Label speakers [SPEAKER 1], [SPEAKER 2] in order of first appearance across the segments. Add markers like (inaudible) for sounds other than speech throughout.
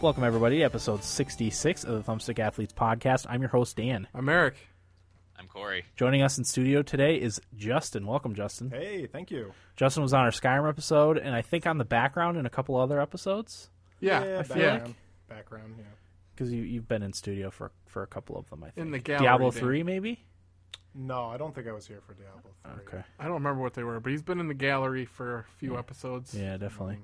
[SPEAKER 1] Welcome, everybody, to episode 66 of the Thumbstick Athletes Podcast. I'm your host, Dan.
[SPEAKER 2] I'm Eric.
[SPEAKER 3] I'm Corey.
[SPEAKER 1] Joining us in studio today is Justin. Welcome, Justin.
[SPEAKER 4] Hey, thank you.
[SPEAKER 1] Justin was on our Skyrim episode, and I think on the background in a couple other episodes
[SPEAKER 2] Yeah,
[SPEAKER 4] yeah,
[SPEAKER 2] I feel
[SPEAKER 4] background,
[SPEAKER 2] like
[SPEAKER 4] background. Yeah,
[SPEAKER 1] because you, you've been in studio for, for a couple of them, I think.
[SPEAKER 2] in the gallery.
[SPEAKER 1] Diablo
[SPEAKER 2] Dan.
[SPEAKER 1] 3, maybe?
[SPEAKER 4] no, I don't think I was here for Diablo three.
[SPEAKER 1] Okay.
[SPEAKER 2] I don't remember what they were, but he's been in the gallery for a few episodes.
[SPEAKER 1] Yeah, definitely.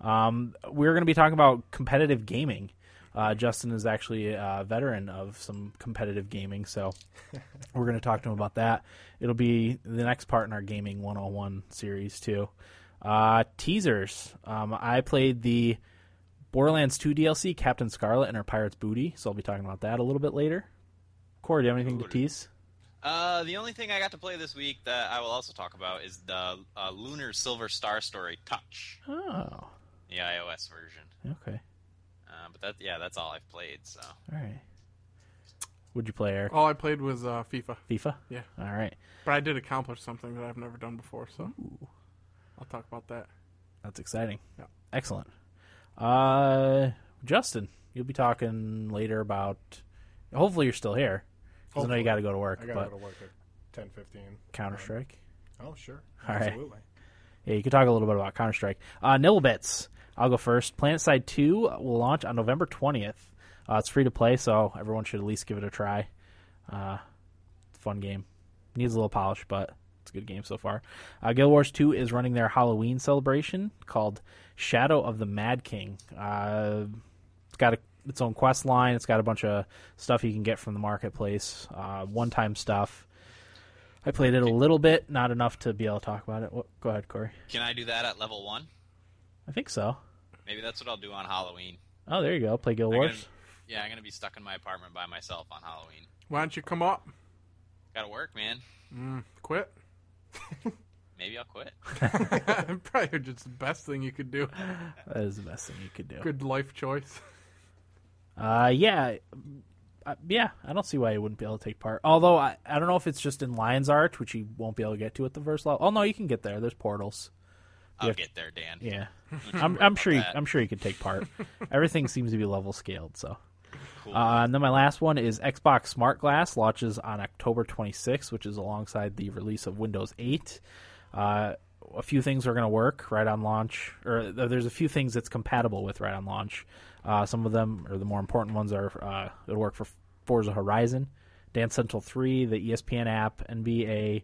[SPEAKER 1] Um, we're going to be talking about competitive gaming. Uh, Justin is actually a uh, veteran of some competitive gaming, so we're going to talk to him about that. It'll be the next part in our Gaming 101 series, too. Uh, teasers. Um, I played the Borderlands 2 DLC, Captain Scarlet and Her Pirate's Booty, so I'll be talking about that a little bit later. Corey, do you have anything to tease?
[SPEAKER 3] Uh, the only thing I got to play this week that I will also talk about is the uh, Lunar Silver Star Story Touch,
[SPEAKER 1] Oh,
[SPEAKER 3] the iOS version.
[SPEAKER 1] okay.
[SPEAKER 3] Uh, but that, yeah, that's all I've played. So
[SPEAKER 1] All right. Would you play Eric?
[SPEAKER 2] All I played was uh, FIFA,
[SPEAKER 1] FIFA?
[SPEAKER 2] Yeah.
[SPEAKER 1] All right.
[SPEAKER 2] but I did accomplish something that I've never done before, so I'll talk about that.
[SPEAKER 1] That's exciting.
[SPEAKER 2] Yeah.
[SPEAKER 1] Excellent. Uh, Justin, you'll be talking later about. Hopefully, you're still here. 'cause I know you
[SPEAKER 4] Hopefully.
[SPEAKER 1] got to go to work,
[SPEAKER 4] I gotta
[SPEAKER 1] but
[SPEAKER 4] go to work at ten fifteen.
[SPEAKER 1] Counter Strike.
[SPEAKER 4] Oh sure,
[SPEAKER 1] All right.
[SPEAKER 4] absolutely.
[SPEAKER 1] Yeah, you can talk a little bit about Counter Strike. Uh, Nibblebits. I'll go first. PlanetSide 2 will launch on November 20th. Uh, it's free to play, so everyone should at least give it a try. Uh, it's a fun game. Needs a little polish, but it's a good game so far. Uh, Guild Wars 2 is running their Halloween celebration called Shadow of the Mad King. Uh, it's got a, its own quest line. It's got a bunch of stuff you can get from the marketplace, uh, one time stuff. I played it a little bit, not enough to be able to talk about it. What, go ahead, Corey.
[SPEAKER 3] can I do that at level one?
[SPEAKER 1] I think so.
[SPEAKER 3] Maybe that's what I'll do on Halloween.
[SPEAKER 1] Oh, there you go. Play Guild
[SPEAKER 3] I'm gonna-
[SPEAKER 1] Wars.
[SPEAKER 3] yeah, I'm gonna be stuck in my apartment by myself on Halloween.
[SPEAKER 2] Why don't you come up?
[SPEAKER 3] Gotta work, man.
[SPEAKER 2] Quit. (laughs)
[SPEAKER 3] Maybe I'll quit.
[SPEAKER 2] Probably just the best thing you
[SPEAKER 1] (laughs)
[SPEAKER 2] could do.
[SPEAKER 1] That is the best thing you could do.
[SPEAKER 2] Good life choice.
[SPEAKER 1] Uh, yeah, uh, yeah. I don't see why you wouldn't be able to take part. Although I, I don't know if it's just in Lion's Arch, which you won't be able to get to at the first level. Oh no, you can get there. There's portals.
[SPEAKER 3] I'll
[SPEAKER 1] Yeah.
[SPEAKER 3] get there, Dan.
[SPEAKER 1] Yeah,
[SPEAKER 3] Don't you
[SPEAKER 1] I'm,
[SPEAKER 3] worry
[SPEAKER 1] I'm
[SPEAKER 3] about
[SPEAKER 1] sure. You,
[SPEAKER 3] that.
[SPEAKER 1] I'm sure you could take
[SPEAKER 3] (laughs)
[SPEAKER 1] part. Everything seems to be level scaled, so.
[SPEAKER 3] Cool.
[SPEAKER 1] Uh, and then my last one is Xbox Smart Glass launches on October 26th, which is alongside the release of Windows 8. Uh, a few things are going to work right on launch, or th- there's a few things that's compatible with right on launch. Uh, some of them, or the more important ones, are uh, it'll work for Forza Horizon, Dance Central 3, the E ESPN app, NBA,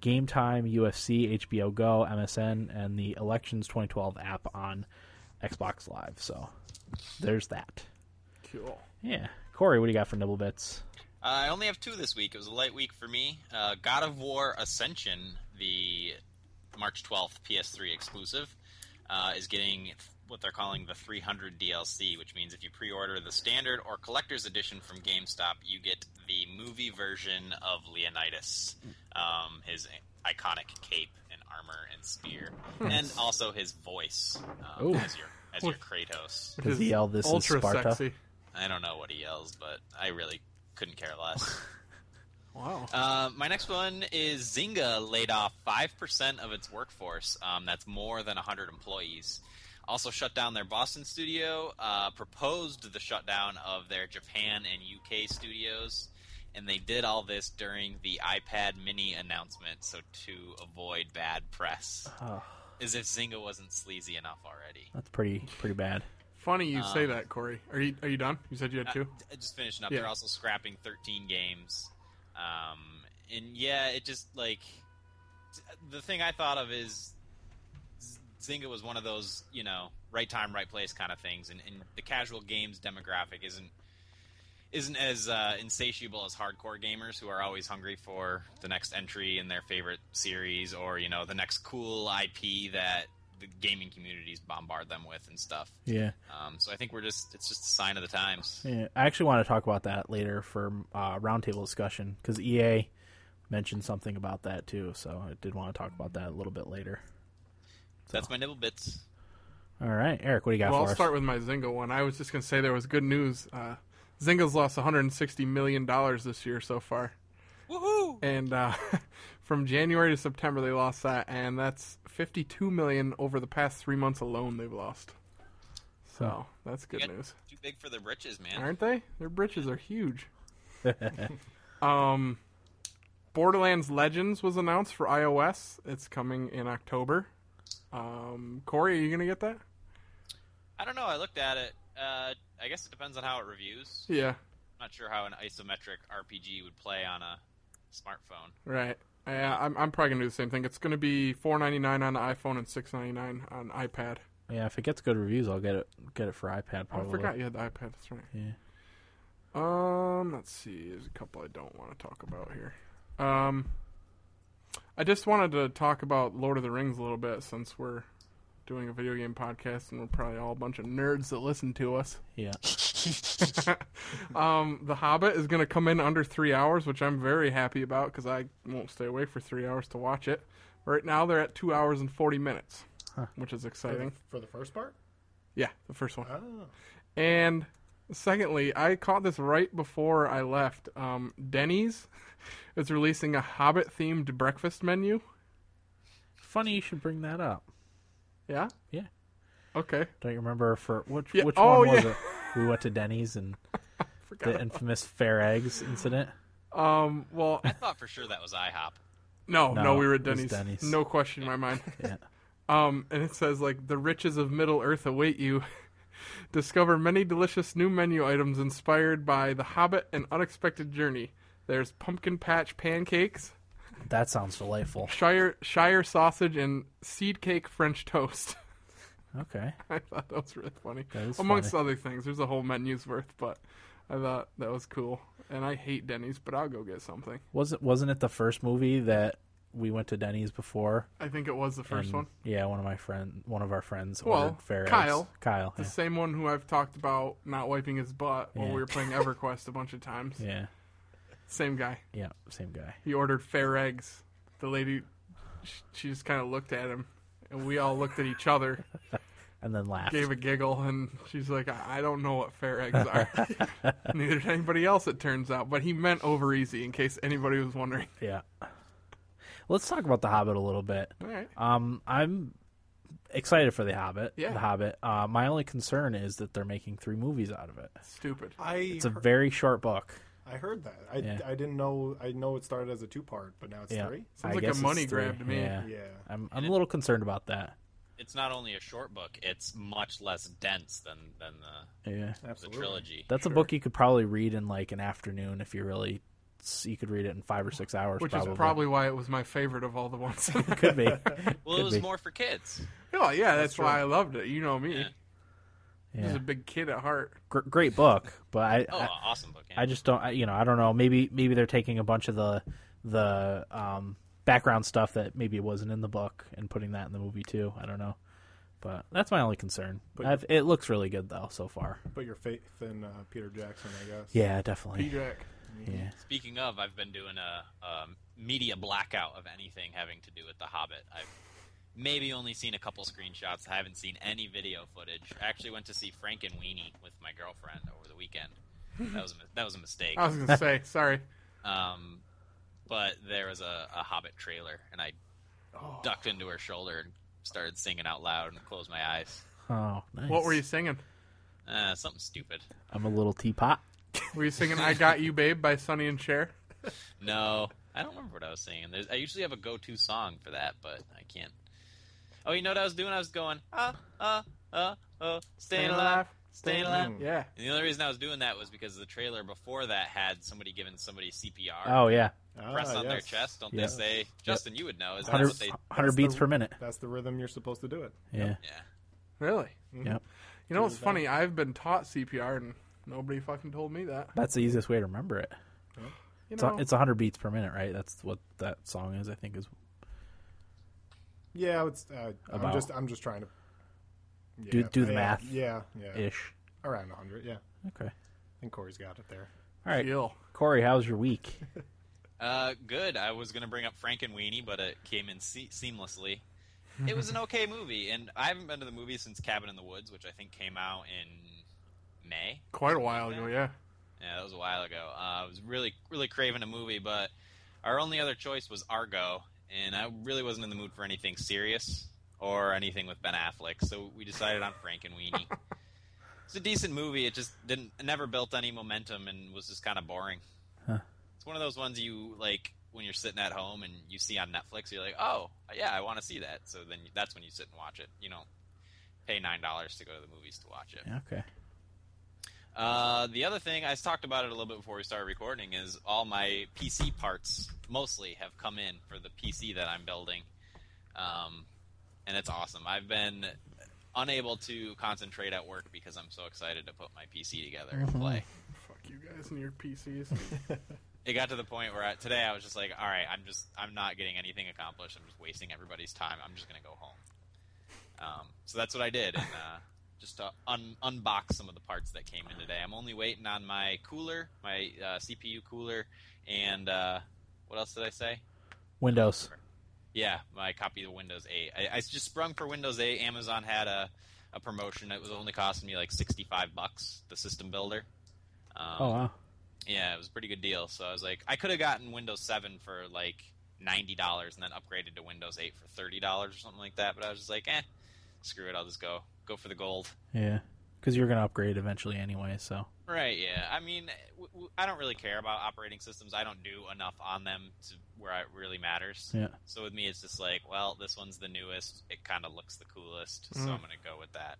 [SPEAKER 1] Game Time, UFC, HBO Go, MSN, and the Elections 2012 app on Xbox Live. So there's that.
[SPEAKER 2] Cool.
[SPEAKER 1] Yeah. Corey, what do you got for nibble bits?
[SPEAKER 3] I only have two this week. It was a light week for me. Uh, God of War Ascension, the March 12th PS3 exclusive, uh, is getting what they're calling the 300 DLC, which means if you pre order the standard or collector's edition from GameStop, you get the movie version of Leonidas, um, his iconic cape and armor and spear, and also his voice um,
[SPEAKER 1] Ooh.
[SPEAKER 3] as, your, as your Kratos.
[SPEAKER 1] Does he yell, "This is
[SPEAKER 2] ultra
[SPEAKER 1] Sparta"?
[SPEAKER 2] sexy.
[SPEAKER 3] I don't know what he yells, but I really couldn't care less.
[SPEAKER 2] Wow.
[SPEAKER 3] Uh, my next one is Zynga laid off 5% of its workforce. Um, that's more than 100 employees. Also shut down their Boston studio, uh, proposed the shutdown of their Japan and UK studios, and they did all this during the iPad mini announcement, so to avoid bad press.
[SPEAKER 1] Oh,
[SPEAKER 3] As if Zynga wasn't sleazy enough already.
[SPEAKER 1] that's pretty pretty bad.
[SPEAKER 2] Funny you say
[SPEAKER 3] um,
[SPEAKER 2] that, Corey. Are you are you done? You said you had two.
[SPEAKER 3] I- I uh, just finishing up.
[SPEAKER 2] Yeah.
[SPEAKER 3] They're also scrapping 13 games. Um, and yeah, it just like t- the thing I thought of is Z- Zynga was one of those, you know, right time, right place kind of things, and, and the casual games demographic isn't isn't as uh, insatiable as hardcore gamers who are always hungry for the next entry in their favorite series or you know the next cool IP that the gaming communities bombard them with and stuff.
[SPEAKER 1] Yeah.
[SPEAKER 3] Um, so I think we're just it's just a sign of the times.
[SPEAKER 1] yeah. I actually want to talk about that later for uh, roundtable discussion because EA mentioned something about that too. So I did want to talk about that a little bit later.
[SPEAKER 3] That's my nibble bits.
[SPEAKER 1] All right, Eric, what do you got
[SPEAKER 2] Well,
[SPEAKER 1] for
[SPEAKER 2] I'll
[SPEAKER 1] us?
[SPEAKER 2] start with my Zynga one. I was just going to say there was good news. Uh, Zynga's lost 160 million dollars this year so far,
[SPEAKER 3] Woohoo!
[SPEAKER 2] and uh, (laughs) from January to September they lost that, and that's 52 million over the past three months alone they've lost. So that's good
[SPEAKER 3] Yeah.
[SPEAKER 2] news.
[SPEAKER 3] Too big for their britches, man.
[SPEAKER 2] Aren't they? Their britches are huge. Um, Borderlands Legends was announced for iOS. It's coming in October. Um, Corey, are you gonna get that?
[SPEAKER 3] I don't know. I looked at it. Uh, I guess it depends on how it reviews.
[SPEAKER 2] Yeah.
[SPEAKER 3] I'm not sure how an isometric RPG would play on a smartphone.
[SPEAKER 2] Right. Yeah, I'm, I'm probably gonna do the same thing. It's gonna be four ninety nine on the iPhone and six ninety nine on iPad.
[SPEAKER 1] Yeah, if it gets good reviews, I'll get it. Get it for iPad.
[SPEAKER 2] Oh, I
[SPEAKER 1] Probably.
[SPEAKER 2] forgot you had the iPad. That's right.
[SPEAKER 1] Yeah.
[SPEAKER 2] Um, let's see. There's a couple I don't want to talk about here. Um, I just wanted to talk about Lord of the Rings a little bit since we're doing a video game podcast and we're probably all a bunch of nerds that listen to us.
[SPEAKER 1] Yeah.
[SPEAKER 2] um, The Hobbit is going to come in under three hours, which I'm very happy about because I won't stay awake for three hours to watch it. Right now, they're at two hours and 40 minutes,
[SPEAKER 1] Huh.
[SPEAKER 2] which is
[SPEAKER 4] For the,
[SPEAKER 2] exciting.
[SPEAKER 4] for the first part?
[SPEAKER 2] Yeah, the first one.
[SPEAKER 4] Oh.
[SPEAKER 2] And secondly, I caught this right before I left. Um, Denny's (laughs) is releasing a Hobbit themed breakfast menu.
[SPEAKER 1] Funny you should bring that up.
[SPEAKER 2] Yeah?
[SPEAKER 1] Yeah.
[SPEAKER 2] Okay.
[SPEAKER 1] Don't you remember for which
[SPEAKER 2] Yeah,
[SPEAKER 1] which
[SPEAKER 2] oh,
[SPEAKER 1] one was
[SPEAKER 2] yeah.
[SPEAKER 1] it? We went to Denny's
[SPEAKER 2] (laughs)
[SPEAKER 1] and
[SPEAKER 2] Forgot.
[SPEAKER 1] the infamous fair eggs incident.
[SPEAKER 2] Um, well,
[SPEAKER 3] I thought for sure that was IHOP.
[SPEAKER 2] no, no,
[SPEAKER 1] (laughs) No,
[SPEAKER 2] we were
[SPEAKER 1] it
[SPEAKER 2] at
[SPEAKER 1] was
[SPEAKER 2] Denny's.
[SPEAKER 1] Denny's.
[SPEAKER 2] No question in my mind.
[SPEAKER 1] Yeah.
[SPEAKER 2] Um, and it says, like, the riches of Middle Earth await you. (laughs) Discover many delicious new menu items inspired by The Hobbit and Unexpected Journey. There's pumpkin patch pancakes,
[SPEAKER 1] That sounds delightful.
[SPEAKER 2] Shire Shire sausage, and seed cake French toast. (laughs)
[SPEAKER 1] Okay.
[SPEAKER 2] I thought that was really funny.
[SPEAKER 1] That is
[SPEAKER 2] Amongst other things, there's a whole menu's worth, but I thought that was cool. And I hate Denny's, but I'll go get something.
[SPEAKER 1] Wasn't wasn't it the first movie that we went to Denny's before?
[SPEAKER 2] I think it was the first
[SPEAKER 1] And,
[SPEAKER 2] one.
[SPEAKER 1] Yeah, one of my friend, one of our friends
[SPEAKER 2] Well,
[SPEAKER 1] ordered fair
[SPEAKER 2] Kyle.
[SPEAKER 1] eggs. Kyle.
[SPEAKER 2] The same one who I've talked about not wiping his butt while
[SPEAKER 1] Yeah.
[SPEAKER 2] we
[SPEAKER 1] (laughs)
[SPEAKER 2] were playing EverQuest a bunch of times.
[SPEAKER 1] Yeah. yeah.
[SPEAKER 2] Same guy.
[SPEAKER 1] Yeah. Same guy.
[SPEAKER 2] He ordered fair eggs. The lady, sh- she just kind of looked at him, and we all looked at each other,
[SPEAKER 1] And then laughed.
[SPEAKER 2] gave a giggle, and she's like, "I, I don't know what fair eggs are." Neither did anybody else, it turns out. But he meant over easy, in case anybody was wondering.
[SPEAKER 1] Yeah. Let's talk about the Hobbit a little bit.
[SPEAKER 2] All right.
[SPEAKER 1] Um, I'm excited for the Hobbit.
[SPEAKER 2] Yeah.
[SPEAKER 1] The Hobbit. Uh, my only concern is that they're making three movies out of it.
[SPEAKER 2] Stupid.
[SPEAKER 4] I,
[SPEAKER 1] It's a
[SPEAKER 4] heard,
[SPEAKER 1] very short book.
[SPEAKER 4] I heard that. I,
[SPEAKER 1] Yeah.
[SPEAKER 4] I didn't know. I know it started as a two part, but now it's
[SPEAKER 1] Yeah.
[SPEAKER 4] three.
[SPEAKER 2] Sounds
[SPEAKER 1] I
[SPEAKER 2] like a
[SPEAKER 1] guess it's
[SPEAKER 2] money
[SPEAKER 1] three.
[SPEAKER 2] grab to me.
[SPEAKER 1] Yeah.
[SPEAKER 4] Yeah.
[SPEAKER 1] I'm I'm a little concerned about that.
[SPEAKER 3] It's not only a short book; it's much less dense than than the,
[SPEAKER 1] Yeah.
[SPEAKER 3] the
[SPEAKER 4] Absolutely.
[SPEAKER 3] trilogy.
[SPEAKER 1] That's a book you could probably read in like an afternoon if you really you could read it in 5 or 6 hours
[SPEAKER 2] Which
[SPEAKER 1] probably.
[SPEAKER 2] is probably why it was my favorite of all the ones.
[SPEAKER 1] (laughs) could be. (laughs)
[SPEAKER 3] Well,
[SPEAKER 1] could
[SPEAKER 3] it was
[SPEAKER 1] be.
[SPEAKER 3] more for kids.
[SPEAKER 2] (laughs) oh yeah, that's,
[SPEAKER 4] true.
[SPEAKER 2] why I loved it. You know me.
[SPEAKER 3] Yeah.
[SPEAKER 2] He's
[SPEAKER 1] Yeah.
[SPEAKER 2] a big kid at heart.
[SPEAKER 1] Gr- great book, but I,
[SPEAKER 3] Oh,
[SPEAKER 1] I
[SPEAKER 3] awesome book. yeah.
[SPEAKER 1] I just don't I, you know, I don't know. Maybe maybe they're taking a bunch of the the um background stuff that maybe wasn't in the book and putting that in the movie too. I don't know. But that's my only concern.
[SPEAKER 4] But-
[SPEAKER 1] I've, it looks really good though so far.
[SPEAKER 4] Put your faith in uh, Peter Jackson, I guess.
[SPEAKER 1] Yeah, definitely.
[SPEAKER 2] P-Jack.
[SPEAKER 1] Yeah.
[SPEAKER 3] Speaking of, I've been doing a, a media blackout of anything having to do with The Hobbit. I've maybe only seen a couple screenshots. I haven't seen any video footage. I actually went to see Frank and Weenie with my girlfriend over the weekend. That was a, mi- that was
[SPEAKER 2] (laughs)
[SPEAKER 3] a mistake.
[SPEAKER 2] I was gonna say sorry.
[SPEAKER 3] Um, but there was a, a Hobbit trailer, and I
[SPEAKER 4] Oh.
[SPEAKER 3] ducked into her shoulder and started singing out loud and closed my eyes.
[SPEAKER 1] Oh, nice.
[SPEAKER 2] What were you singing?
[SPEAKER 3] Uh, something stupid.
[SPEAKER 1] I'm a little teapot.
[SPEAKER 2] Were you singing "I Got You, Babe" by Sonny and Cher?
[SPEAKER 3] No, I don't remember what I was singing. There's, I usually have a go-to song for that, but I can't. Oh, you know what I was doing? I was going, uh, uh, uh, uh, staying alive, staying alive.
[SPEAKER 4] Mm.
[SPEAKER 2] Yeah.
[SPEAKER 3] And the only reason I was doing that was because the trailer before that had somebody giving somebody CPR,
[SPEAKER 1] Oh yeah.
[SPEAKER 4] Ah,
[SPEAKER 3] press on their
[SPEAKER 4] yes.
[SPEAKER 3] chest. Don't
[SPEAKER 1] Yeah.
[SPEAKER 3] they say? Justin, you would know. Is that
[SPEAKER 1] 100,
[SPEAKER 3] what they?
[SPEAKER 1] 100 beats
[SPEAKER 4] the-
[SPEAKER 1] per minute.
[SPEAKER 4] That's the rhythm you're supposed to do it.
[SPEAKER 1] Yeah.
[SPEAKER 3] Yeah.
[SPEAKER 2] Really?
[SPEAKER 1] Yep.
[SPEAKER 2] You know what's
[SPEAKER 4] Good as
[SPEAKER 2] funny? I've been taught CPR and nobody fucking told me that.
[SPEAKER 1] That's the easiest way to remember it.
[SPEAKER 2] You
[SPEAKER 1] It's a-
[SPEAKER 2] know,
[SPEAKER 1] It's 100 beats per minute, right? That's what that song is, I think is
[SPEAKER 4] Yeah, it's. Uh, I'm
[SPEAKER 1] About.
[SPEAKER 4] just. I'm just trying to.
[SPEAKER 1] Do-
[SPEAKER 4] Yeah,
[SPEAKER 1] do the
[SPEAKER 4] yeah,
[SPEAKER 1] math.
[SPEAKER 4] Yeah, yeah,
[SPEAKER 1] ish.
[SPEAKER 4] around 100. Yeah, I
[SPEAKER 1] Okay.
[SPEAKER 4] think Corey's got it there.
[SPEAKER 1] All right.
[SPEAKER 2] Deal.
[SPEAKER 1] Corey, how's your week?
[SPEAKER 3] Uh, good. I was gonna bring up Frank and Weenie, but it came in se-
[SPEAKER 4] (laughs)
[SPEAKER 3] seamlessly. It was an okay movie, and I haven't been to the movie since Cabin in the Woods, which I think came out in May.
[SPEAKER 2] Quite a while ago, yeah.
[SPEAKER 3] Yeah, that was a while ago. Uh, I was really, really craving a movie, but our only other choice was Argo, and I really wasn't in the mood for
[SPEAKER 1] (laughs)
[SPEAKER 3] anything serious or anything with Ben Affleck, so we decided on Frank and Weenie. It's a decent movie. It just didn't it never built any momentum and was just kind of boring.
[SPEAKER 1] Huh.
[SPEAKER 3] It's one of those ones you like when you're sitting at home and you see on Netflix. You're like, oh yeah, I want to see that. So then that's when you sit and watch it. You don't pay nine dollars to go to the movies to watch it.
[SPEAKER 1] Yeah, okay.
[SPEAKER 3] Uh, the other thing I talked about it a little bit before we started recording is all my PC parts mostly have come in for the PC that I'm building, um, and it's awesome. I've been unable to concentrate at work because I'm so excited to put my PC together and play.
[SPEAKER 2] Fuck you guys and your
[SPEAKER 1] (laughs)
[SPEAKER 2] PCs.
[SPEAKER 3] It got to the point where I, today I was just like, all right, I'm just I'm not getting anything accomplished. I'm just wasting everybody's time. I'm just gonna go home. Um, so that's what I did, and uh, (laughs) just to un- unbox some of the parts that came in today. I'm only waiting on my cooler, my uh, CPU cooler, and uh, what else did I say?
[SPEAKER 1] Windows.
[SPEAKER 3] Yeah, my copy of Windows 8. I, I just sprung for Windows 8. Amazon had a, a promotion. It was only costing me like 65 bucks, the system builder. Um,
[SPEAKER 1] Oh wow.
[SPEAKER 3] Yeah, it was a pretty good deal. So I was like, I could have gotten Windows 7 for like $90 and then upgraded to Windows 8 for $30 or something like that. But I was just like, eh, screw it. I'll just go go for the gold.
[SPEAKER 1] Yeah, because you're gonna upgrade eventually anyway. So
[SPEAKER 3] Right, yeah. I mean, w- w- I don't really care about operating systems. I don't do enough on them to where it really matters.
[SPEAKER 1] yeah,
[SPEAKER 3] So with me, it's just like, well, this one's the newest. It kind of looks the coolest, so
[SPEAKER 2] Mm.
[SPEAKER 3] I'm gonna go with that.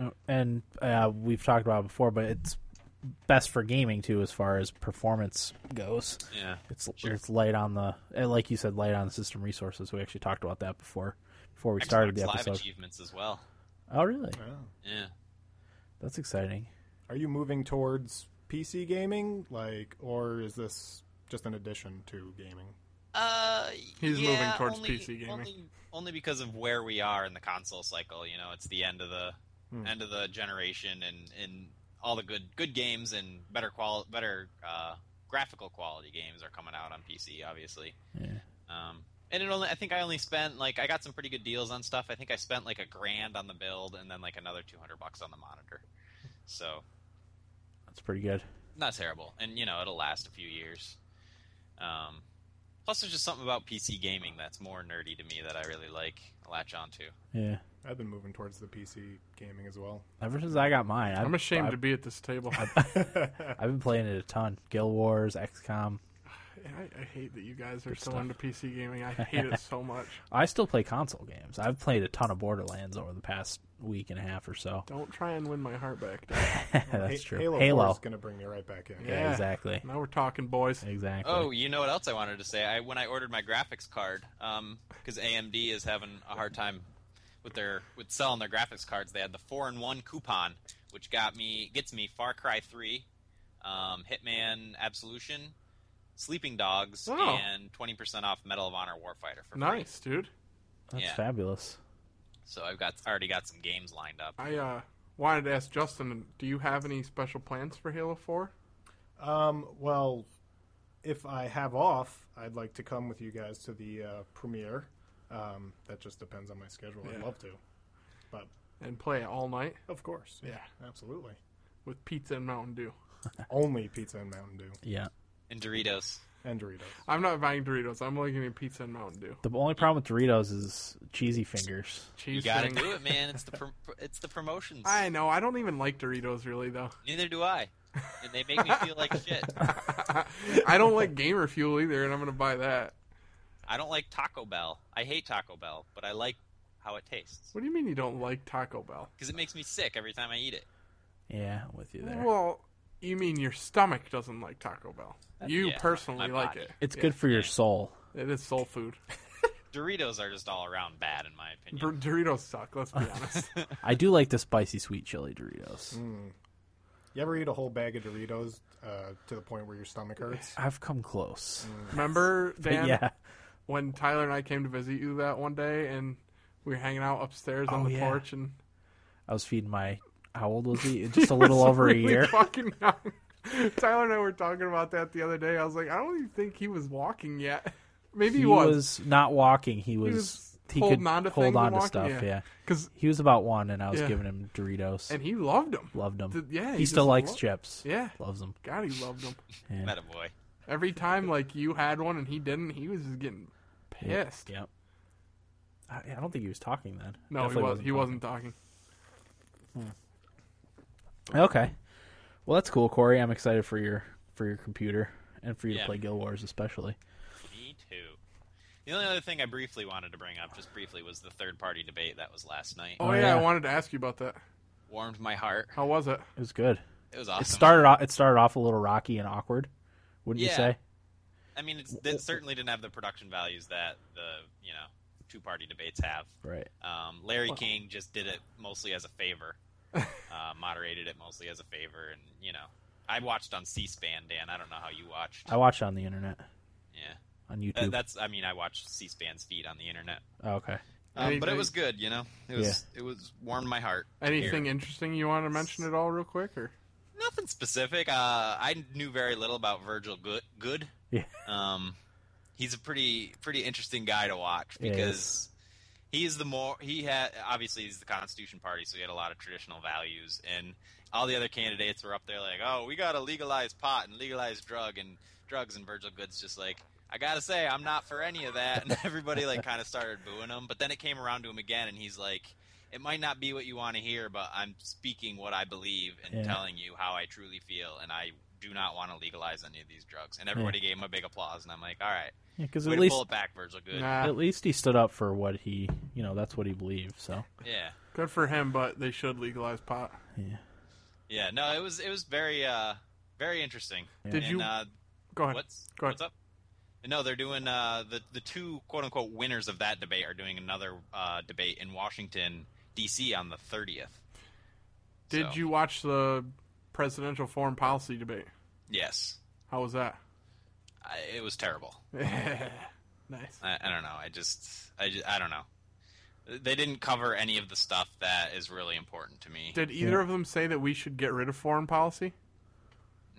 [SPEAKER 1] Oh, and uh, we've talked about it before, but it's best for gaming too, as far as performance goes.
[SPEAKER 3] Yeah,
[SPEAKER 1] It's
[SPEAKER 3] Sure.
[SPEAKER 1] it's light on the uh, like you said, light on the system resources. We actually talked about that before before we started
[SPEAKER 3] Xbox
[SPEAKER 1] the
[SPEAKER 3] Live
[SPEAKER 1] episode.
[SPEAKER 3] achievements as well.
[SPEAKER 1] Oh, really?
[SPEAKER 4] Oh.
[SPEAKER 3] Yeah,
[SPEAKER 1] That's exciting.
[SPEAKER 4] Are you moving towards PC gaming, like, or is this just an addition to gaming?
[SPEAKER 3] uh,
[SPEAKER 2] He's
[SPEAKER 3] yeah,
[SPEAKER 2] moving towards
[SPEAKER 3] only-
[SPEAKER 2] PC gaming.
[SPEAKER 3] only, only because of where we are in the console cycle. You know, it's the end of the
[SPEAKER 4] Hmm.
[SPEAKER 3] end of the generation, and and all the good good games and better qual better uh, graphical quality games are coming out on PC, obviously.
[SPEAKER 1] Yeah.
[SPEAKER 3] Um, and it only, I think I only spent like I got some pretty good deals on stuff. I think I spent like a grand on the build, and then like another two hundred bucks on the monitor. So
[SPEAKER 1] That's pretty good.
[SPEAKER 3] not terrible, and you know it'll last a few years. Um, plus, there's just something about PC gaming that's more nerdy to me that I really like latch onto.
[SPEAKER 1] Yeah.
[SPEAKER 4] I've been moving towards the PC gaming as well.
[SPEAKER 1] Ever since I got mine, I've,
[SPEAKER 2] I'm ashamed
[SPEAKER 1] I've,
[SPEAKER 2] to be at this table. I,
[SPEAKER 1] I've been playing it a ton. Guild Wars, XCOM.
[SPEAKER 2] (laughs) I hate that you guys are
[SPEAKER 1] Good
[SPEAKER 2] so
[SPEAKER 1] stuff.
[SPEAKER 2] into PC gaming. I
[SPEAKER 1] (laughs)
[SPEAKER 2] hate it so much.
[SPEAKER 1] I still play console games. I've played a ton of Borderlands over the past week and a half or so. (laughs)
[SPEAKER 2] Don't try and win my heart back. Dave.
[SPEAKER 1] That's
[SPEAKER 4] Ha-
[SPEAKER 1] true.
[SPEAKER 4] Halo,
[SPEAKER 1] Halo.
[SPEAKER 4] 4 is going to bring me right back in.
[SPEAKER 1] Yeah,
[SPEAKER 2] Yeah.
[SPEAKER 1] exactly.
[SPEAKER 2] Now we're talking, boys.
[SPEAKER 1] Exactly.
[SPEAKER 3] Oh, you know what else I wanted to say? I when I ordered my graphics card, um, because AMD is having a hard time with their with selling their graphics cards. They had the four in one coupon, which got me gets me Far Cry Three, um, Hitman Absolution, Sleeping Dogs,
[SPEAKER 2] Oh.
[SPEAKER 3] and twenty percent off Medal of Honor Warfighter for free.
[SPEAKER 2] Nice, dude.
[SPEAKER 1] That's
[SPEAKER 3] yeah.
[SPEAKER 1] fabulous.
[SPEAKER 3] So I've got already got some games lined up.
[SPEAKER 2] I uh, wanted to ask Justin, do you have any special plans for Halo 4?
[SPEAKER 4] Um, well, if I have off, I'd like to come with you guys to the uh, premiere. Um, that just depends on my schedule. I'd
[SPEAKER 2] Yeah.
[SPEAKER 4] love to. But,
[SPEAKER 2] And play it all night
[SPEAKER 4] of course.
[SPEAKER 2] Yeah.
[SPEAKER 4] Absolutely.
[SPEAKER 2] with pizza and Mountain Dew.
[SPEAKER 4] Only pizza and Mountain Dew
[SPEAKER 1] Yeah.
[SPEAKER 3] And Doritos.
[SPEAKER 4] and Doritos.
[SPEAKER 2] I'm not buying Doritos. I'm only getting pizza and Mountain Dew.
[SPEAKER 1] The only problem with Doritos is cheesy fingers.
[SPEAKER 3] You
[SPEAKER 2] Cheese
[SPEAKER 3] gotta
[SPEAKER 2] thing.
[SPEAKER 3] (laughs) do it, man. It's the pro- it's the promotions.
[SPEAKER 2] I know. I don't even like Doritos, really, though.
[SPEAKER 3] Neither do I, and they make me feel like shit.
[SPEAKER 2] I don't like Gamer Fuel either, and I'm going to buy that.
[SPEAKER 3] I don't like Taco Bell. I hate Taco Bell, but I like how it tastes
[SPEAKER 2] What do you mean you don't like Taco Bell?
[SPEAKER 3] because it makes me sick every time I eat it.
[SPEAKER 1] Yeah, I'm with you there.
[SPEAKER 2] Well, you mean your stomach doesn't like Taco Bell. You
[SPEAKER 3] yeah,
[SPEAKER 2] personally
[SPEAKER 3] my
[SPEAKER 2] like
[SPEAKER 3] body.
[SPEAKER 2] it.
[SPEAKER 1] it's
[SPEAKER 2] Yeah,
[SPEAKER 1] good for your
[SPEAKER 2] (laughs)
[SPEAKER 1] soul.
[SPEAKER 2] It is soul food.
[SPEAKER 3] Doritos are just all around bad in my
[SPEAKER 2] Dor-
[SPEAKER 3] opinion.
[SPEAKER 2] Doritos suck, let's be honest.
[SPEAKER 1] I do like the spicy sweet chili Doritos.
[SPEAKER 2] Mm.
[SPEAKER 4] You ever eat a whole bag of Doritos uh, to the point where your stomach hurts?
[SPEAKER 1] I've come close.
[SPEAKER 2] Mm. Remember, Dan,
[SPEAKER 1] yeah.
[SPEAKER 2] when Tyler and I came to visit you that one day and we were hanging out upstairs on
[SPEAKER 1] Oh,
[SPEAKER 2] the
[SPEAKER 1] yeah.
[SPEAKER 2] porch and
[SPEAKER 1] I was feeding my how old was he? Just a
[SPEAKER 2] (laughs)
[SPEAKER 1] little over a
[SPEAKER 2] really
[SPEAKER 1] year.
[SPEAKER 2] fucking young. Tyler and I were talking about that the other day. I was like, I don't even think he was walking yet. (laughs) Maybe he,
[SPEAKER 1] He
[SPEAKER 2] was.
[SPEAKER 1] was not walking. He was
[SPEAKER 2] was
[SPEAKER 1] he,
[SPEAKER 2] holding
[SPEAKER 1] could
[SPEAKER 2] on to
[SPEAKER 1] hold
[SPEAKER 2] things
[SPEAKER 1] on
[SPEAKER 2] and
[SPEAKER 1] to
[SPEAKER 2] walking,
[SPEAKER 1] stuff.
[SPEAKER 2] yeah.
[SPEAKER 1] Yeah.
[SPEAKER 2] Cause,
[SPEAKER 1] he was about one, and I was
[SPEAKER 2] Yeah.
[SPEAKER 1] giving him Doritos.
[SPEAKER 2] and he loved them.
[SPEAKER 1] loved them.
[SPEAKER 2] Th- yeah,
[SPEAKER 1] he,
[SPEAKER 2] he
[SPEAKER 1] still
[SPEAKER 2] just
[SPEAKER 1] likes
[SPEAKER 2] lo-
[SPEAKER 1] chips.
[SPEAKER 2] Yeah.
[SPEAKER 1] loves them.
[SPEAKER 2] God, he loved them.
[SPEAKER 1] Yeah.
[SPEAKER 3] Meta boy.
[SPEAKER 2] Every time, like, you had one and he didn't, he was just getting pissed.
[SPEAKER 1] Yep. I, I don't think he was talking then.
[SPEAKER 2] No,
[SPEAKER 1] Definitely
[SPEAKER 2] he, was, he
[SPEAKER 1] talking.
[SPEAKER 2] wasn't talking.
[SPEAKER 1] Okay. Well, that's cool, Corey. I'm excited for your for your computer and for you to
[SPEAKER 3] Yeah.
[SPEAKER 1] play Guild Wars, especially.
[SPEAKER 3] Me too. The only other thing I briefly wanted to bring up, just briefly, was the third party debate that was last night.
[SPEAKER 2] Oh,
[SPEAKER 1] Oh,
[SPEAKER 2] yeah,
[SPEAKER 1] yeah.
[SPEAKER 2] I wanted to ask you about that.
[SPEAKER 3] Warmed my heart.
[SPEAKER 2] How was it?
[SPEAKER 1] It was good.
[SPEAKER 3] It was awesome.
[SPEAKER 1] It started off. It started off a little rocky and awkward, wouldn't you
[SPEAKER 3] Yeah.
[SPEAKER 1] say?
[SPEAKER 3] I mean, it's, it certainly didn't have the production values that the you know two party debates have.
[SPEAKER 1] Right.
[SPEAKER 3] Um, Larry King just did it mostly as
[SPEAKER 1] (laughs)
[SPEAKER 3] a favor, uh, moderated it mostly as a favor, and you know, I watched on C-SPAN. Dan, I don't know how you watched.
[SPEAKER 1] I watched it on the internet
[SPEAKER 3] yeah,
[SPEAKER 1] on YouTube.
[SPEAKER 3] That- that's. I mean, I watched C-SPAN's feed on the internet,
[SPEAKER 1] Oh, okay.
[SPEAKER 3] um, but it
[SPEAKER 2] Anything-
[SPEAKER 3] was good. You know, it was it was warmed my heart. to hear.
[SPEAKER 2] Anything interesting you want to mention at all, real quick? Or
[SPEAKER 3] Nothing specific. Uh, I knew very little about Virgil Good. Good.
[SPEAKER 1] Yeah.
[SPEAKER 3] Um, he's a pretty pretty interesting guy to watch
[SPEAKER 1] Yeah, he
[SPEAKER 3] because he is the more he had obviously he's the Constitution Party, so he had a lot of traditional values, and all the other candidates were up there like, oh, we gotta legalize pot and legalize drug and drugs, and Virgil Good's just like. I gotta say, I'm not for any of that, (laughs) and everybody like kind of started booing him. But then it came around to him again, and he's like, it might not be what you want to hear, but I'm speaking what I believe and
[SPEAKER 1] Yeah.
[SPEAKER 3] telling you how I truly feel, and I do not want to legalize any of these drugs. And everybody gave him a big applause, and I'm like, all right,
[SPEAKER 1] Because
[SPEAKER 3] way
[SPEAKER 1] at
[SPEAKER 3] to
[SPEAKER 1] least
[SPEAKER 3] pull it back, Virgil. Good,
[SPEAKER 2] nah,
[SPEAKER 1] at least he stood up for what he you know that's what he believed. So
[SPEAKER 3] yeah,
[SPEAKER 2] good for him, but they should legalize pot.
[SPEAKER 1] yeah.
[SPEAKER 3] yeah. No, it was it was very uh very interesting.
[SPEAKER 2] Did
[SPEAKER 3] and,
[SPEAKER 2] you
[SPEAKER 3] Uh,
[SPEAKER 2] go ahead?
[SPEAKER 3] what's
[SPEAKER 2] Go ahead.
[SPEAKER 3] what's up? No, they're doing uh, the the two quote unquote winners of that debate are doing another uh, debate in Washington D.C. on the thirtieth.
[SPEAKER 2] Did you watch the presidential foreign policy debate?
[SPEAKER 3] Yes,
[SPEAKER 2] How was that?
[SPEAKER 3] I, it was terrible.
[SPEAKER 2] nice.
[SPEAKER 3] I, I don't know. I just, I ju- I don't know. They didn't cover any of the stuff that is really important to me.
[SPEAKER 2] Did either of them say that we should get rid of foreign policy?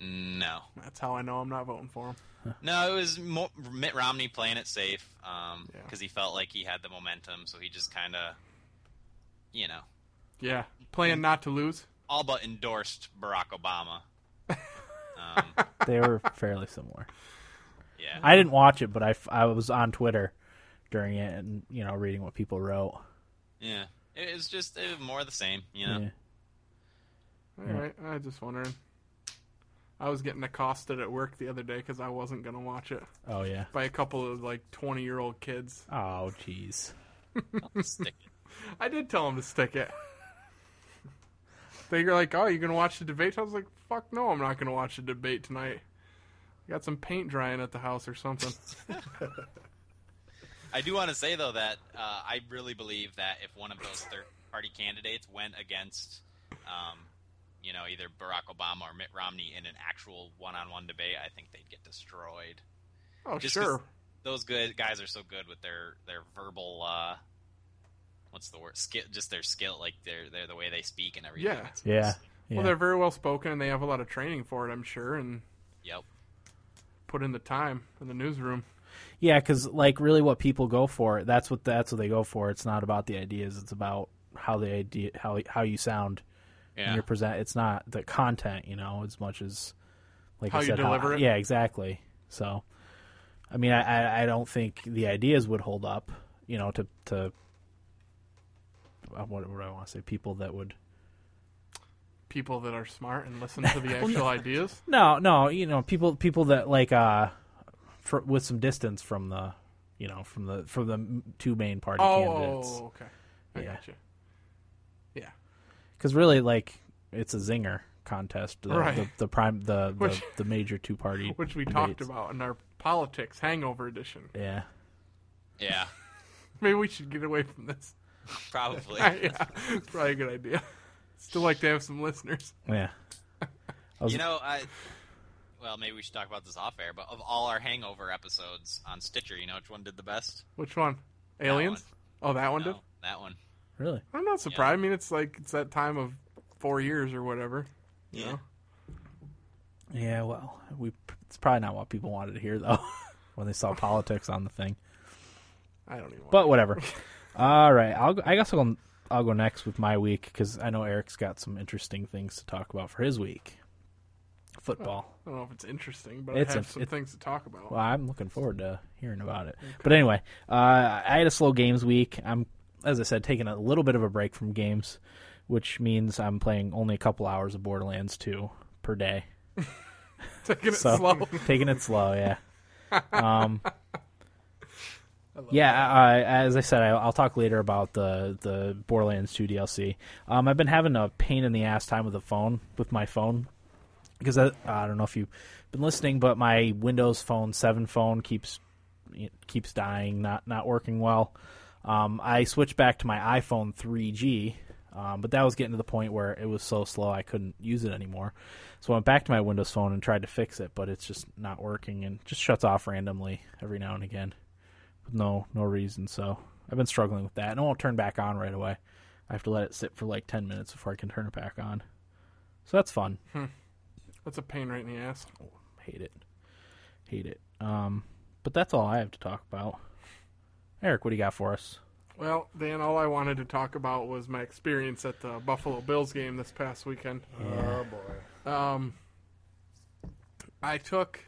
[SPEAKER 3] No,
[SPEAKER 2] That's how I know I'm not voting for him.
[SPEAKER 3] no, it was mo- Mitt Romney playing it safe because
[SPEAKER 2] Yeah.
[SPEAKER 3] he felt like he had the momentum, so he just kind of, you know,
[SPEAKER 2] Yeah, playing not to lose.
[SPEAKER 3] all but endorsed Barack Obama. um,
[SPEAKER 1] They
[SPEAKER 3] (laughs)
[SPEAKER 1] were fairly similar.
[SPEAKER 3] yeah,
[SPEAKER 1] I didn't watch it, but I, f- I was on Twitter during it and you know reading what people wrote.
[SPEAKER 3] yeah. It was just it was more of the same, you know.
[SPEAKER 1] Yeah.
[SPEAKER 2] All right, I just wondering. I was getting accosted at work the other day because I wasn't gonna watch it
[SPEAKER 1] Oh yeah.
[SPEAKER 2] by a couple of like 20 year old kids.
[SPEAKER 1] Oh jeez.
[SPEAKER 3] I'll stick it.
[SPEAKER 2] I did tell them to stick it. they were like, "Oh, you're gonna watch the debate?" I was like, "Fuck no, I'm not gonna watch the debate tonight." I got some paint drying at the house or something.
[SPEAKER 3] I do want to say though that uh, I really believe that if one of those third-party candidates went against, um, you know, either Barack Obama or Mitt Romney in an actual one-on-one debate, I think they'd get destroyed.
[SPEAKER 2] Oh,
[SPEAKER 3] Just 'cause-
[SPEAKER 2] sure.
[SPEAKER 3] Those good guys are so good with their their verbal, uh, what's the word? Skill, just their skill, like their their the way they speak and everything.
[SPEAKER 2] Yeah.
[SPEAKER 3] It's-
[SPEAKER 1] Yeah. Yeah.
[SPEAKER 2] Well, they're very well spoken and they have a lot of training for it, I'm sure, and
[SPEAKER 3] Yep.
[SPEAKER 2] put in the time in the newsroom.
[SPEAKER 1] Yeah, because like really, what people go for that's what that's what they go for. It's not about the ideas; it's about how the idea how how you sound when
[SPEAKER 3] Yeah.
[SPEAKER 1] you're present. It's not the content, you know, as much as like
[SPEAKER 2] How
[SPEAKER 1] I
[SPEAKER 2] you
[SPEAKER 1] said,
[SPEAKER 2] deliver it.
[SPEAKER 1] Yeah, exactly. So, I mean, I, I I don't think the ideas would hold up, you know, to to uh, what what do I want to say? People that would
[SPEAKER 2] People that are smart and listen to the actual ideas.
[SPEAKER 1] no no you know people people that like uh for, with some distance from the you know from the from the two main party candidates.
[SPEAKER 2] Oh, okay. I
[SPEAKER 1] Yeah.
[SPEAKER 2] gotcha. Yeah.
[SPEAKER 1] because really, like, it's a zinger contest. The,
[SPEAKER 2] Right.
[SPEAKER 1] the, the prime, the the,
[SPEAKER 2] Which-
[SPEAKER 1] the major two party,
[SPEAKER 2] (laughs) Which we talked about in our politics hangover edition.
[SPEAKER 1] Yeah,
[SPEAKER 3] Yeah. (laughs)
[SPEAKER 2] Maybe we should get away from this. (laughs)
[SPEAKER 3] Probably.
[SPEAKER 2] yeah, it's probably a good idea. Still like to have some listeners.
[SPEAKER 1] yeah. was-
[SPEAKER 3] You know, I well, maybe we should talk about this off air, but of all our hangover episodes on Stitcher, you know which one did the best?
[SPEAKER 2] Which one? Aliens? Oh, that one did.
[SPEAKER 3] No, that one.
[SPEAKER 1] Really,
[SPEAKER 2] I'm not surprised. I mean, it's like it's that time of four years or whatever. You
[SPEAKER 3] Yeah.
[SPEAKER 2] know?
[SPEAKER 1] yeah. Well, we it's probably not what people wanted to hear though (laughs) when they saw politics on the thing.
[SPEAKER 2] I don't even. want
[SPEAKER 1] But whatever. (laughs) All right, I'll go, I guess I'll go, I'll go next with my week because I know Eric's got some interesting things to talk about for his week. Football.
[SPEAKER 2] I don't know if it's interesting, but
[SPEAKER 1] It's
[SPEAKER 2] I have
[SPEAKER 1] a-
[SPEAKER 2] some
[SPEAKER 1] it-
[SPEAKER 2] things to talk about.
[SPEAKER 1] Well, I'm looking forward to hearing about it. But anyway, uh, I had a slow games week. I'm, as I said, taking a little bit of a break from games which means I'm playing only a couple hours of Borderlands 2 per day.
[SPEAKER 2] (laughs) Taking it
[SPEAKER 1] So-
[SPEAKER 2] slow.
[SPEAKER 1] (laughs) Taking it slow,
[SPEAKER 2] (laughs)
[SPEAKER 1] yeah. Um,
[SPEAKER 2] I love
[SPEAKER 1] yeah, I, I- as I said, I, I'll talk later about the the Borderlands 2 DLC. Um, I've been having a pain in the ass time with the phone with my phone because I, I don't know if you've been listening, but my Windows Phone 7 phone keeps it keeps dying, not not working well. Um, I switched back to my iPhone 3G, um, but that was getting to the point where it was so slow I couldn't use it anymore. So I went back to my Windows Phone and tried to fix it, but it's just not working and just shuts off randomly every now and again with no no reason. So I've been struggling with that, and it won't turn back on right away. I have to let it sit for like ten minutes before I can turn it back on. So that's fun.
[SPEAKER 2] That's a pain right in the ass.
[SPEAKER 1] Hate it. Hate it. Um, but that's all I have to talk about. Eric, what do you got for us?
[SPEAKER 2] Well, Dan, all I wanted to talk about was my experience at the Buffalo Bills game this past weekend.
[SPEAKER 1] Uh-huh.
[SPEAKER 4] Oh boy.
[SPEAKER 2] Um, I took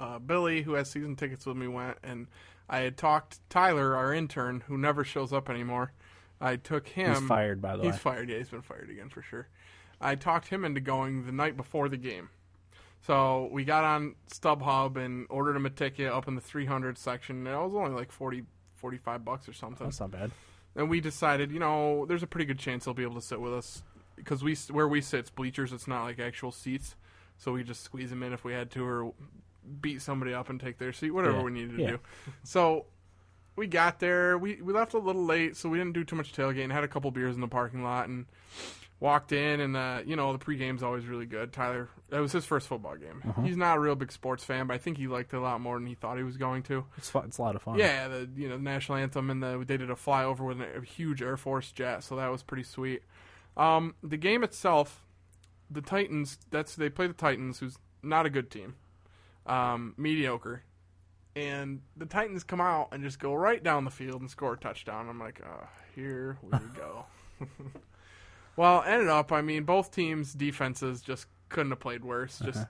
[SPEAKER 2] uh, Billy, who has season tickets with me, went, and I had talked Tyler, our intern, who never shows up anymore. I took him.
[SPEAKER 1] He's fired, by the
[SPEAKER 2] He's
[SPEAKER 1] way.
[SPEAKER 2] fired. Yeah, he's been fired again for sure. I talked him into going the night before the game. So we got on StubHub and ordered him a ticket up in the 300 section. And it was only like 40, 45 bucks or something.
[SPEAKER 1] That's not bad.
[SPEAKER 2] And we decided, you know, there's a pretty good chance they'll be able to sit with us because we where we sit's bleachers. It's not like actual seats, so we just squeeze them in if we had to, or beat somebody up and take their seat, whatever
[SPEAKER 1] Yeah.
[SPEAKER 2] we needed to
[SPEAKER 1] Yeah.
[SPEAKER 2] do. So we got there. We we left a little late, so we didn't do too much tailgating. Had a couple beers in the parking lot and walked in, and uh, you know the pregame's always really good. Tyler, that was his first football game.
[SPEAKER 1] Uh-huh.
[SPEAKER 2] He's not a real big sports fan, but I think he liked it a lot more than he thought he was going to.
[SPEAKER 1] It's fun. It's a lot of fun.
[SPEAKER 2] Yeah, the you know national anthem and the they did a flyover with a huge Air Force jet, so that was pretty sweet. Um, the game itself, the Titans. That's they play the Titans, who's not a good team, um, mediocre, and the Titans come out and just go right down the field and score a touchdown. I'm like, uh, here we go. (laughs) well, ended up, I mean, both teams' defenses just couldn't have played worse. Just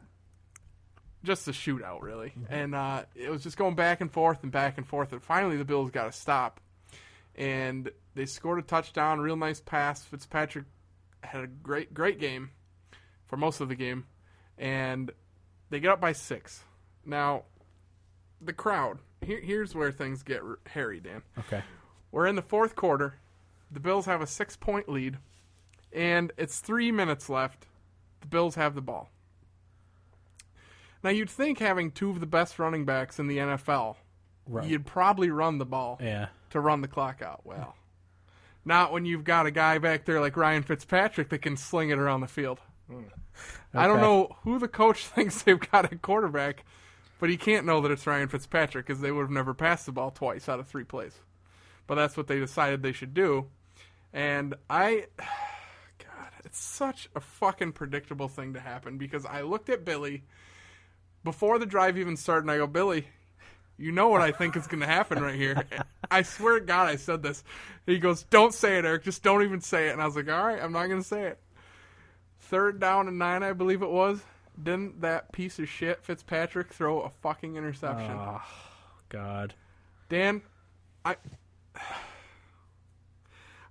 [SPEAKER 2] just a shootout, really. And uh, it was just going back and forth and back and forth. And finally, the Bills got a stop. And they scored a touchdown, real nice pass. Fitzpatrick had a great, great game for most of the game. And they get up by six. Now, the crowd. Here, here's where things get r- hairy, Dan.
[SPEAKER 1] Okay.
[SPEAKER 2] We're in the fourth quarter. The Bills have a six point lead, and it's three minutes left. The Bills have the ball. Now, you'd think having two of the best running backs in the NFL,
[SPEAKER 1] Right.
[SPEAKER 2] you'd probably run the ball
[SPEAKER 1] yeah.
[SPEAKER 2] to run the clock out. Well, not when you've got a guy back there like Ryan Fitzpatrick that can sling it around the field. I don't
[SPEAKER 1] Okay.
[SPEAKER 2] know who the coach (laughs) thinks they've got a quarterback, but he can't know that it's Ryan Fitzpatrick because they would have never passed the ball twice out of three plays. But that's what they decided they should do. And I, (sighs) God, it's such a fucking predictable thing to happen because I looked at Billy before the drive even started and I go, Billy, you know what I think is going to happen right here. I swear to God, I said this. He goes, Don't say it, Eric. Just don't even say it. And I was like, All right, I'm not going to say it. Third down and nine, I believe it was. Didn't that piece of shit, Fitzpatrick, throw a fucking interception?
[SPEAKER 1] Oh God.
[SPEAKER 2] Dan, I.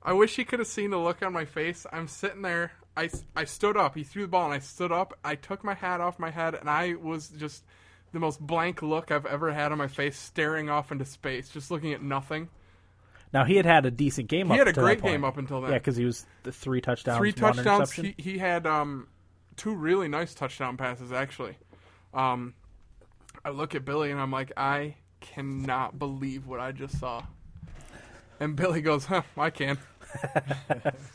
[SPEAKER 2] I wish you could have seen the look on my face. I'm sitting there. I, I stood up. He threw the ball, and I stood up. I took my hat off my head, and I was just the most blank look I've ever had on my face, staring off into space, just looking at nothing.
[SPEAKER 1] Now he had had a decent game.
[SPEAKER 2] He
[SPEAKER 1] up
[SPEAKER 2] had a
[SPEAKER 1] to that
[SPEAKER 2] great
[SPEAKER 1] point.
[SPEAKER 2] game up until then.
[SPEAKER 1] Yeah, because he was the three touchdowns.
[SPEAKER 2] Three
[SPEAKER 1] one
[SPEAKER 2] touchdowns.
[SPEAKER 1] interception.
[SPEAKER 2] He, he had um, two really nice touchdown passes, actually. Um, I look at Billy and I'm like, I cannot believe what I just saw. And Billy goes, huh,
[SPEAKER 1] (laughs)
[SPEAKER 2] I can.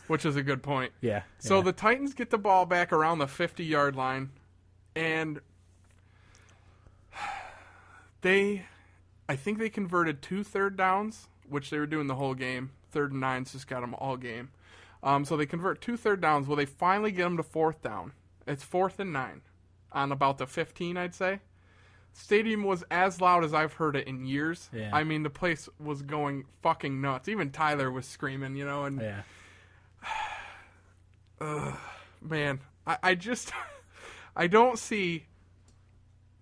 [SPEAKER 2] Which is a good point.
[SPEAKER 1] Yeah.
[SPEAKER 2] So
[SPEAKER 1] yeah.
[SPEAKER 2] the Titans get the ball back around the 50 yard line, and (sighs) they, I think they converted two third downs, which they were doing the whole game. Third and nines just got them all game. Um, so they convert two third downs. Well, they finally get them to fourth down. It's fourth and nine on about the 15, I'd say. Stadium was as loud as I've heard it in years.
[SPEAKER 1] Yeah.
[SPEAKER 2] I mean, the place was going fucking nuts. Even Tyler was screaming, you know, and
[SPEAKER 1] yeah.
[SPEAKER 2] man, I, I just (laughs) I don't see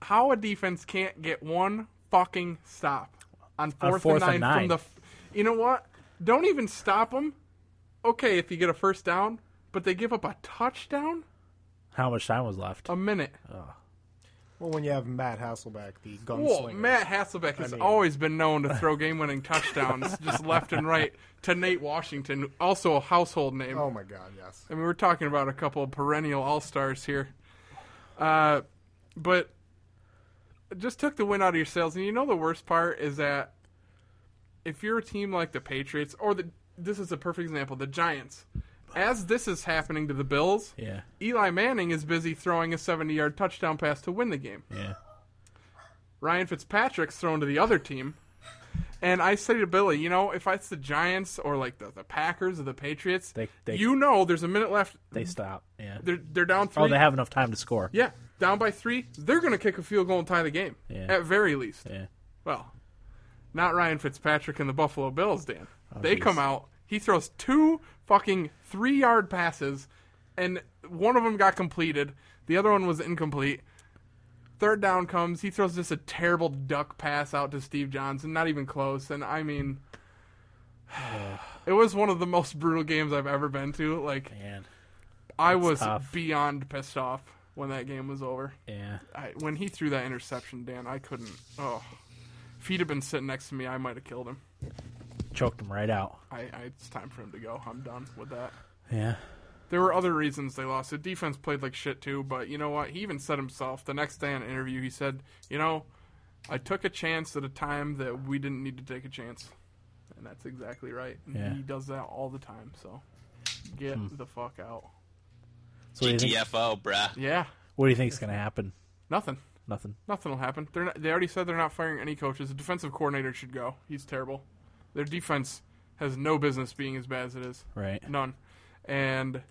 [SPEAKER 2] how a defense can't get one fucking stop on fourth,
[SPEAKER 1] fourth and
[SPEAKER 2] and, nine
[SPEAKER 1] nine.
[SPEAKER 2] from the. f- You know what? Don't even stop them. Okay, if you get a first down, but they give up a touchdown
[SPEAKER 1] How much time was left?
[SPEAKER 2] a minute.
[SPEAKER 4] Well, when you have Matt Hasselback, the gunslinger.
[SPEAKER 2] Well, Matt Hasselbeck has
[SPEAKER 4] mean-
[SPEAKER 2] always been known to throw game-winning touchdowns just left and right to Nate Washington, also a household name.
[SPEAKER 4] Oh my God, yes.
[SPEAKER 2] I mean, we're talking about a couple of perennial all stars here. Uh, but it just took the wind out of your sails. And you know, the worst part is that if you're a team like the Patriots, or the, this is a perfect example, the Giants, as this is happening to the Bills,
[SPEAKER 1] yeah,
[SPEAKER 2] Eli Manning is busy throwing a 70 yard touchdown pass to win the game.
[SPEAKER 1] yeah.
[SPEAKER 2] Ryan Fitzpatrick's thrown to the other team. And I say to Billy, you know, if it's the Giants or like the, the Packers or the Patriots,
[SPEAKER 1] They- they-
[SPEAKER 2] you know there's a minute left.
[SPEAKER 1] They stop. Yeah.
[SPEAKER 2] They're they're down three.
[SPEAKER 1] Oh, they have enough time to score.
[SPEAKER 2] yeah, down by three. They're going to kick a field goal and tie the game
[SPEAKER 1] Yeah.
[SPEAKER 2] at very least.
[SPEAKER 1] Yeah.
[SPEAKER 2] Well, not Ryan Fitzpatrick and the Buffalo Bills, Dan. they
[SPEAKER 1] geez.
[SPEAKER 2] come out. He throws two fucking three yard passes, and one of them got completed. The other one was incomplete. Third down comes. He throws just a terrible duck pass out to Steve Johnson. Not even close. And I mean, (sighs) it was one of the most brutal games I've ever been to. Like
[SPEAKER 1] Man.
[SPEAKER 2] I was
[SPEAKER 1] tough.
[SPEAKER 2] beyond pissed off when that game was over.
[SPEAKER 1] Yeah.
[SPEAKER 2] I, when he threw that interception, Dan, I couldn't. Oh, if he'd have been sitting next to me, I might have killed him.
[SPEAKER 1] Choked them right out.
[SPEAKER 2] I, I, it's time for him to go. I'm done with that.
[SPEAKER 1] Yeah.
[SPEAKER 2] There were other reasons they lost. The defense played like shit too, but you know what? He even said himself the next day in an interview. He said, "You know, I took a chance at a time that we didn't need to take a chance," and that's exactly right. And
[SPEAKER 1] Yeah. Hmm.
[SPEAKER 2] He does that all the time. So get the fuck out.
[SPEAKER 1] So what do you think?
[SPEAKER 3] GTFO, bruh.
[SPEAKER 2] Yeah,
[SPEAKER 1] What do you think's gonna happen?
[SPEAKER 2] nothing.
[SPEAKER 1] Nothing.
[SPEAKER 2] Nothing will happen. They're not, they already said they're not firing any coaches. The defensive coordinator should go. He's terrible. Their defense has no business being as bad as it is.
[SPEAKER 1] Right.
[SPEAKER 2] None. And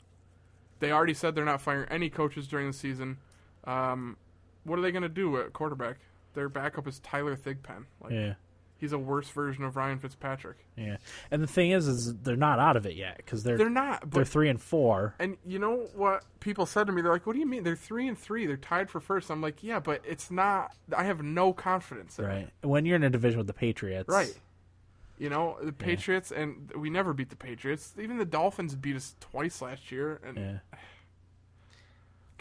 [SPEAKER 2] they already said they're not firing any coaches during the season. Um, what are they going to do at quarterback? Their backup is Tyler Thigpen. Like
[SPEAKER 1] Yeah.
[SPEAKER 2] he's a worse version of Ryan Fitzpatrick.
[SPEAKER 1] Yeah. And the thing is, is they're not out of it yet because they're
[SPEAKER 2] They're
[SPEAKER 1] they're,
[SPEAKER 2] not.
[SPEAKER 1] they're
[SPEAKER 2] But
[SPEAKER 1] three and four.
[SPEAKER 2] and you know what people said to me? They're like, "What do you mean? They're three and three. They're tied for first. I'm like, "Yeah, but it's not. I have no confidence in it.
[SPEAKER 1] Right. When you're in a division with the Patriots.
[SPEAKER 2] Right. You know, the Patriots, and we never beat the Patriots. Even the Dolphins beat us twice last year. And
[SPEAKER 1] Yeah.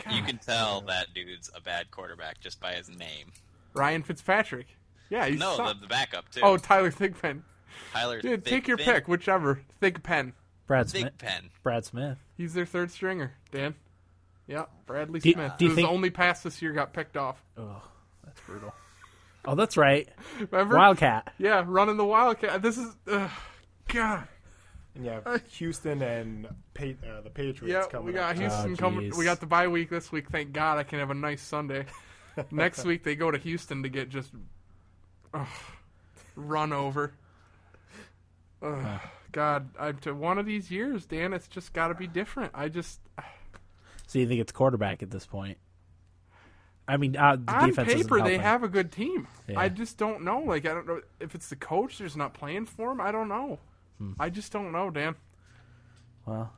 [SPEAKER 2] God,
[SPEAKER 3] You can tell that dude's a bad quarterback just by his name.
[SPEAKER 2] Ryan Fitzpatrick. Yeah, he's
[SPEAKER 3] No, the, the backup too.
[SPEAKER 2] oh Tyler Thigpen.
[SPEAKER 3] Tyler.
[SPEAKER 2] Dude,
[SPEAKER 3] Thig-
[SPEAKER 2] take your
[SPEAKER 3] Thin-
[SPEAKER 2] pick, whichever. Thigpen.
[SPEAKER 1] Brad Smith.
[SPEAKER 3] Big Pen.
[SPEAKER 1] Brad Smith.
[SPEAKER 2] He's their third stringer. Dan. Yeah, Bradley
[SPEAKER 1] Do-
[SPEAKER 2] Smith.
[SPEAKER 1] do you
[SPEAKER 2] who's
[SPEAKER 1] think-
[SPEAKER 2] the only pass this year got picked off.
[SPEAKER 1] Oh, that's brutal. oh, that's right.
[SPEAKER 2] Remember?
[SPEAKER 1] Wildcat.
[SPEAKER 2] Yeah, running the Wildcat. This is ugh, God.
[SPEAKER 4] And you have Houston and pa- uh, the Patriots
[SPEAKER 2] Uh, Yeah,
[SPEAKER 4] coming
[SPEAKER 2] we got
[SPEAKER 4] up.
[SPEAKER 2] Houston
[SPEAKER 1] Oh,
[SPEAKER 2] coming.
[SPEAKER 1] jeez.
[SPEAKER 2] We got the bye week this week. Thank God I can have a nice
[SPEAKER 4] (laughs)
[SPEAKER 2] Sunday. Next week they go to Houston to get just ugh, run over. Ugh, God, I'm to one of these years, Dan. It's just got to be different. I just
[SPEAKER 1] So you think it's quarterback at this point? I mean, uh, the
[SPEAKER 2] on
[SPEAKER 1] defense isn't
[SPEAKER 2] paper they
[SPEAKER 1] helping.
[SPEAKER 2] have a good team.
[SPEAKER 1] Yeah.
[SPEAKER 2] I just don't know. Like I don't know if it's the coach that's not playing for him. I don't know.
[SPEAKER 1] Hmm.
[SPEAKER 2] I just don't know, Dan.
[SPEAKER 1] Well,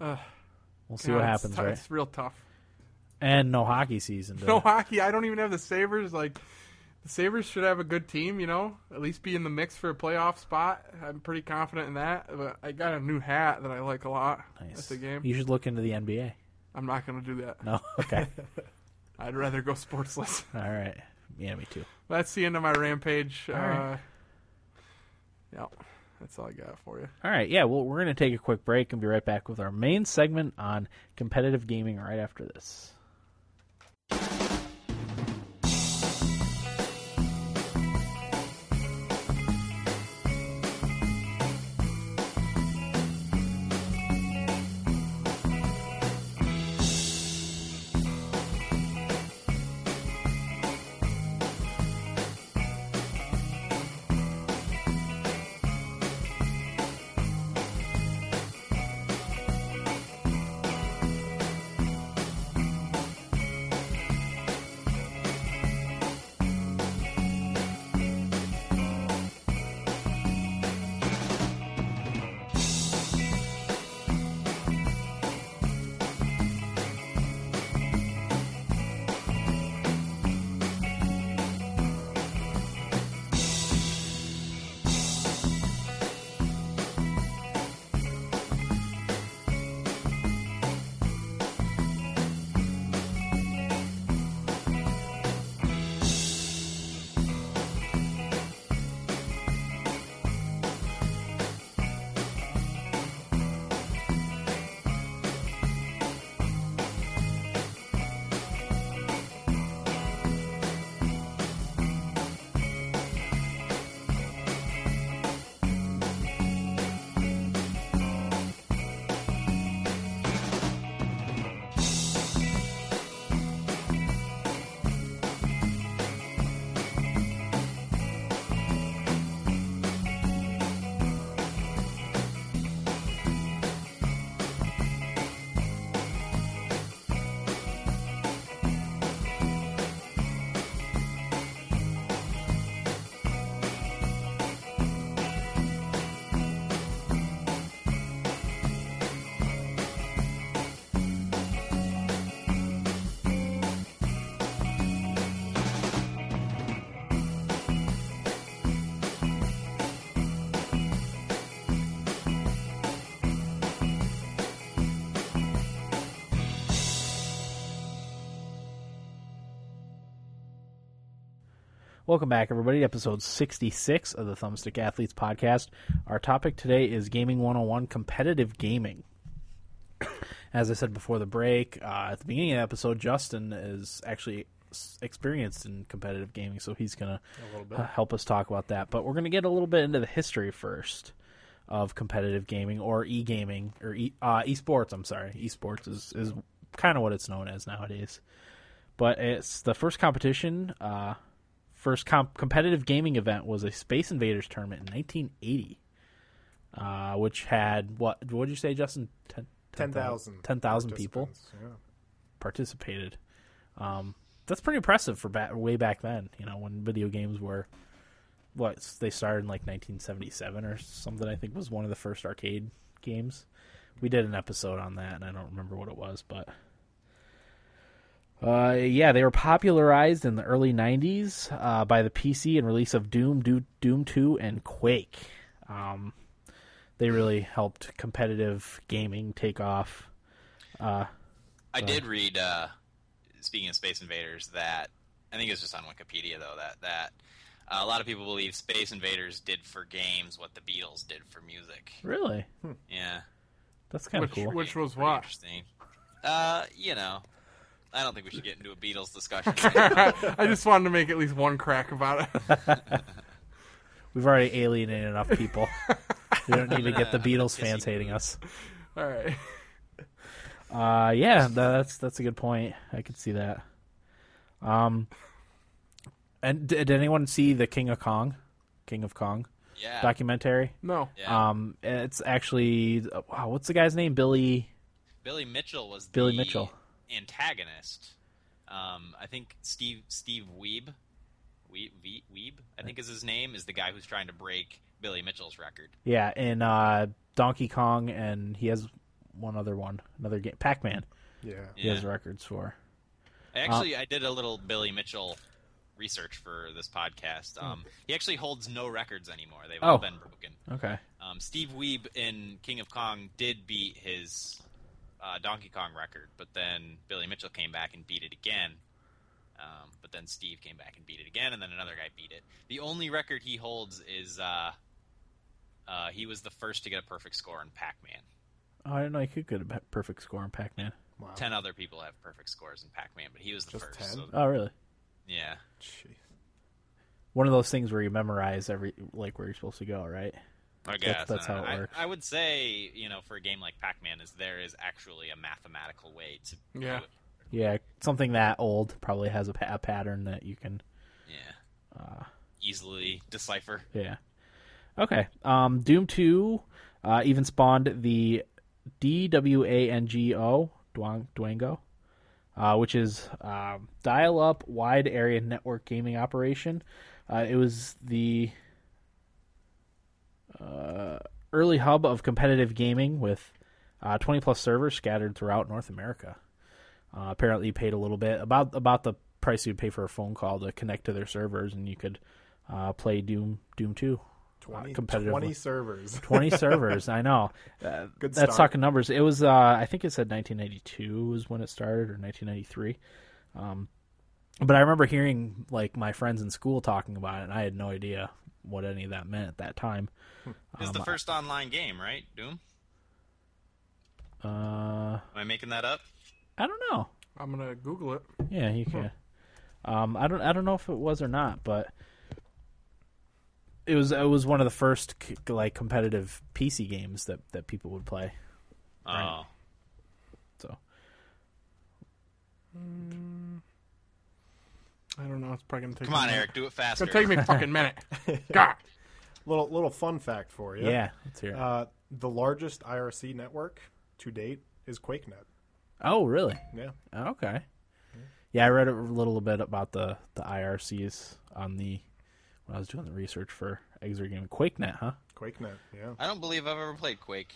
[SPEAKER 2] Ugh.
[SPEAKER 1] we'll see
[SPEAKER 2] God,
[SPEAKER 1] what
[SPEAKER 2] it's
[SPEAKER 1] happens,
[SPEAKER 2] tou-
[SPEAKER 1] right?
[SPEAKER 2] It's real tough.
[SPEAKER 1] And no hockey
[SPEAKER 2] (laughs)
[SPEAKER 1] season.
[SPEAKER 2] no
[SPEAKER 1] No.
[SPEAKER 2] hockey. I don't even have the Sabers. Like the Sabers should have a good team, you know, at least be in the mix for a playoff spot. I'm pretty confident in that. But I got a new hat that I like a lot
[SPEAKER 1] Nice.
[SPEAKER 2] at the game.
[SPEAKER 1] You should look into the NBA.
[SPEAKER 2] I'm not gonna do that. (laughs)
[SPEAKER 1] No. Okay.
[SPEAKER 2] I'd rather go sportsless. (laughs)
[SPEAKER 1] All right. Yeah, me too.
[SPEAKER 2] that's the end of my rampage. Uh,
[SPEAKER 1] right.
[SPEAKER 2] Yeah, that's all I got for you.
[SPEAKER 1] All right. Yeah. Well, we're going to take a quick break and be right back with our main segment on competitive gaming right after this. Welcome back, everybody, to episode 66 of the Thumbstick Athletes Podcast. Our topic today is Gaming 101 competitive gaming. As I said before the break, uh, at the beginning of the episode, Justin is actually s- experienced in competitive gaming, so he's going to help us talk about that. But we're going to get a little bit into the history first of competitive gaming or e gaming or e- uh, esports. I'm sorry, esports is, is kind of what it's known as nowadays. But it's the first competition. Uh, first comp- competitive gaming event was a Space Invaders tournament in 1980, uh, which had what? What did you say, Justin? Ten-
[SPEAKER 4] 10,000
[SPEAKER 1] 10,000 people
[SPEAKER 4] participants, Yeah.
[SPEAKER 1] participated. Um, that's pretty impressive for ba- way back then. You know, when video games were what they started in like 1977 or something. I think was one of the first arcade games. We did an episode on that, and I don't remember what it was, but uh, yeah, they were popularized in the early 90s uh, by the PC and release of Doom, Do- Doom 2, and Quake. Um, they really helped competitive gaming take off.
[SPEAKER 3] I did read, uh, speaking of Space Invaders, that I think it's just on Wikipedia though that that uh, a lot of people believe Space Invaders did for games what the Beatles did for music.
[SPEAKER 1] Really?
[SPEAKER 3] Yeah,
[SPEAKER 1] That's kind of
[SPEAKER 2] Which-
[SPEAKER 1] cool.
[SPEAKER 2] which- was
[SPEAKER 3] Pretty
[SPEAKER 2] what?
[SPEAKER 3] Interesting. Uh, you know, I don't think we should get into a
[SPEAKER 1] (laughs)
[SPEAKER 3] Beatles discussion.
[SPEAKER 2] I just wanted to make at least one crack about it. (laughs)
[SPEAKER 1] We've already alienated enough
[SPEAKER 3] (laughs)
[SPEAKER 1] people. we don't need to get the Beatles fans hating us.
[SPEAKER 2] All right.
[SPEAKER 1] Uh, yeah, tha- that's that's a good point. I could see that. Um, and d- did anyone see the King of Kong, King of Kong
[SPEAKER 3] yeah.
[SPEAKER 1] documentary?
[SPEAKER 2] No.
[SPEAKER 3] yeah.
[SPEAKER 1] Um, it's actually uh, wow, what's the guy's name? Billy.
[SPEAKER 3] Billy Mitchell was
[SPEAKER 1] Billy
[SPEAKER 3] the
[SPEAKER 1] Mitchell.
[SPEAKER 3] antagonist. Um, I think Steve Steve Weeb, Weeb, Weeb, Weeb, I think is his name, is the guy who's trying to break Billy Mitchell's record.
[SPEAKER 1] Yeah, in uh, Donkey Kong, and he has one other one, another game, Pac Man.
[SPEAKER 4] Yeah.
[SPEAKER 1] He has uh,
[SPEAKER 3] Yeah.
[SPEAKER 1] records for.
[SPEAKER 3] I Actually, I did a little Billy Mitchell research for this podcast. Um, he actually holds no records anymore; they've
[SPEAKER 1] Hmm. Oh.
[SPEAKER 3] all been broken.
[SPEAKER 1] Okay.
[SPEAKER 3] Um, Steve Weeb in King of Kong did beat his uh, Donkey Kong record, but then Billy Mitchell came back and beat it again. Um, but then Steve came back and beat it again, and then another guy beat it. The only record he holds is uh, uh, he was the first to get a perfect score in Pac Man.
[SPEAKER 1] Oh, I didn't know he could get a pe- perfect score in Pac Man.
[SPEAKER 4] Wow.
[SPEAKER 3] Ten other people have perfect scores in Pac Man, but he was the
[SPEAKER 4] Just
[SPEAKER 3] first.
[SPEAKER 4] 10?
[SPEAKER 3] so-
[SPEAKER 1] Oh, really?
[SPEAKER 3] yeah.
[SPEAKER 4] Jeez.
[SPEAKER 1] one of those things where you memorize every like where you're supposed to go, right?
[SPEAKER 3] I guess
[SPEAKER 1] that's
[SPEAKER 3] I don't
[SPEAKER 1] how it
[SPEAKER 3] know. I-
[SPEAKER 1] works.
[SPEAKER 3] I, would say you know for a game like Pac-Man, is there is actually a mathematical way to
[SPEAKER 2] Yeah.
[SPEAKER 3] do it.
[SPEAKER 1] Yeah, something that old probably has a, pa- a pattern that you can.
[SPEAKER 3] yeah
[SPEAKER 1] Ah.
[SPEAKER 3] easily decipher.
[SPEAKER 1] Yeah. Okay. Um, Doom Two uh, even spawned the DWANGO Duang- Duango, uh, which is um, dial-up wide area network gaming operation. Uh, it was the uh, early hub of competitive gaming with uh, 20 plus servers scattered throughout North America. Uh, apparently, you paid a little bit about about the price you'd pay for a phone call to connect to their servers, and you could uh, play Doom Doom Two.
[SPEAKER 4] 20,
[SPEAKER 1] competitively.
[SPEAKER 4] 20 servers.
[SPEAKER 1] 20 servers. I know. Uh,
[SPEAKER 4] (laughs) Good
[SPEAKER 1] that's
[SPEAKER 4] start.
[SPEAKER 1] talking numbers. It was, uh, I think it said 1992 was when it started, or 1993. Um, but I remember hearing like my friends in school talking about it, and I had no idea what any of that meant at that time.
[SPEAKER 3] It's the first online game, right? Doom.
[SPEAKER 1] Uh,
[SPEAKER 3] Am I making that up?
[SPEAKER 1] I don't know.
[SPEAKER 2] I'm going to Google it.
[SPEAKER 1] Yeah, you can. Um, I don't, I don't know if it was or not, but it was, it was one of the first c- like competitive PC games that that people would play.
[SPEAKER 3] Oh,
[SPEAKER 1] So
[SPEAKER 2] I don't know. It's probably going to take
[SPEAKER 3] come
[SPEAKER 2] me a
[SPEAKER 3] on,
[SPEAKER 2] minute.
[SPEAKER 3] Eric, do it
[SPEAKER 2] It's
[SPEAKER 3] faster.
[SPEAKER 2] going to take me a fucking minute.
[SPEAKER 3] (laughs)
[SPEAKER 2] God.
[SPEAKER 4] little little fun fact for you.
[SPEAKER 1] yeah, let's hear it.
[SPEAKER 4] Uh, the largest IRC network to date is QuakeNet.
[SPEAKER 1] oh, really?
[SPEAKER 4] Yeah.
[SPEAKER 1] Okay. Yeah, I read a little bit about the the IRCs on the when I was doing the research for Exeter Game QuakeNet, huh?
[SPEAKER 4] QuakeNet. Yeah.
[SPEAKER 3] I don't believe I've ever played Quake.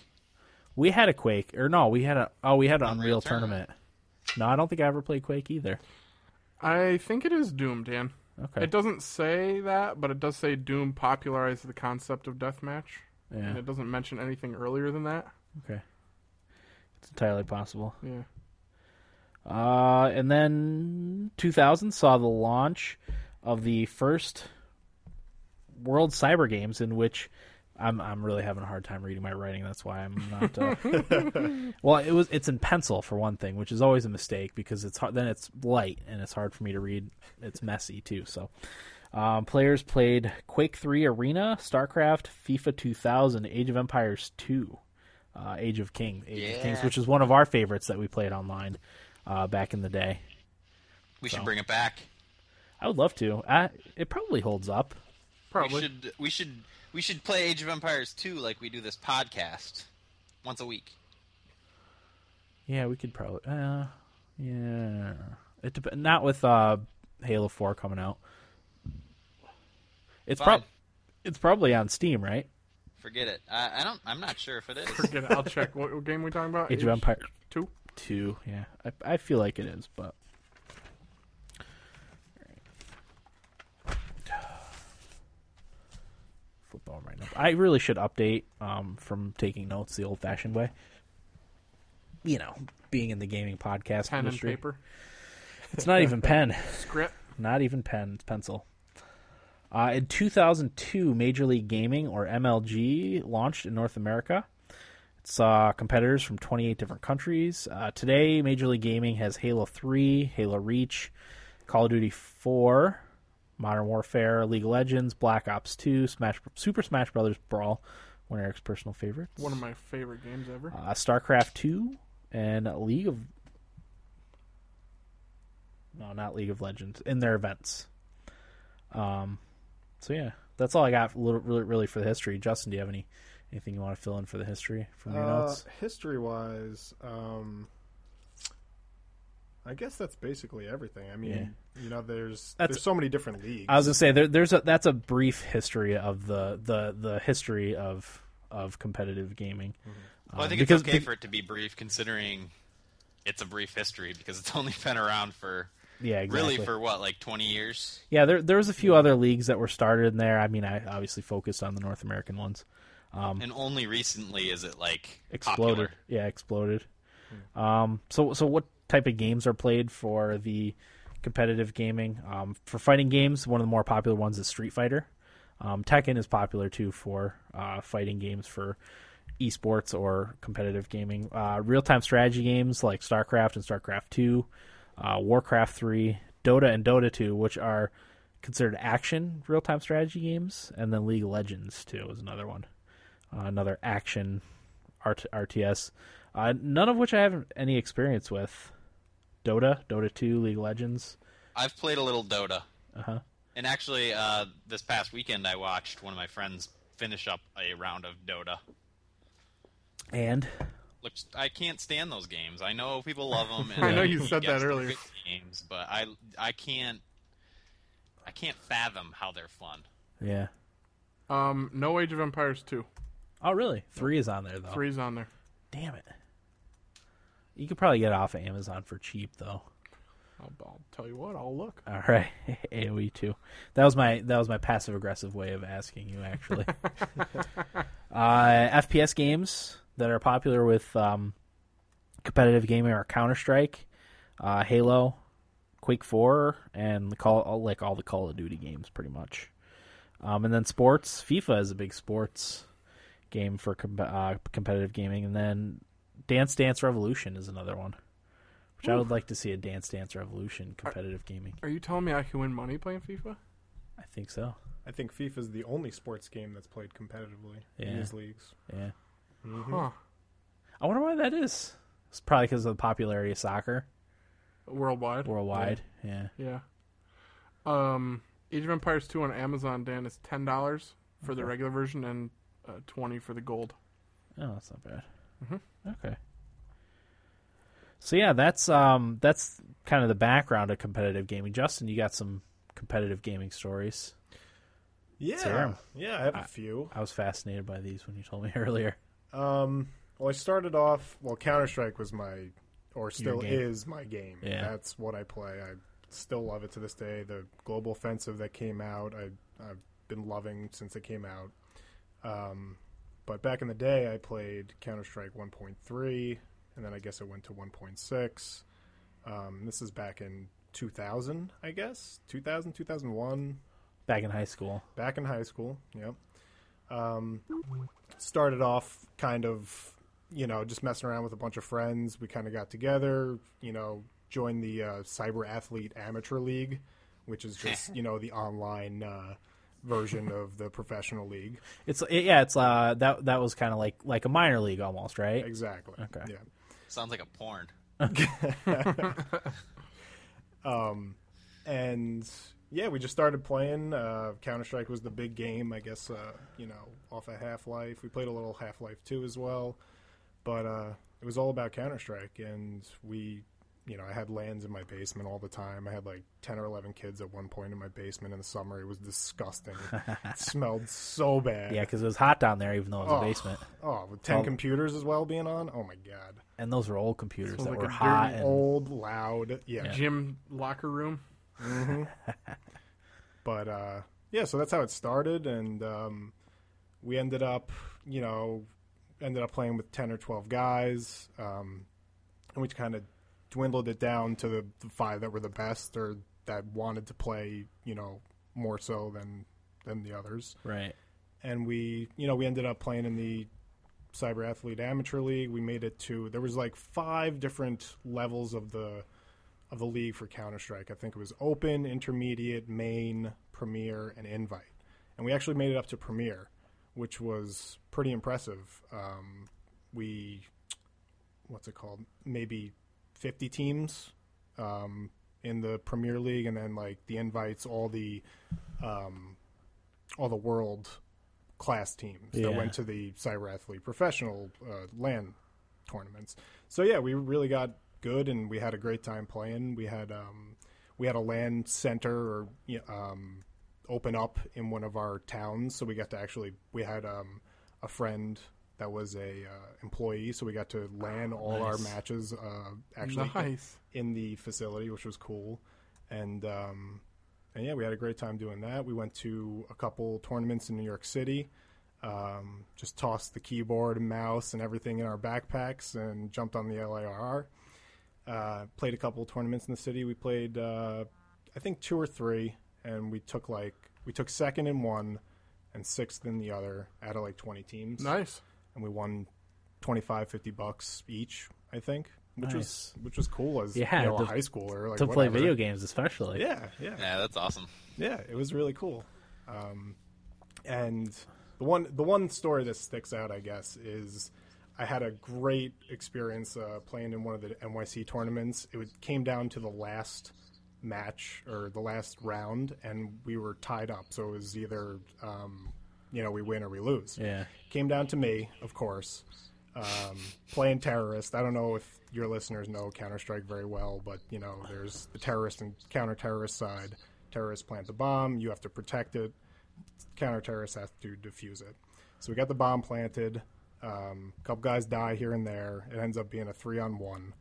[SPEAKER 1] We had a Quake, or no, we had a oh, we had an Unreal,
[SPEAKER 3] Unreal
[SPEAKER 1] tournament. No, I don't think I ever played Quake either.
[SPEAKER 2] I think it is Doom, Dan.
[SPEAKER 1] Okay,
[SPEAKER 2] It doesn't say that, but it does say Doom popularized the concept of deathmatch.
[SPEAKER 1] yeah,
[SPEAKER 2] And it doesn't mention anything earlier than that.
[SPEAKER 1] okay, it's entirely possible.
[SPEAKER 2] Yeah.
[SPEAKER 1] Uh, and then 2000 saw the launch of the first World Cyber Games, in which I'm I'm really having a hard time reading my writing. That's why I'm not. Uh, well, it was it's in pencil for one thing, which is always a mistake because it's hard. Then it's light and it's hard for me to read. It's messy too. So, um, players played Quake Three Arena, StarCraft, FIFA 2000, Age of Empires 2, uh, Age of King, Age of Kings,
[SPEAKER 3] Yeah.
[SPEAKER 1] which is one of our favorites that we played online uh, back in the day.
[SPEAKER 3] We should bring it back.
[SPEAKER 1] I would love to. I, it probably holds up.
[SPEAKER 2] Probably. (laughs)
[SPEAKER 3] We should we should we should play Age of Empires 2 like we do this podcast once a week.
[SPEAKER 1] Yeah, we could probably. Uh, yeah, it dep- not with uh, Halo Four coming out. It's
[SPEAKER 3] Fine.
[SPEAKER 1] prob it's probably on Steam, right?
[SPEAKER 3] Forget it. I, I don't. I'm not sure if it is.
[SPEAKER 2] Forget it. I'll check. What, what game we talking about?
[SPEAKER 1] Age of Empires
[SPEAKER 2] Two.
[SPEAKER 1] Two. Yeah, I, I feel like it is, but (sighs) flip on right now. I really should update um, from taking notes the old-fashioned way. You know, being in the gaming podcast
[SPEAKER 2] Pen and
[SPEAKER 1] industry,
[SPEAKER 2] paper.
[SPEAKER 1] it's not even pen.
[SPEAKER 2] Script.
[SPEAKER 1] Not even pen, it's pencil. Uh, in 2002, Major League Gaming, or MLG, launched in North America. It saw competitors from 28 different countries. Uh, today, Major League Gaming has Halo 3, Halo Reach, Call of Duty 4, Modern Warfare, League of Legends, Black Ops 2, Smash, Super Smash Brothers Brawl, one of Eric's personal favorites.
[SPEAKER 2] One of my favorite games ever.
[SPEAKER 1] Uh, StarCraft 2 and League of No, not League of Legends in their events. Um so yeah, that's all I got little, really, really for the history. Justin, do you have any anything you want to fill in for the history from your
[SPEAKER 4] Uh,
[SPEAKER 1] notes?
[SPEAKER 4] history wise, um, I guess that's basically everything. I mean, you know, there's
[SPEAKER 1] That's-
[SPEAKER 4] there's so many different leagues.
[SPEAKER 1] I was going to say there, there's a that's a brief history of the the the history of of competitive gaming.
[SPEAKER 3] Well, I
[SPEAKER 1] Um,
[SPEAKER 3] think
[SPEAKER 1] because-
[SPEAKER 3] it's okay for it to be brief, considering it's a brief history because it's (laughs) only been around for
[SPEAKER 1] yeah, exactly.
[SPEAKER 3] really for what, like 20 years.
[SPEAKER 1] Yeah, there there was a few other leagues that were started in there. I mean, I obviously focused on the North American ones. Um,
[SPEAKER 3] And only recently is it like
[SPEAKER 1] exploded.
[SPEAKER 3] popular.
[SPEAKER 1] Yeah, exploded. Um, so so what type of games are played for the competitive gaming? Um, for fighting games, one of the more popular ones is Street Fighter. Um, Tekken is popular too for uh, fighting games for esports or competitive gaming. Uh, Real time strategy games like StarCraft and StarCraft Two, uh, Warcraft Three, Dota and Dota Two, which are considered action real time strategy games, and then League of Legends too is another one, uh, another action RT- RTS, uh, none of which I have any experience with. Dota, Dota 2, League of Legends.
[SPEAKER 3] I've played a little Dota.
[SPEAKER 1] Uh-huh.
[SPEAKER 3] And actually, uh, this past weekend I watched one of my friends finish up a round of Dota.
[SPEAKER 1] And
[SPEAKER 3] Look, I can't stand those games. I know people
[SPEAKER 2] (laughs)
[SPEAKER 3] love them. And
[SPEAKER 2] I know
[SPEAKER 3] I
[SPEAKER 2] you
[SPEAKER 3] think
[SPEAKER 2] said that
[SPEAKER 3] guys are
[SPEAKER 2] earlier.
[SPEAKER 3] good Games, but I I can't I can't fathom how they're fun.
[SPEAKER 1] yeah.
[SPEAKER 2] Um, no Age of Empires two.
[SPEAKER 1] Oh, really? Three is on there though.
[SPEAKER 2] Three's on there.
[SPEAKER 1] Damn it. You could probably get it off of Amazon for cheap though.
[SPEAKER 2] I'll, I'll tell you what. I'll look.
[SPEAKER 1] All right, (laughs) AOE two. That was my that was my passive aggressive way of asking you actually. uh, FPS games that are popular with um, competitive gaming are Counter Strike, uh, Halo, Quake Four, and the call all, like all the Call of Duty games pretty much. Um, and then sports, FIFA is a big sports game for com- uh, competitive gaming, and then Dance Dance Revolution is another one. Which I would like to see a Dance Dance Revolution competitive gaming.
[SPEAKER 2] Are you telling me I can win money playing FIFA?
[SPEAKER 1] I think so.
[SPEAKER 4] I think FIFA is the only sports game that's played competitively
[SPEAKER 1] Yeah.
[SPEAKER 4] in these leagues.
[SPEAKER 1] Yeah. Mm-hmm.
[SPEAKER 2] Huh.
[SPEAKER 1] I wonder why that is. It's probably because of the popularity of soccer
[SPEAKER 2] Worldwide.
[SPEAKER 1] worldwide. Yeah.
[SPEAKER 2] Yeah. Um, Age of Empires two on Amazon. Dan is ten dollars for the
[SPEAKER 1] Okay.
[SPEAKER 2] regular version and uh, twenty for the gold.
[SPEAKER 1] Oh, that's not bad.
[SPEAKER 2] Mhm.
[SPEAKER 1] Okay. So yeah, that's um that's kind of the background of competitive gaming. Justin, you got some competitive gaming stories.
[SPEAKER 4] Yeah,
[SPEAKER 1] Sarah.
[SPEAKER 4] yeah, I have a few.
[SPEAKER 1] I was fascinated by these when you told me (laughs) earlier.
[SPEAKER 4] Um, well, I started off. Well, Counter Strike was my, or still
[SPEAKER 1] game.
[SPEAKER 4] is my game.
[SPEAKER 1] Yeah.
[SPEAKER 4] that's what I play. I still love it to this day. The Global Offensive that came out, I I've been loving since it came out. Um, but back in the day, I played Counter Strike 1.3, and then I guess it went to 1.6. Um, this is back in 2000, I guess 2000, 2001.
[SPEAKER 1] back in high school.
[SPEAKER 4] back in high school. Yep. Um, started off kind of, you know, just messing around with a bunch of friends. We kind of got together, you know, joined the uh, Cyber Athlete Amateur League, which is just, you know, the online uh, version of the professional league.
[SPEAKER 1] It's it, yeah, it's uh that that was kind of like like a minor league almost, right?
[SPEAKER 4] Exactly.
[SPEAKER 1] Okay.
[SPEAKER 4] Yeah.
[SPEAKER 3] Sounds like a porn.
[SPEAKER 4] and yeah, we just started playing. Uh, Counter Strike was the big game, I guess. Uh, you know, off of Half Life, we played a little Half Life Two as well, but uh, it was all about Counter Strike. And we, you know, I had lands in my basement all the time. I had like ten or eleven kids at one point in my basement in the summer. It was disgusting.
[SPEAKER 1] (laughs)
[SPEAKER 4] it smelled so bad.
[SPEAKER 1] Yeah, because it was hot down there, even though it was
[SPEAKER 4] Oh.
[SPEAKER 1] a basement,
[SPEAKER 4] Oh, with ten
[SPEAKER 1] Well-
[SPEAKER 4] computers as well being on. Oh my god.
[SPEAKER 1] and those were old computers
[SPEAKER 2] Smells
[SPEAKER 1] that
[SPEAKER 2] like
[SPEAKER 1] were
[SPEAKER 2] a
[SPEAKER 1] hot.
[SPEAKER 2] dirty
[SPEAKER 1] And,
[SPEAKER 4] Old, loud. yeah.
[SPEAKER 2] Gym locker room.
[SPEAKER 4] (laughs) but uh, yeah, so that's how it started, and um, we ended up, you know, ended up playing with ten or twelve guys, um, and we kind of dwindled it down to the, the five that were the best or that wanted to play, you know, more so than than the others.
[SPEAKER 1] right.
[SPEAKER 4] And we, you know, we ended up playing in the Cyber Athlete Amateur League. We made it to there was like five different levels of the of the league for Counter Strike. I think it was Open, Intermediate, Main, Premier, and Invite. And we actually made it up to Premier, which was pretty impressive. Um, we, what's it called? Maybe 50 teams um, in the Premier League, and then like the invites, all the, um, all the world class teams that
[SPEAKER 1] Yeah.
[SPEAKER 4] went to the Cyber Athlete Professional uh, LAN tournaments. So yeah, we really got good, and we had a great time playing. We had um, we had a land center or y- um, open up in one of our towns, so we got to actually we had um, a friend that was a uh, employee, so we got to land all our
[SPEAKER 1] nice.
[SPEAKER 4] matches uh, actually
[SPEAKER 2] nice.
[SPEAKER 4] in the facility, which was cool. And um, and yeah, we had a great time doing that. We went to a couple tournaments in New York City. Um, just tossed the keyboard and mouse and everything in our backpacks and jumped on the LIRR. Uh, played a couple tournaments in the city. We played, uh, I think, two or three, and we took like we took second in one and sixth in the other out of like twenty teams
[SPEAKER 2] Nice.
[SPEAKER 4] and we won 25 50 bucks each i think which was
[SPEAKER 1] Nice.
[SPEAKER 4] which was cool as
[SPEAKER 1] Yeah,
[SPEAKER 4] you know, a
[SPEAKER 1] to-
[SPEAKER 4] high schooler like
[SPEAKER 1] to play
[SPEAKER 4] whatever.
[SPEAKER 1] video games, especially.
[SPEAKER 4] yeah yeah
[SPEAKER 3] Yeah, that's awesome.
[SPEAKER 4] yeah it was really cool um, and the one the one story that sticks out i guess is i had a great experience uh, playing in one of the nyc tournaments it was, came down to the last match or the last round and we were tied up so it was either um, you know we win or we lose
[SPEAKER 1] Yeah.
[SPEAKER 4] came down to me, of course, um, playing terrorist. I don't know if your listeners know Counter Strike very well, but you know, there's the terrorist and counter terrorist side. Terrorists plant the bomb, you have to protect it. Counter terrorists have to defuse it. So we got the bomb planted. Um, couple guys die here and there. It ends up being a three on one.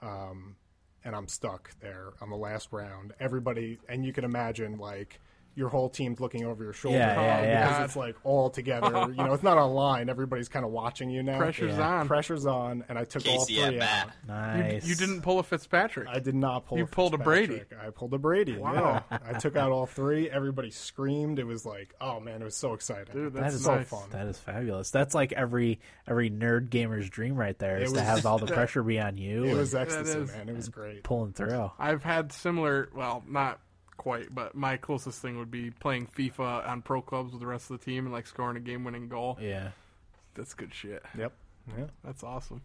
[SPEAKER 4] Um, and I'm stuck there on the last round. Everybody, and you can imagine like your whole team's looking over your shoulder
[SPEAKER 1] Yeah, yeah,
[SPEAKER 4] um,
[SPEAKER 1] yeah.
[SPEAKER 4] because it's like all together. you know, it's not online. Everybody's kind of watching you now.
[SPEAKER 2] Pressure's
[SPEAKER 1] Yeah.
[SPEAKER 2] on.
[SPEAKER 4] Pressure's on, and I took all
[SPEAKER 3] Casey
[SPEAKER 4] three
[SPEAKER 3] at
[SPEAKER 4] out.
[SPEAKER 3] bat.
[SPEAKER 2] You,
[SPEAKER 1] Nice.
[SPEAKER 2] you didn't pull a Fitzpatrick.
[SPEAKER 4] I did not pull.
[SPEAKER 2] You pulled a
[SPEAKER 4] Fitzpatrick. I pulled a Brady.
[SPEAKER 2] Wow.
[SPEAKER 4] yeah. I took out all three. Everybody screamed. It was like, oh man, it was so exciting.
[SPEAKER 2] Dude,
[SPEAKER 1] That
[SPEAKER 2] that's
[SPEAKER 1] is
[SPEAKER 4] so
[SPEAKER 2] nice.
[SPEAKER 4] fun.
[SPEAKER 1] That is fabulous. That's like every every nerd gamer's dream, right there, is
[SPEAKER 4] was-
[SPEAKER 1] to have all the pressure be on you
[SPEAKER 4] It
[SPEAKER 1] and
[SPEAKER 4] was ecstasy,
[SPEAKER 2] is-
[SPEAKER 4] man. It was great.
[SPEAKER 1] pulling through.
[SPEAKER 2] I've had similar, well, not quite, but my closest thing would be playing FIFA on pro clubs with the rest of the team and like scoring a game-winning goal.
[SPEAKER 1] Yeah,
[SPEAKER 2] That's good shit.
[SPEAKER 4] Yep. Yeah.
[SPEAKER 2] That's awesome.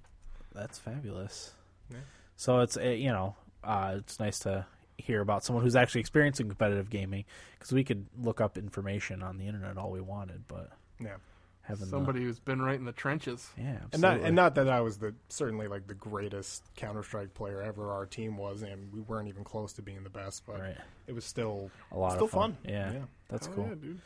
[SPEAKER 1] that's fabulous.
[SPEAKER 4] Yeah.
[SPEAKER 1] So it's uh, you know uh, it's nice to hear about someone who's actually experiencing competitive gaming because we could look up information on the internet all we wanted, but
[SPEAKER 4] Yeah.
[SPEAKER 1] having the-
[SPEAKER 2] Somebody who's been right in the trenches.
[SPEAKER 1] yeah,
[SPEAKER 4] And not,
[SPEAKER 1] absolutely.
[SPEAKER 4] and not that I was the certainly like the greatest Counter Strike player ever. Our team was, and we weren't even close to being the best, but
[SPEAKER 1] Right.
[SPEAKER 4] it was still
[SPEAKER 1] a lot
[SPEAKER 4] still
[SPEAKER 1] of fun.
[SPEAKER 4] fun.
[SPEAKER 1] Yeah,
[SPEAKER 4] Yeah.
[SPEAKER 1] that's
[SPEAKER 2] Oh,
[SPEAKER 1] cool.
[SPEAKER 2] yeah, dude.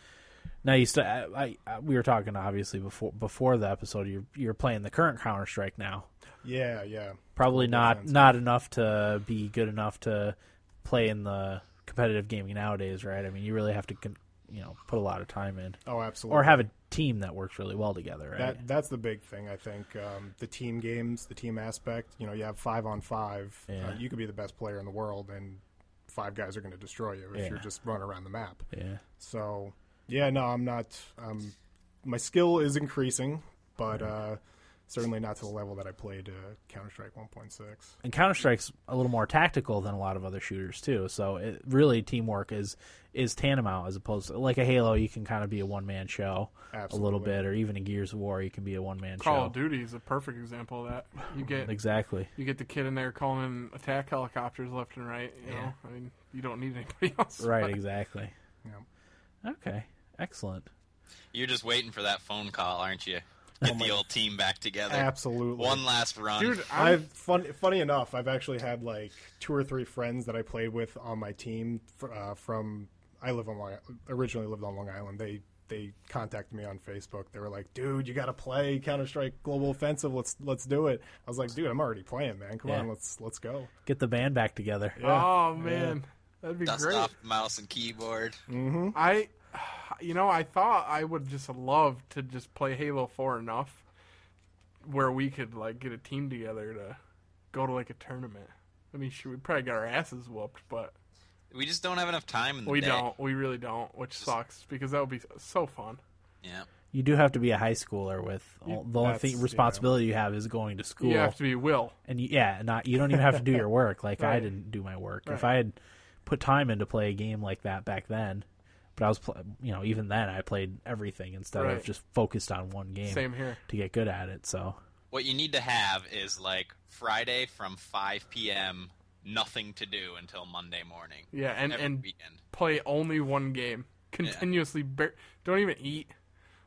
[SPEAKER 1] Now you still, I, I, we were talking obviously before before the episode. You're you're playing the current Counter Strike now.
[SPEAKER 4] Yeah, yeah.
[SPEAKER 1] Probably not
[SPEAKER 4] defense.
[SPEAKER 1] not enough to be good enough to play in the competitive gaming nowadays, right? I mean, you really have to con- you know put a lot of time in,
[SPEAKER 4] Oh, absolutely.
[SPEAKER 1] or have a team that works really well together, right?
[SPEAKER 4] that that's the big thing I think. Um, the team games, the team aspect. You know, you have five on five.
[SPEAKER 1] Yeah.
[SPEAKER 4] Uh, you could be the best player in the world, and five guys are going to destroy you if
[SPEAKER 1] Yeah.
[SPEAKER 4] you're just running around the map.
[SPEAKER 1] Yeah.
[SPEAKER 4] So yeah, no, I'm not. Um, my skill is increasing, but
[SPEAKER 1] Mm-hmm.
[SPEAKER 4] uh, certainly not to the level that I played uh, Counter Strike 1.6.
[SPEAKER 1] and Counter Strike's a little more tactical than a lot of other shooters too. So it, really, teamwork is is tantamount as opposed to like a Halo, you can kind of be a one man show a
[SPEAKER 4] Absolutely.
[SPEAKER 1] little bit, or even in Gears of War, you can be a one man
[SPEAKER 2] Call
[SPEAKER 1] show.
[SPEAKER 2] of Duty is a perfect example of that. You get
[SPEAKER 1] Exactly.
[SPEAKER 2] you get the kid in there calling in attack helicopters left and right. You
[SPEAKER 1] Yeah.
[SPEAKER 2] know, I mean, you don't need anybody (laughs) else.
[SPEAKER 1] Right.
[SPEAKER 2] but-
[SPEAKER 1] Exactly. Okay. Excellent.
[SPEAKER 3] You're just waiting for that phone call, aren't you? Get the old team back together.
[SPEAKER 4] Absolutely.
[SPEAKER 3] One last run.
[SPEAKER 2] dude. i
[SPEAKER 4] I've fun, funny enough, I've actually had like two or three friends that I played with on my team fr- uh, from I live on Long, originally lived on Long Island. They they contacted me on Facebook. They were like, "Dude, you got to play Counter Strike Global Offensive. Let's let's do it." I was like, "Dude, I'm already playing, man. Come
[SPEAKER 1] Yeah.
[SPEAKER 4] on, let's let's go."
[SPEAKER 1] Get the band back together.
[SPEAKER 2] oh man, that'd be
[SPEAKER 3] Dust
[SPEAKER 2] great.
[SPEAKER 3] off mouse and keyboard.
[SPEAKER 2] I, you know, I thought I would just love to just play Halo Four enough, where we could like get a team together to go to like a tournament. I mean, sure, we probably got our asses whooped, but
[SPEAKER 3] We just don't have enough time in the
[SPEAKER 2] we
[SPEAKER 3] day.
[SPEAKER 2] don't. We really don't, which sucks because that would be so fun.
[SPEAKER 3] Yeah.
[SPEAKER 1] You do have to be a high schooler with all, the only
[SPEAKER 4] That's-
[SPEAKER 1] thing
[SPEAKER 4] yeah.
[SPEAKER 1] responsibility you have is going to school.
[SPEAKER 2] You have to be Will.
[SPEAKER 1] and you, yeah, not you don't even have to do your work. Like I
[SPEAKER 2] Right.
[SPEAKER 1] didn't do my work. If
[SPEAKER 2] Right.
[SPEAKER 1] I had put time into play a game like that back then, but I was, pl- you know, even then I played everything instead of
[SPEAKER 2] Right.
[SPEAKER 1] just focused on one game
[SPEAKER 2] Same here.
[SPEAKER 1] to get good at it. So
[SPEAKER 3] What you need to have is like Friday from 5 p.m. Nothing to do until Monday morning.
[SPEAKER 2] Yeah, and
[SPEAKER 3] Every
[SPEAKER 2] and
[SPEAKER 3] weekend.
[SPEAKER 2] play only one game continuously. bar- don't even eat.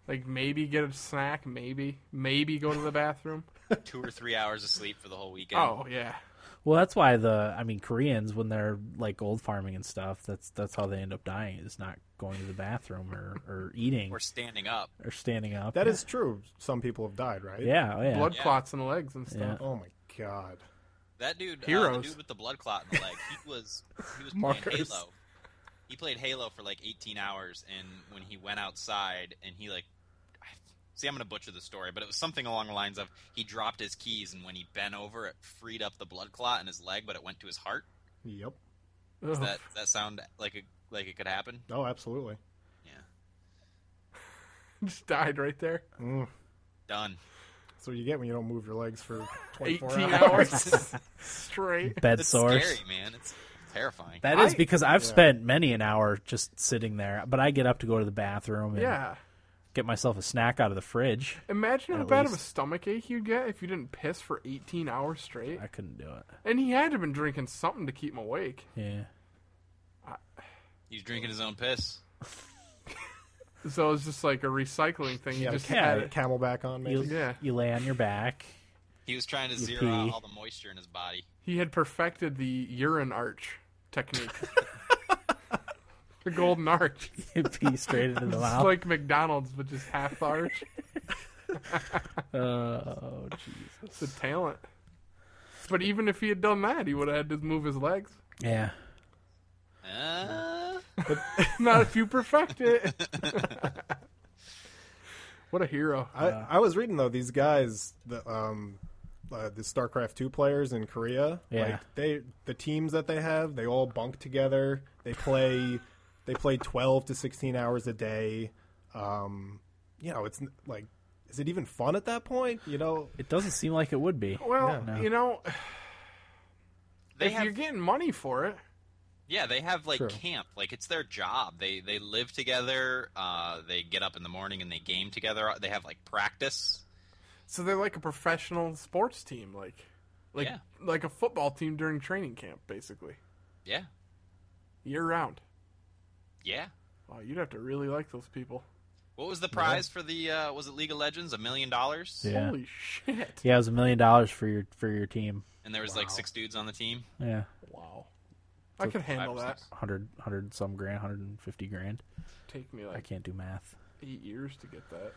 [SPEAKER 2] Like maybe get a snack. Maybe maybe go to the bathroom.
[SPEAKER 3] Two or three hours of sleep for the whole weekend.
[SPEAKER 2] Oh yeah.
[SPEAKER 1] well, that's why the I mean Koreans when they're like gold farming and stuff, that's that's how they end up dying is not going to the bathroom or or eating
[SPEAKER 3] We're standing up.
[SPEAKER 1] or standing up.
[SPEAKER 4] That is true. Some people have died, right?
[SPEAKER 1] yeah, oh, yeah.
[SPEAKER 2] blood
[SPEAKER 3] Yeah.
[SPEAKER 2] clots in the legs and stuff.
[SPEAKER 1] Yeah.
[SPEAKER 4] Oh my god.
[SPEAKER 3] That dude, Uh, the
[SPEAKER 2] Heroes.
[SPEAKER 3] dude with the blood clot in the leg, he was he was playing
[SPEAKER 2] Markers.
[SPEAKER 3] Halo. He played Halo for like 18 hours, and when he went outside, and he like, see, I'm gonna butcher the story, but it was something along the lines of he dropped his keys, and when he bent over, it freed up the blood clot in his leg, but it went to his heart.
[SPEAKER 4] Yep.
[SPEAKER 3] Does
[SPEAKER 2] Ugh.
[SPEAKER 3] that does that sound like it like it could happen?
[SPEAKER 4] Oh, absolutely.
[SPEAKER 3] Yeah,
[SPEAKER 2] (laughs) just died right there.
[SPEAKER 3] done.
[SPEAKER 4] That's what you get when you don't move your legs for 24
[SPEAKER 2] 18
[SPEAKER 4] hours.
[SPEAKER 2] hours (laughs) straight.
[SPEAKER 1] Bed
[SPEAKER 3] It's
[SPEAKER 1] sores.
[SPEAKER 3] scary, man. It's terrifying.
[SPEAKER 1] That is
[SPEAKER 2] I-
[SPEAKER 1] because I've spent many an hour just sitting there, but I get up to go to the bathroom and
[SPEAKER 2] Yeah.
[SPEAKER 1] get myself a snack out of the fridge.
[SPEAKER 2] Imagine how
[SPEAKER 1] At
[SPEAKER 2] bad of a
[SPEAKER 1] least.
[SPEAKER 2] stomach ache you'd get if you didn't piss for 18 hours straight.
[SPEAKER 1] I couldn't do it.
[SPEAKER 2] And he had to have been drinking something to keep him awake.
[SPEAKER 1] Yeah.
[SPEAKER 3] He's drinking his own piss.
[SPEAKER 2] So it's just like a recycling thing.
[SPEAKER 4] Yeah,
[SPEAKER 2] you just
[SPEAKER 4] ca- uh,
[SPEAKER 2] had it.
[SPEAKER 4] camelback on,
[SPEAKER 1] You,
[SPEAKER 4] maybe.
[SPEAKER 2] Yeah.
[SPEAKER 1] you lay on your back. (laughs)
[SPEAKER 3] He was trying to zero
[SPEAKER 1] pee.
[SPEAKER 3] out all the moisture in his body.
[SPEAKER 2] He had perfected the urine arch technique. the golden arch.
[SPEAKER 1] You pee straight into the
[SPEAKER 2] It's
[SPEAKER 1] mouth.
[SPEAKER 2] like McDonald's, but just half the arch.
[SPEAKER 1] oh, Jesus.
[SPEAKER 2] It's a talent. But even if he had done that, he would have had to move his legs.
[SPEAKER 1] Yeah.
[SPEAKER 3] Uh,
[SPEAKER 2] Not if you perfect it. (laughs) what a hero.
[SPEAKER 4] I, I was reading though these guys, the um, uh, the StarCraft two players in Korea.
[SPEAKER 1] Yeah.
[SPEAKER 4] Like, they the teams that they have, they all bunk together. They play, they play twelve to sixteen hours a day. Um, you know, it's n- like, is it even fun at that point? You know,
[SPEAKER 1] It doesn't seem like it would be.
[SPEAKER 2] Well,
[SPEAKER 1] No.
[SPEAKER 2] you know,
[SPEAKER 3] they
[SPEAKER 2] if
[SPEAKER 3] have
[SPEAKER 2] you're getting money for it,
[SPEAKER 3] Yeah, they have like
[SPEAKER 4] True.
[SPEAKER 3] camp, like it's their job. They they live together. Uh, they get up in the morning and they game together. They have like practice.
[SPEAKER 2] so they're like a professional sports team, like, like,
[SPEAKER 3] Yeah.
[SPEAKER 2] like a football team during training camp, basically
[SPEAKER 3] Yeah,
[SPEAKER 2] year round.
[SPEAKER 3] yeah.
[SPEAKER 2] Wow, you'd have to really like those people.
[SPEAKER 3] What was the prize for the? Uh, was it League of Legends? A million dollars.
[SPEAKER 1] Yeah.
[SPEAKER 2] Holy shit!
[SPEAKER 1] Yeah, it was a million dollars for your for your team.
[SPEAKER 3] And there was like six dudes on the team.
[SPEAKER 1] Yeah.
[SPEAKER 2] Wow, I could handle
[SPEAKER 3] five
[SPEAKER 2] that.
[SPEAKER 3] percent.
[SPEAKER 1] 100, 100 some grand, 150 grand.
[SPEAKER 2] Take me
[SPEAKER 1] I
[SPEAKER 2] like
[SPEAKER 1] can't do math.
[SPEAKER 2] eight years to get that.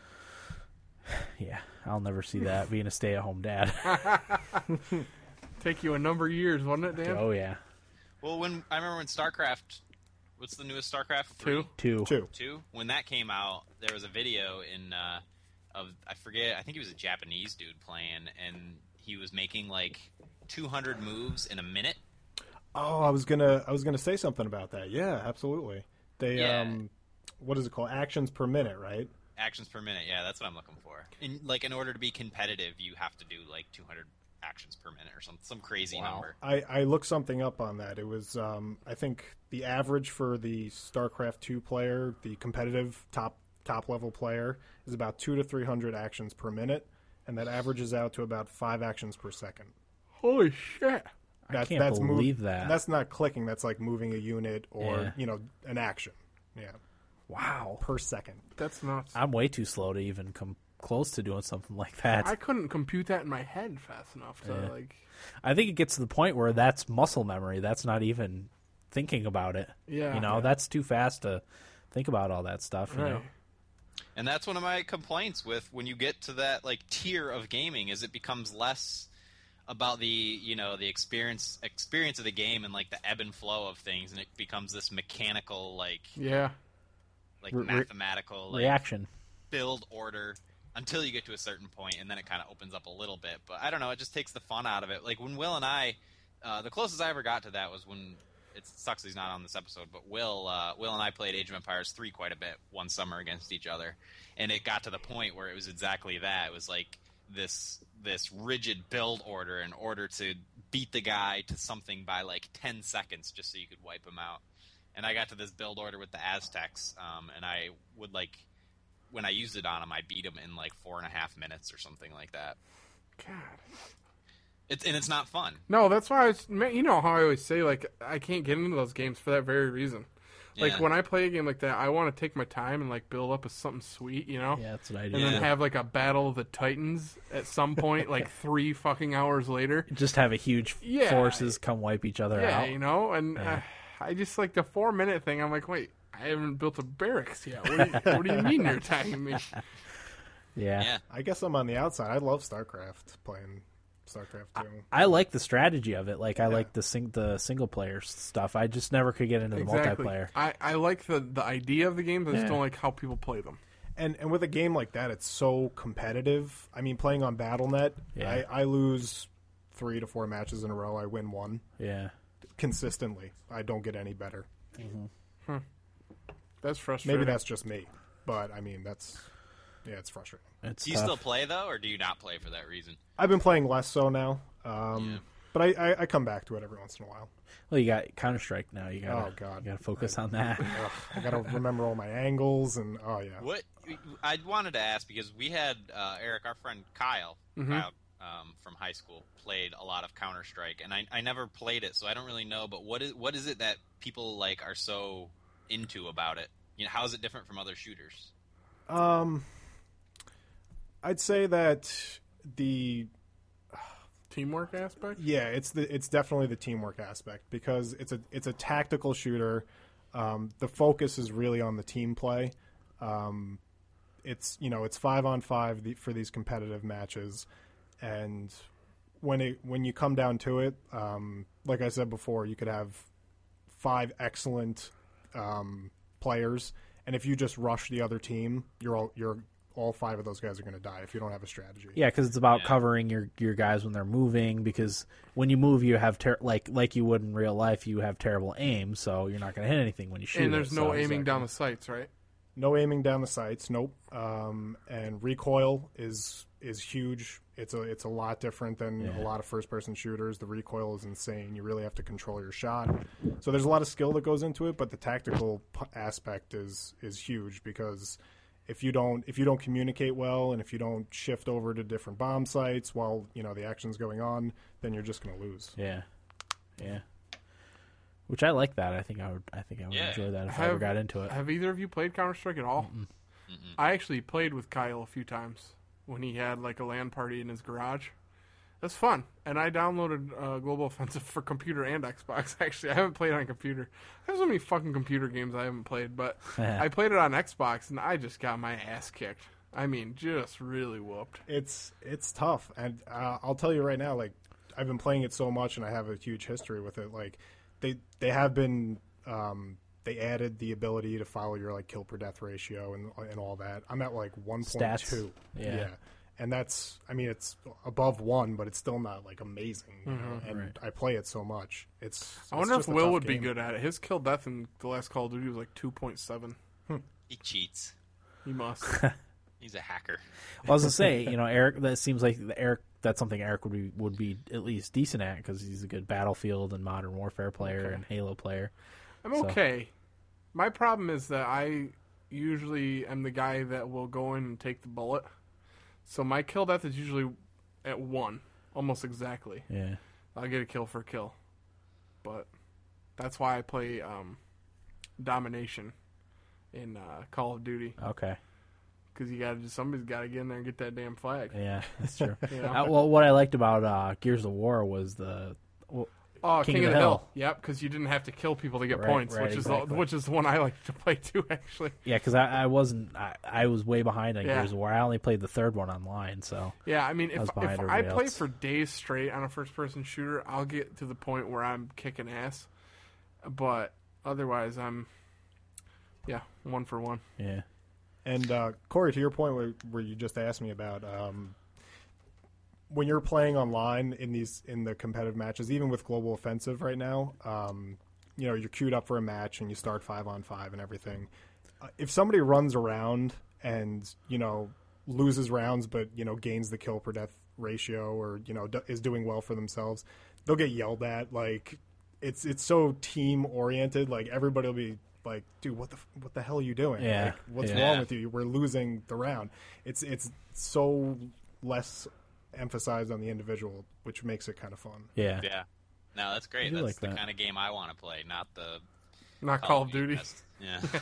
[SPEAKER 1] Yeah. I'll never see
[SPEAKER 2] (laughs)
[SPEAKER 1] that being a stay at home dad.
[SPEAKER 2] Take you a number of years, wouldn't it, Dan?
[SPEAKER 1] (laughs) oh, yeah.
[SPEAKER 3] Well, when I remember when StarCraft, what's the newest StarCraft?
[SPEAKER 2] Two.
[SPEAKER 1] Two.
[SPEAKER 4] two.
[SPEAKER 3] two when that came out there was a video in uh of i forget i think he was a japanese dude playing and he was making like 200 moves in a minute
[SPEAKER 4] Oh, I was gonna I was gonna say something about that. Yeah, absolutely. They
[SPEAKER 3] Yeah.
[SPEAKER 4] um, what is it called? Actions per minute, right?
[SPEAKER 3] Actions per minute, yeah, that's what I'm looking for. In like in order to be competitive, you have to do like 200 actions per minute or some some crazy number.
[SPEAKER 4] I, I looked something up on that. It was, um, I think, the average for the StarCraft two player, the competitive top top level player, is about two to three hundred actions per minute, and that averages out to about five actions per second.
[SPEAKER 2] Holy shit!
[SPEAKER 1] I
[SPEAKER 4] That's,
[SPEAKER 1] can't
[SPEAKER 4] that's mov-
[SPEAKER 1] believe that.
[SPEAKER 4] That's not clicking. That's like moving a unit or
[SPEAKER 1] Yeah.
[SPEAKER 4] you know an action. Yeah,
[SPEAKER 1] wow.
[SPEAKER 4] per second.
[SPEAKER 2] That's nuts. I,
[SPEAKER 1] I'm way too slow to even come close to doing something (laughs) like that. I,
[SPEAKER 2] couldn't compute that in my head fast enough to like.
[SPEAKER 1] think it gets to the point where that's muscle memory. That's not even thinking about it.
[SPEAKER 2] Yeah.
[SPEAKER 1] You know,
[SPEAKER 2] Yeah.
[SPEAKER 1] that's too fast to think about all that stuff, you
[SPEAKER 2] Right.
[SPEAKER 1] know.
[SPEAKER 3] And that's one of my complaints with when you get to that like tier of gaming is it becomes less about the you know the experience experience of the game and like the ebb and flow of things and it becomes this mechanical like
[SPEAKER 2] Yeah.
[SPEAKER 3] like
[SPEAKER 1] Re- re-
[SPEAKER 3] mathematical like
[SPEAKER 1] Reaction.
[SPEAKER 3] build order until you get to a certain point and then it kind of opens up a little bit but i don't know it just takes the fun out of it like when will and i uh, the closest i ever got to that was when it sucks he's not on this episode but will uh, will and i played age of empires 3 quite a bit one summer against each other and it got to the point where it was exactly that it was like this this rigid build order in order to beat the guy to something by like 10 seconds just so you could wipe him out and i got to this build order with the aztecs um, and i would like when I used it on him, I beat him in like four and a half minutes or something like that.
[SPEAKER 2] God.
[SPEAKER 3] It's and it's not fun.
[SPEAKER 2] No, that's why I was. man, You know how I always say like I can't get into those games for that very reason. Like
[SPEAKER 3] Yeah.
[SPEAKER 2] when I play a game like that, I want to take my time and like build up a something sweet, you know.
[SPEAKER 1] Yeah, that's what I do.
[SPEAKER 2] And
[SPEAKER 3] Yeah.
[SPEAKER 2] then have like a battle of the titans at some
[SPEAKER 1] (laughs)
[SPEAKER 2] point, like three fucking hours later.
[SPEAKER 1] Just have a huge
[SPEAKER 2] Yeah.
[SPEAKER 1] forces come wipe each other
[SPEAKER 2] Yeah,
[SPEAKER 1] out.
[SPEAKER 2] you know, and uh, I just like the four minute thing. I'm like, wait, I haven't built a barracks yet. What do you, what do you mean
[SPEAKER 1] (laughs)
[SPEAKER 2] you're attacking me?
[SPEAKER 1] Yeah.
[SPEAKER 3] Yeah.
[SPEAKER 4] I guess I'm on the outside. I love StarCraft playing StarCraft two.
[SPEAKER 1] I like the strategy of it. Like I like the sing- the single player stuff. I just never could get into the
[SPEAKER 2] exactly.
[SPEAKER 1] multiplayer.
[SPEAKER 2] I, I like the the idea of the games. I just
[SPEAKER 1] Yeah.
[SPEAKER 2] don't like how people play them.
[SPEAKER 4] and and with a game like that, it's so competitive. I mean, playing on BattleNet,
[SPEAKER 1] Yeah.
[SPEAKER 4] I, I lose three to four matches in a row. I win one
[SPEAKER 1] Yeah.
[SPEAKER 4] consistently. I don't get any better.
[SPEAKER 2] That's frustrating.
[SPEAKER 4] Maybe that's just me, but I mean, that's yeah, it's frustrating.
[SPEAKER 1] It's
[SPEAKER 3] Do you
[SPEAKER 1] tough.
[SPEAKER 3] still play though, or do you not play for that reason?
[SPEAKER 4] I've been playing less so now, um,
[SPEAKER 3] Yeah.
[SPEAKER 4] but I, I, I come back to it every once in a while.
[SPEAKER 1] Well, you got Counter Strike now. You got
[SPEAKER 4] Oh, God.
[SPEAKER 1] you got to focus on
[SPEAKER 2] (laughs)
[SPEAKER 1] that.
[SPEAKER 4] Ugh, I gotta
[SPEAKER 3] (laughs)
[SPEAKER 4] remember all my angles and oh yeah,
[SPEAKER 3] What I wanted to ask because we had uh, Eric, our friend Kyle,
[SPEAKER 2] Mm-hmm.
[SPEAKER 3] Kyle um, from high school, played a lot of Counter Strike, and I, I never played it, so I don't really know. But what is what is it that people like are so into about it? You know, how is it different from other shooters?
[SPEAKER 4] um, I'd say that the
[SPEAKER 2] teamwork aspect.
[SPEAKER 4] Yeah, it's the it's definitely the teamwork aspect because it's a it's a tactical shooter. Um, the focus is really on the team play. Um, it's you know it's five on five the, for these competitive matches, and when it when you come down to it, um, like I said before, you could have five excellent um, players, and if you just rush the other team, you're all you're all five of those guys are going to die if you don't have a strategy.
[SPEAKER 1] Yeah, because it's about covering your your guys when they're moving. Because when you move, you have ter- like like you would in real life. You have terrible aim, so you're not going to hit anything when you shoot.
[SPEAKER 2] And there's
[SPEAKER 1] it,
[SPEAKER 2] no
[SPEAKER 1] so-
[SPEAKER 2] aiming down the sights, right?
[SPEAKER 4] no aiming down the sights nope um, and recoil is is huge it's a it's a lot different than a lot of first person shooters the recoil is insane you really have to control your shot so there's a lot of skill that goes into it but the tactical p- aspect is is huge because if you don't if you don't communicate well and if you don't shift over to different bomb sites while you know the action's going on then you're just going to lose
[SPEAKER 1] Yeah, yeah. Which I like that. I think I would. I think I would
[SPEAKER 3] Yeah.
[SPEAKER 1] enjoy that if I ever got into it.
[SPEAKER 2] Have either of you played Counter Strike at all? I actually played with Kyle a few times when he had like a LAN party in his garage. That's fun, and I downloaded uh, Global (laughs) Offensive for computer and Xbox. (laughs) Actually, I haven't played on computer. There's so many fucking computer games I haven't played, but I played it on Xbox, and I just got my ass kicked. I mean, just really whooped.
[SPEAKER 4] it's it's tough and uh, i'll tell you right now like i've been playing it so much and i have a huge history with it like they they have been um they added the ability to follow your like kill per death ratio and and all that i'm at like 1.2
[SPEAKER 1] Stats. Yeah.
[SPEAKER 4] and that's I mean it's above one, but it's still not like amazing. you know, and I play it so much. It's
[SPEAKER 2] I wonder if Will would be good at it. His kill death in the last Call of Duty was like 2.7.
[SPEAKER 3] He cheats.
[SPEAKER 2] He must.
[SPEAKER 3] He's a hacker.
[SPEAKER 1] Well, I was gonna say, you know, Eric. That seems like the Eric. That's something Eric would be would be at least decent at because he's a good Battlefield and Modern Warfare player and Halo player.
[SPEAKER 2] I'm okay. My problem is that I usually am the guy that will go in and take the bullet. So my kill death is usually at one, almost exactly.
[SPEAKER 1] Yeah.
[SPEAKER 2] I'll get a kill for kill. But that's why I play um, domination in uh, Call of Duty
[SPEAKER 1] Okay.
[SPEAKER 2] because you got to somebody's got to get in there and get that damn flag.
[SPEAKER 1] Yeah, that's true.
[SPEAKER 2] (laughs) You know?
[SPEAKER 1] Uh, well, what I liked about uh, Gears of War was the well,
[SPEAKER 2] Oh, King, of, the Hill. Yep, because you didn't have to kill people to get
[SPEAKER 1] Right,
[SPEAKER 2] points,
[SPEAKER 1] right,
[SPEAKER 2] which is the,
[SPEAKER 1] exactly.
[SPEAKER 2] which is the one I like to play too. (laughs) Actually,
[SPEAKER 1] yeah, because I, I wasn't I, I was way behind on
[SPEAKER 2] Yeah.
[SPEAKER 1] Gears of War. I only played the third one online, so
[SPEAKER 2] yeah. I mean, if,
[SPEAKER 1] was
[SPEAKER 2] if
[SPEAKER 1] behind
[SPEAKER 2] I
[SPEAKER 1] everybody
[SPEAKER 2] play
[SPEAKER 1] else.
[SPEAKER 2] for days straight on a first person shooter, I'll get to the point where I'm kicking ass. But otherwise, I'm yeah, one for one.
[SPEAKER 1] yeah.
[SPEAKER 4] And uh, Corey, to your point where, where you just asked me about um, when you're playing online in these in the competitive matches, even with Global Offensive right now, um, you know you're queued up for a match and you start five on five and everything. Uh, if somebody runs around and you know loses rounds, but you know gains the kill per death ratio, or you know d- is doing well for themselves, they'll get yelled at. Like it's it's so team oriented. Like everybody will be like, "Dude, what the f- what the hell are you doing?
[SPEAKER 1] Yeah.
[SPEAKER 4] Like, what's
[SPEAKER 1] Yeah.
[SPEAKER 4] wrong with you? We're losing the round." It's it's so less emphasized on the individual, which makes it kind of fun.
[SPEAKER 1] yeah,
[SPEAKER 3] Yeah. No, that's great.
[SPEAKER 1] do
[SPEAKER 3] That's
[SPEAKER 1] like
[SPEAKER 3] the
[SPEAKER 1] that.
[SPEAKER 3] kind of game I want to play, not the Oh,
[SPEAKER 2] Not Call of Duty.
[SPEAKER 3] best-
[SPEAKER 1] (laughs)
[SPEAKER 3] Yeah.
[SPEAKER 2] (laughs)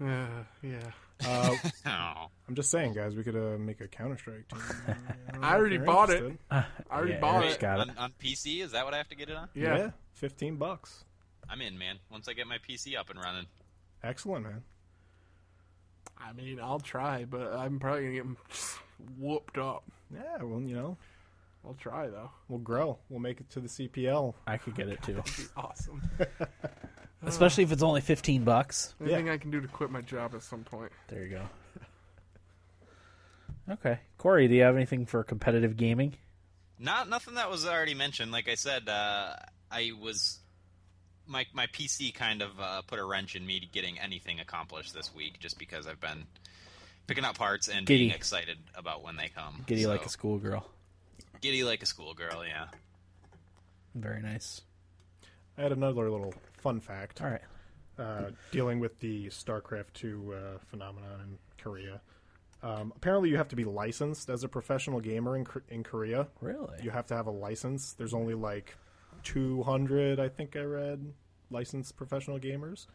[SPEAKER 2] Yeah, yeah.
[SPEAKER 4] Uh,
[SPEAKER 3] (laughs) Oh.
[SPEAKER 4] I'm just saying, guys, we could uh, make a Counter Strike team.
[SPEAKER 1] (laughs)
[SPEAKER 4] don't know
[SPEAKER 2] I
[SPEAKER 4] if
[SPEAKER 2] already
[SPEAKER 4] you're
[SPEAKER 2] bought it.
[SPEAKER 4] interested.
[SPEAKER 2] I already
[SPEAKER 1] Oh, Yeah,
[SPEAKER 2] bought
[SPEAKER 1] Eric's
[SPEAKER 2] it.
[SPEAKER 1] got it.
[SPEAKER 3] on, on PC, is that what I have to get it on?
[SPEAKER 2] Yeah.
[SPEAKER 4] yeah, fifteen bucks.
[SPEAKER 3] I'm in, man. Once I get my PC up and running.
[SPEAKER 4] Excellent, man.
[SPEAKER 2] I mean, I'll try, but I'm probably gonna get whooped up.
[SPEAKER 4] Yeah, well, you know,
[SPEAKER 2] I'll try though.
[SPEAKER 4] we'll grow. We'll make it to the CPL.
[SPEAKER 1] I could get it too,
[SPEAKER 2] That'd be
[SPEAKER 1] (laughs)
[SPEAKER 2] awesome.
[SPEAKER 1] especially if it's only fifteen bucks.
[SPEAKER 2] Anything I can do to quit my job at some point.
[SPEAKER 1] There you go. Okay, Corey, do you have anything for competitive gaming?
[SPEAKER 3] Not nothing that was already mentioned. Like I said, uh, I was my my PC kind of uh, put a wrench in me getting anything accomplished this week, just because I've been picking up parts and being
[SPEAKER 1] Giddy.
[SPEAKER 3] excited about when they come.
[SPEAKER 1] Giddy
[SPEAKER 3] So,
[SPEAKER 1] like a schoolgirl.
[SPEAKER 3] giddy like a schoolgirl. Yeah.
[SPEAKER 1] Very nice.
[SPEAKER 4] I had another little fun fact
[SPEAKER 1] All right.
[SPEAKER 4] uh, dealing with the StarCraft two uh, phenomenon in Korea. Um, apparently, you have to be licensed as a professional gamer in, Kor- in Korea.
[SPEAKER 1] Really?
[SPEAKER 4] You have to have a license. There's only like 200, I think I read, licensed professional gamers.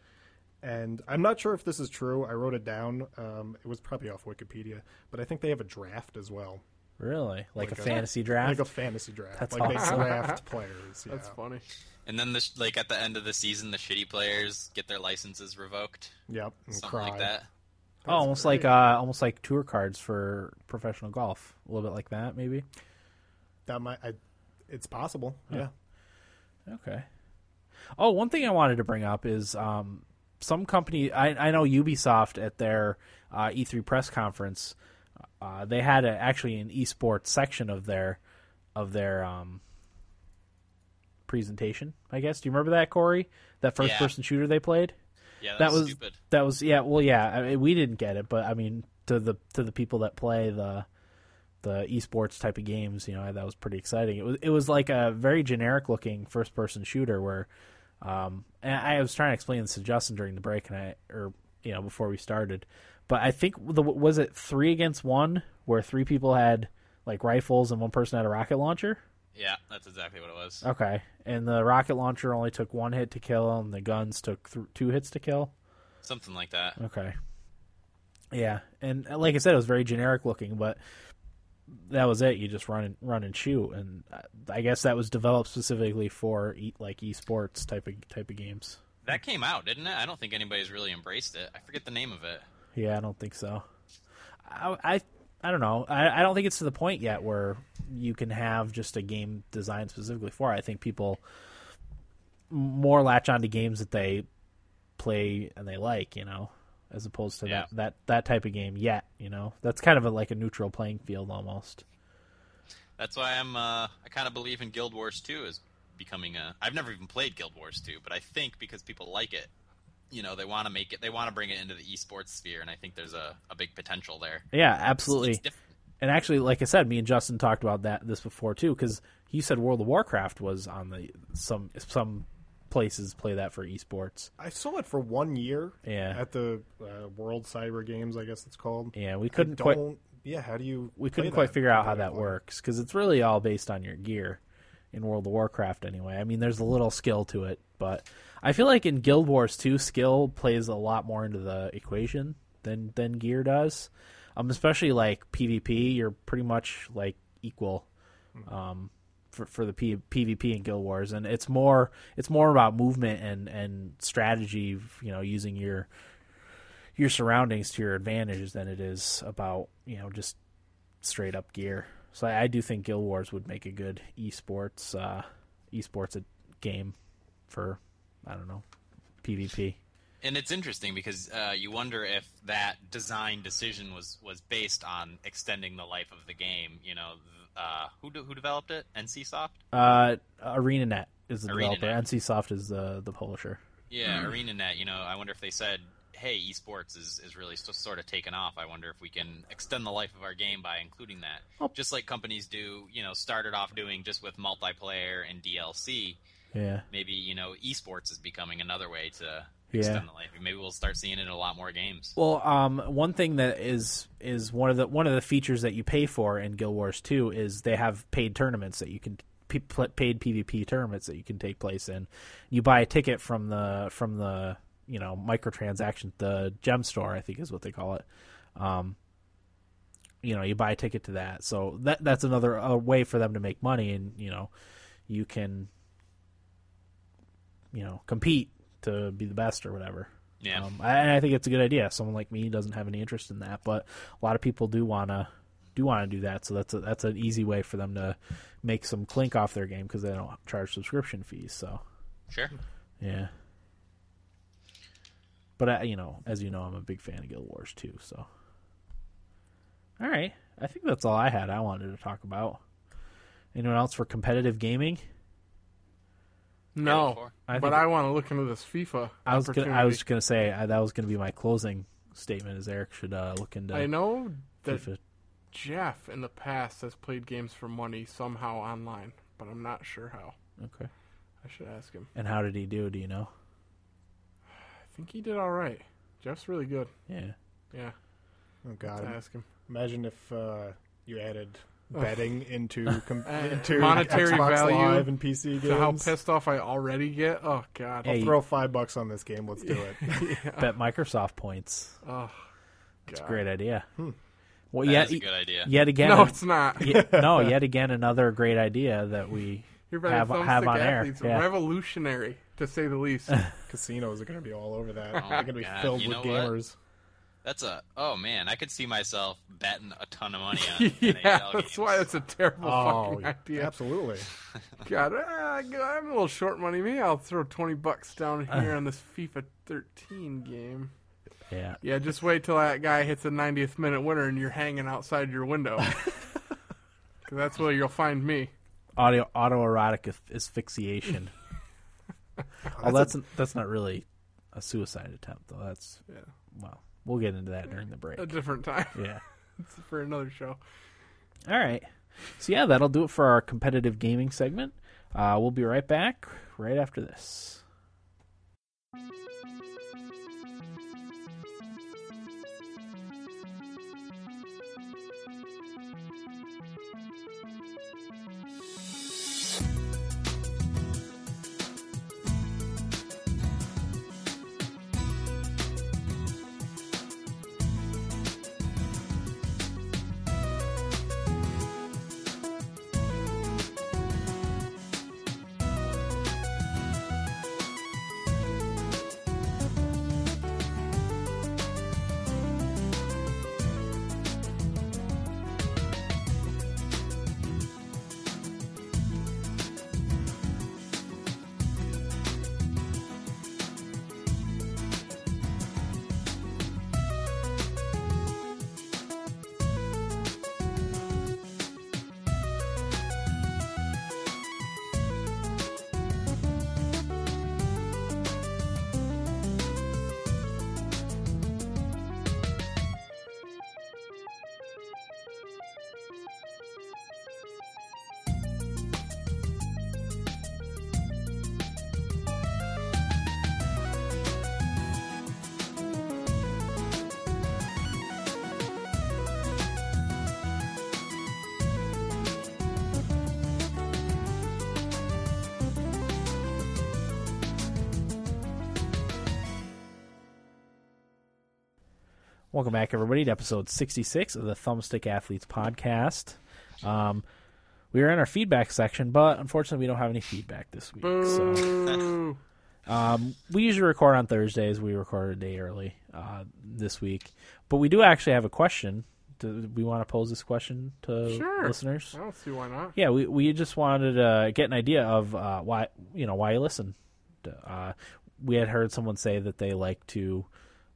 [SPEAKER 4] And I'm not sure if this is true. I wrote it down. Um, it was probably off Wikipedia, but I think they have a draft as well,
[SPEAKER 1] Really? Like,
[SPEAKER 4] Like
[SPEAKER 1] a,
[SPEAKER 4] a-
[SPEAKER 1] fantasy draft?
[SPEAKER 4] like a fantasy draft.
[SPEAKER 1] That's
[SPEAKER 4] like
[SPEAKER 1] awesome.
[SPEAKER 4] they
[SPEAKER 1] (laughs)
[SPEAKER 4] draft players. Yeah.
[SPEAKER 2] That's funny.
[SPEAKER 3] And then the sh- like at the end of the season, the shitty players get their licenses revoked,
[SPEAKER 4] Yep. And
[SPEAKER 3] something
[SPEAKER 4] cry.
[SPEAKER 3] like that.
[SPEAKER 1] oh, almost like uh, almost like tour cards for professional golf. A little bit like that, maybe.
[SPEAKER 4] That might. I, it's possible. Yeah.
[SPEAKER 1] Okay. Oh, one thing I wanted to bring up is um, some company. I, I know Ubisoft at their uh, E3 press conference, uh, they had a, actually an esports section of their of their um, presentation. I guess. Do you remember that, Corey? That first person shooter they played.
[SPEAKER 3] Yeah,
[SPEAKER 1] that
[SPEAKER 3] that's
[SPEAKER 1] was
[SPEAKER 3] stupid.
[SPEAKER 1] that was yeah. Well, yeah, I mean, we didn't get it, but I mean to the to the people that play the the esports type of games, you know, that was pretty exciting. It was it was like a very generic looking first person shooter where, um, and I was trying to explain this to Justin during the break and I or you know before we started, but I think the was it three against one where three people had like rifles and one person had a rocket launcher.
[SPEAKER 3] Yeah, that's exactly what it was.
[SPEAKER 1] Okay, and the rocket launcher only took one hit to kill, and the guns took th- two hits to kill.
[SPEAKER 3] Something like that.
[SPEAKER 1] Okay. Yeah, and uh, like I said, it was very generic looking, but that was it. You just run and run and shoot, and uh, I guess that was developed specifically for e- like esports type of type of games.
[SPEAKER 3] That came out, didn't it? I don't think anybody's really embraced it. I forget the name of it.
[SPEAKER 1] Yeah, I don't think so. I I, I don't know. I, I don't think it's to the point yet where you can have just a game designed specifically for. it. I think people more latch on to games that they play and they like. You know, as opposed to
[SPEAKER 3] Yeah.
[SPEAKER 1] that, that that type of game yet. You know, that's kind of a, like a neutral playing field almost.
[SPEAKER 3] That's why I'm. Uh, I kind of believe in Guild Wars 2 is becoming a. I've never even played Guild Wars 2, but I think because people like it, you know, they want to make it. They want to bring it into the esports sphere, and I think there's a, a big potential there.
[SPEAKER 1] Yeah,
[SPEAKER 3] It's-
[SPEAKER 1] absolutely.
[SPEAKER 3] It's, different.
[SPEAKER 1] and actually, like I said, me and Justin talked about that this before too, because he said World of Warcraft was on the some some places play that for esports.
[SPEAKER 4] I saw it for one year.
[SPEAKER 1] Yeah.
[SPEAKER 4] At the uh, World Cyber Games, I guess it's called.
[SPEAKER 1] Yeah, we
[SPEAKER 4] I
[SPEAKER 1] couldn't quite
[SPEAKER 4] don't- Yeah, how do you?
[SPEAKER 1] we
[SPEAKER 4] play
[SPEAKER 1] couldn't quite
[SPEAKER 4] that
[SPEAKER 1] figure out how that
[SPEAKER 4] competitively?
[SPEAKER 1] works because it's really all based on your gear in World of Warcraft anyway. I mean, there's a little skill to it, but I feel like in Guild Wars 2, skill plays a lot more into the equation than than gear does. Um, especially like PvP, you're pretty much like equal um, for for the P- PvP in Guild Wars, and it's more it's more about movement and and strategy. You know, using your your surroundings to your advantage than it is about you know just straight up gear. So I, I do think Guild Wars would make a good esports uh, esports a- game for I don't know PvP.
[SPEAKER 3] And it's interesting because uh, you wonder if that design decision was was based on extending the life of the game. You know, th- uh, who de- who developed it? NCSoft.
[SPEAKER 1] Uh, ArenaNet is the
[SPEAKER 3] ArenaNet.
[SPEAKER 1] developer. NCSoft is the the publisher.
[SPEAKER 3] Yeah,
[SPEAKER 2] Hmm.
[SPEAKER 3] ArenaNet. You know, I wonder if they said, "Hey, esports is is really so, sort of taken off. I wonder if we can extend the life of our game by including that."
[SPEAKER 1] Oh.
[SPEAKER 3] Just like companies do, you know, started off doing just with multiplayer and DLC.
[SPEAKER 1] Yeah,
[SPEAKER 3] Maybe you know, esports is becoming another way to
[SPEAKER 1] Yeah.
[SPEAKER 3] extend the life. Maybe we'll start seeing it in a lot more games.
[SPEAKER 1] Well, um, one thing that is is one of the one of the features that you pay for in Guild Wars Two is they have paid tournaments that you can p- pl- paid PvP tournaments that you can take place in. You buy a ticket from the from the you know microtransaction the gem store I think is what they call it. Um, you know, you buy a ticket to that, so that that's another uh way for them to make money, and you know, you can you know compete to be the best or whatever.
[SPEAKER 3] Yeah.
[SPEAKER 1] Um, I, and I think it's a good idea. Someone like me doesn't have any interest in that, but a lot of people do wanna do wanna do that. So that's a, that's an easy way for them to make some clink off their game because they don't charge subscription fees. So
[SPEAKER 3] sure.
[SPEAKER 1] yeah. But I, you know, as you know, I'm a big fan of Guild Wars too. So all right, I think that's all I had. I wanted to talk about. Anyone else for competitive gaming?
[SPEAKER 3] Yeah,
[SPEAKER 2] No,
[SPEAKER 3] before.
[SPEAKER 1] I
[SPEAKER 2] but
[SPEAKER 1] think-
[SPEAKER 2] I want to look into this FIFA.
[SPEAKER 1] I was gonna,
[SPEAKER 2] opportunity.
[SPEAKER 1] I was just gonna say I, that was gonna be my closing statement. Is Eric should uh, look into
[SPEAKER 2] I know that
[SPEAKER 1] FIFA
[SPEAKER 2] Jeff in the past has played games for money somehow online, but I'm not sure how.
[SPEAKER 1] Okay.
[SPEAKER 2] I should ask him.
[SPEAKER 1] And how did he do? Do you know?
[SPEAKER 2] I think he did all right. Jeff's really good. (laughs)
[SPEAKER 1] Yeah.
[SPEAKER 2] Yeah, I
[SPEAKER 4] Oh
[SPEAKER 3] Uh,
[SPEAKER 2] have to
[SPEAKER 4] God!
[SPEAKER 2] ask him.
[SPEAKER 4] Imagine if uh, you added betting
[SPEAKER 2] (laughs)
[SPEAKER 4] into com-
[SPEAKER 2] Uh,
[SPEAKER 4] into
[SPEAKER 2] monetary
[SPEAKER 4] Xbox
[SPEAKER 2] value
[SPEAKER 4] Live and PC games.
[SPEAKER 2] So how pissed off I already get? Oh God.
[SPEAKER 1] Hey.
[SPEAKER 4] Throw five bucks on this game. Let's do it.
[SPEAKER 2] (laughs)
[SPEAKER 4] (laughs)
[SPEAKER 1] Bet Microsoft points.
[SPEAKER 2] Oh,
[SPEAKER 1] It's a
[SPEAKER 2] God. Hmm.
[SPEAKER 1] great idea. Well,
[SPEAKER 3] That's
[SPEAKER 1] yet,
[SPEAKER 2] e
[SPEAKER 3] a good idea.
[SPEAKER 1] yet again,
[SPEAKER 2] No, it's not.
[SPEAKER 1] ye- no, yet again, another great idea that we
[SPEAKER 2] (laughs) You're right.
[SPEAKER 1] have,
[SPEAKER 2] thumbstick
[SPEAKER 1] have on air.
[SPEAKER 2] athletes,
[SPEAKER 1] Yeah.
[SPEAKER 2] revolutionary to say
[SPEAKER 1] (laughs)
[SPEAKER 2] the least.
[SPEAKER 4] Casinos are going to be all over that. They're going to be
[SPEAKER 3] God,
[SPEAKER 4] filled
[SPEAKER 3] you
[SPEAKER 4] with
[SPEAKER 3] know what?
[SPEAKER 4] gamers.
[SPEAKER 3] That's a oh man, I could see myself betting a ton of money
[SPEAKER 2] (laughs)
[SPEAKER 3] on
[SPEAKER 2] yeah, that's
[SPEAKER 3] NHL games.
[SPEAKER 2] why that's a terrible
[SPEAKER 4] Oh,
[SPEAKER 2] fucking idea.
[SPEAKER 4] absolutely.
[SPEAKER 2] God, ah, I'm a little short money. Me, I'll throw twenty bucks
[SPEAKER 1] (laughs)
[SPEAKER 2] down here on this FIFA 13 game.
[SPEAKER 1] yeah.
[SPEAKER 2] Yeah, just wait till that guy hits a 90th minute winner and you're hanging outside
[SPEAKER 1] (laughs)
[SPEAKER 2] your window. 'Cause that's where you'll find me.
[SPEAKER 1] Audio autoerotic asph-
[SPEAKER 2] (laughs)
[SPEAKER 1] asphyxiation. oh, that's n- that's not really a suicide attempt though. That's
[SPEAKER 2] Yeah. Uh,
[SPEAKER 1] well, we'll get into that during the break.
[SPEAKER 2] A different time (laughs)
[SPEAKER 1] Yeah.
[SPEAKER 2] for another show.
[SPEAKER 1] All right. So yeah, that'll do it for our competitive gaming segment. Uh, we'll be right back right after this. Welcome back, everybody, to episode 66 of the Thumbstick Athletes podcast. Um, we are in our feedback section, but unfortunately, we don't have any feedback this week. So.
[SPEAKER 2] Boo.
[SPEAKER 1] Um, we usually record on Thursdays. We recorded a day early uh, this week, but we do actually have a question. Do we want to pose this question to
[SPEAKER 2] Sure.
[SPEAKER 1] listeners?
[SPEAKER 2] I don't see why not.
[SPEAKER 1] Yeah, we we just wanted to get an idea of uh, why you know why you listen. Uh, we had heard someone say that they like to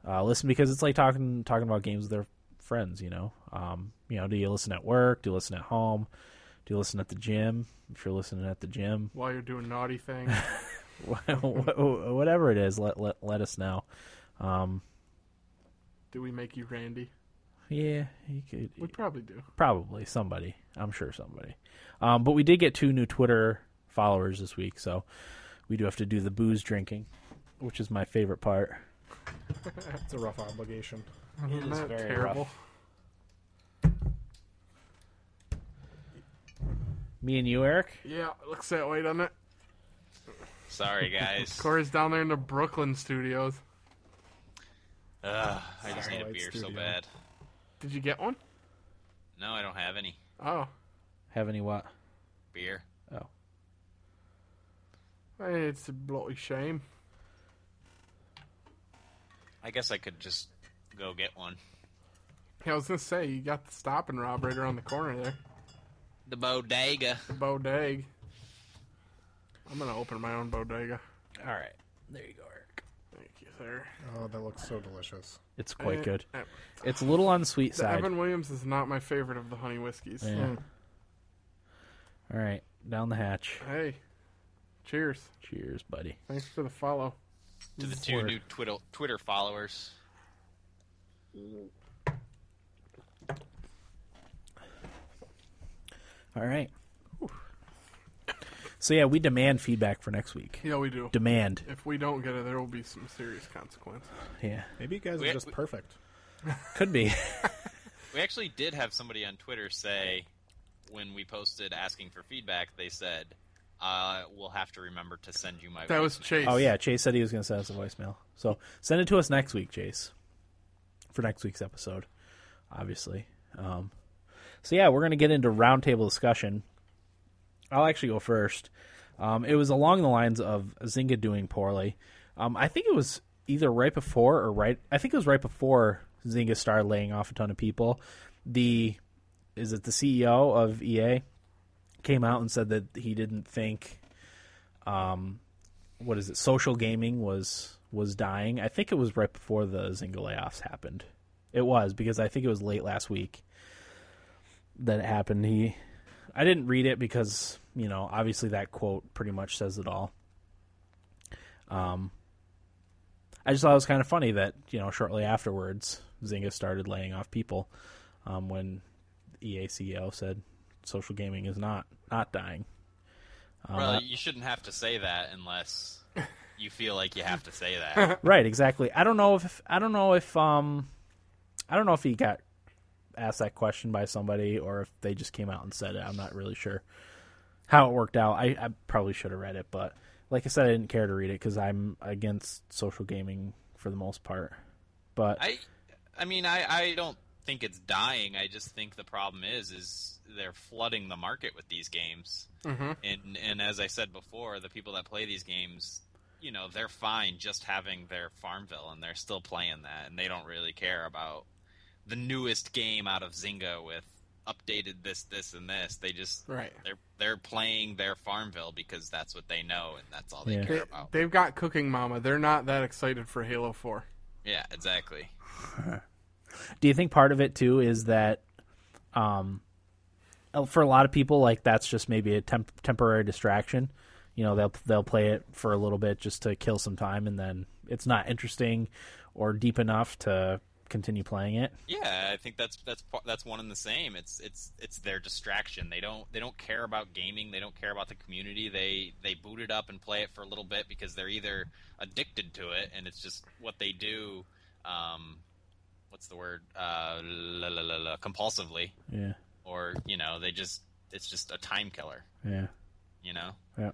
[SPEAKER 1] uh, listen because it's like talking talking about games with their friends. You know, um, you know, do you listen at work? Do you listen at home? Do you listen at the gym? If you're listening at the gym, (laughs)
[SPEAKER 2] While you're doing naughty things.
[SPEAKER 1] wh- whatever it is, let let, let us know. Um,
[SPEAKER 2] Do we make you Randy?
[SPEAKER 1] yeah, you could
[SPEAKER 2] We probably do.
[SPEAKER 1] probably somebody. I'm sure somebody. Um, but we did get two new Twitter followers this week, so we do have to do the booze drinking, which is my favorite part.
[SPEAKER 4] It's a rough obligation.
[SPEAKER 2] Isn't
[SPEAKER 1] is
[SPEAKER 2] that
[SPEAKER 1] very
[SPEAKER 2] terrible?
[SPEAKER 1] Me and you, Eric.
[SPEAKER 2] Yeah, it looks that way, doesn't it? (laughs)
[SPEAKER 3] Sorry, guys.
[SPEAKER 2] Corey's down there in the Brooklyn studios.
[SPEAKER 3] Ugh, I just need a
[SPEAKER 4] Satellite
[SPEAKER 3] beer so
[SPEAKER 4] studio.
[SPEAKER 3] bad.
[SPEAKER 2] Did you get one?
[SPEAKER 3] No, I don't have any
[SPEAKER 2] Oh,
[SPEAKER 1] Have any what?
[SPEAKER 3] beer.
[SPEAKER 1] Oh,
[SPEAKER 2] hey, it's a bloody shame.
[SPEAKER 3] I guess I could just go get one.
[SPEAKER 2] Yeah, I was gonna say you got the stop and rob right around the corner there,
[SPEAKER 3] The bodega.
[SPEAKER 2] the bodega. I'm gonna open my own bodega.
[SPEAKER 1] all right. There you go, Eric.
[SPEAKER 2] Thank you, sir.
[SPEAKER 4] Oh, that looks so delicious.
[SPEAKER 1] It's quite
[SPEAKER 2] Eh,
[SPEAKER 1] good.
[SPEAKER 2] eh,
[SPEAKER 1] It's a little on the sweet
[SPEAKER 2] The
[SPEAKER 1] side.
[SPEAKER 2] Evan Williams is not my favorite of the honey Hmm. whiskeys.
[SPEAKER 1] Yeah. All right, down the hatch.
[SPEAKER 2] Hey, cheers!
[SPEAKER 1] Cheers, buddy.
[SPEAKER 2] Thanks for the follow.
[SPEAKER 3] To the two new Twitter Twitter followers.
[SPEAKER 1] All right. So yeah, we demand feedback for next week.
[SPEAKER 2] Yeah, we do.
[SPEAKER 1] Demand.
[SPEAKER 2] If we don't get it, there will be some serious consequences.
[SPEAKER 1] Yeah,
[SPEAKER 4] Maybe you guys
[SPEAKER 3] We-
[SPEAKER 4] are just
[SPEAKER 3] we-
[SPEAKER 4] perfect.
[SPEAKER 1] could be. (laughs)
[SPEAKER 3] We actually did have somebody on Twitter say when we posted asking for feedback, they said, uh, we'll have to remember to send you my
[SPEAKER 2] That was
[SPEAKER 3] voicemail."
[SPEAKER 2] Chase.
[SPEAKER 1] Oh yeah, Chase said he was going to send us a voicemail. So send it to us next week, Chase, for next week's episode, obviously. Um, so yeah, we're going to get into roundtable discussion. I'll actually go first. Um, it was along the lines of Zynga doing poorly. Um, I think it was either right before or right. I think it was right before Zynga started laying off a ton of people. The is it the CEO of EA came out and said that he didn't think what is it? Social gaming was was dying. I think it was right before the Zynga layoffs happened. It was because I think it was late last week that it happened. He, I didn't read it because you know obviously that quote pretty much says it all. Um, I just thought it was kind of funny that you know shortly afterwards Zynga started laying off people um, when EA CEO E said social gaming is not not dying.
[SPEAKER 3] Well, you shouldn't have to say that (laughs) unless you feel like you have to say (laughs) that.
[SPEAKER 1] Right, exactly. I don't know if I don't know if um I don't know if he got asked that question by somebody or if they just came out and said it. I'm not really sure how it worked out. I, I probably should have read it, but like I said, I didn't care to read it because I'm against social gaming for the most part. But
[SPEAKER 3] I, I mean, I, I don't think it's dying. I just think the problem is, is they're flooding the market with these games.
[SPEAKER 2] Mhm.
[SPEAKER 3] And and as I said before, the people that play these games, you know, they're fine just having their Farmville, and they're still playing that, and they don't really care about the newest game out of Zynga with updated this, this, and this. They just
[SPEAKER 2] Right.
[SPEAKER 3] they're they're playing their Farmville because that's what they know and that's all they
[SPEAKER 1] Yeah.
[SPEAKER 3] care about.
[SPEAKER 2] They've got Cooking Mama. They're not that excited for Halo 4.
[SPEAKER 3] Yeah, exactly.
[SPEAKER 1] do you think part of it too is that um for a lot of people like that's just maybe a temp- temporary distraction you know they'll they'll play it for a little bit just to kill some time and then it's not interesting or deep enough to continue playing it
[SPEAKER 3] Yeah, I think that's that's par- that's one and the same. It's it's it's their distraction. They don't they don't care about gaming. They don't care about the community. They they boot it up and play it for a little bit because they're either addicted to it and it's just what they do. Um, what's the word? Uh, la, la, la, la, compulsively,
[SPEAKER 1] yeah
[SPEAKER 3] or you know, they just it's just a time killer.
[SPEAKER 1] yeah
[SPEAKER 3] You know,
[SPEAKER 1] yeah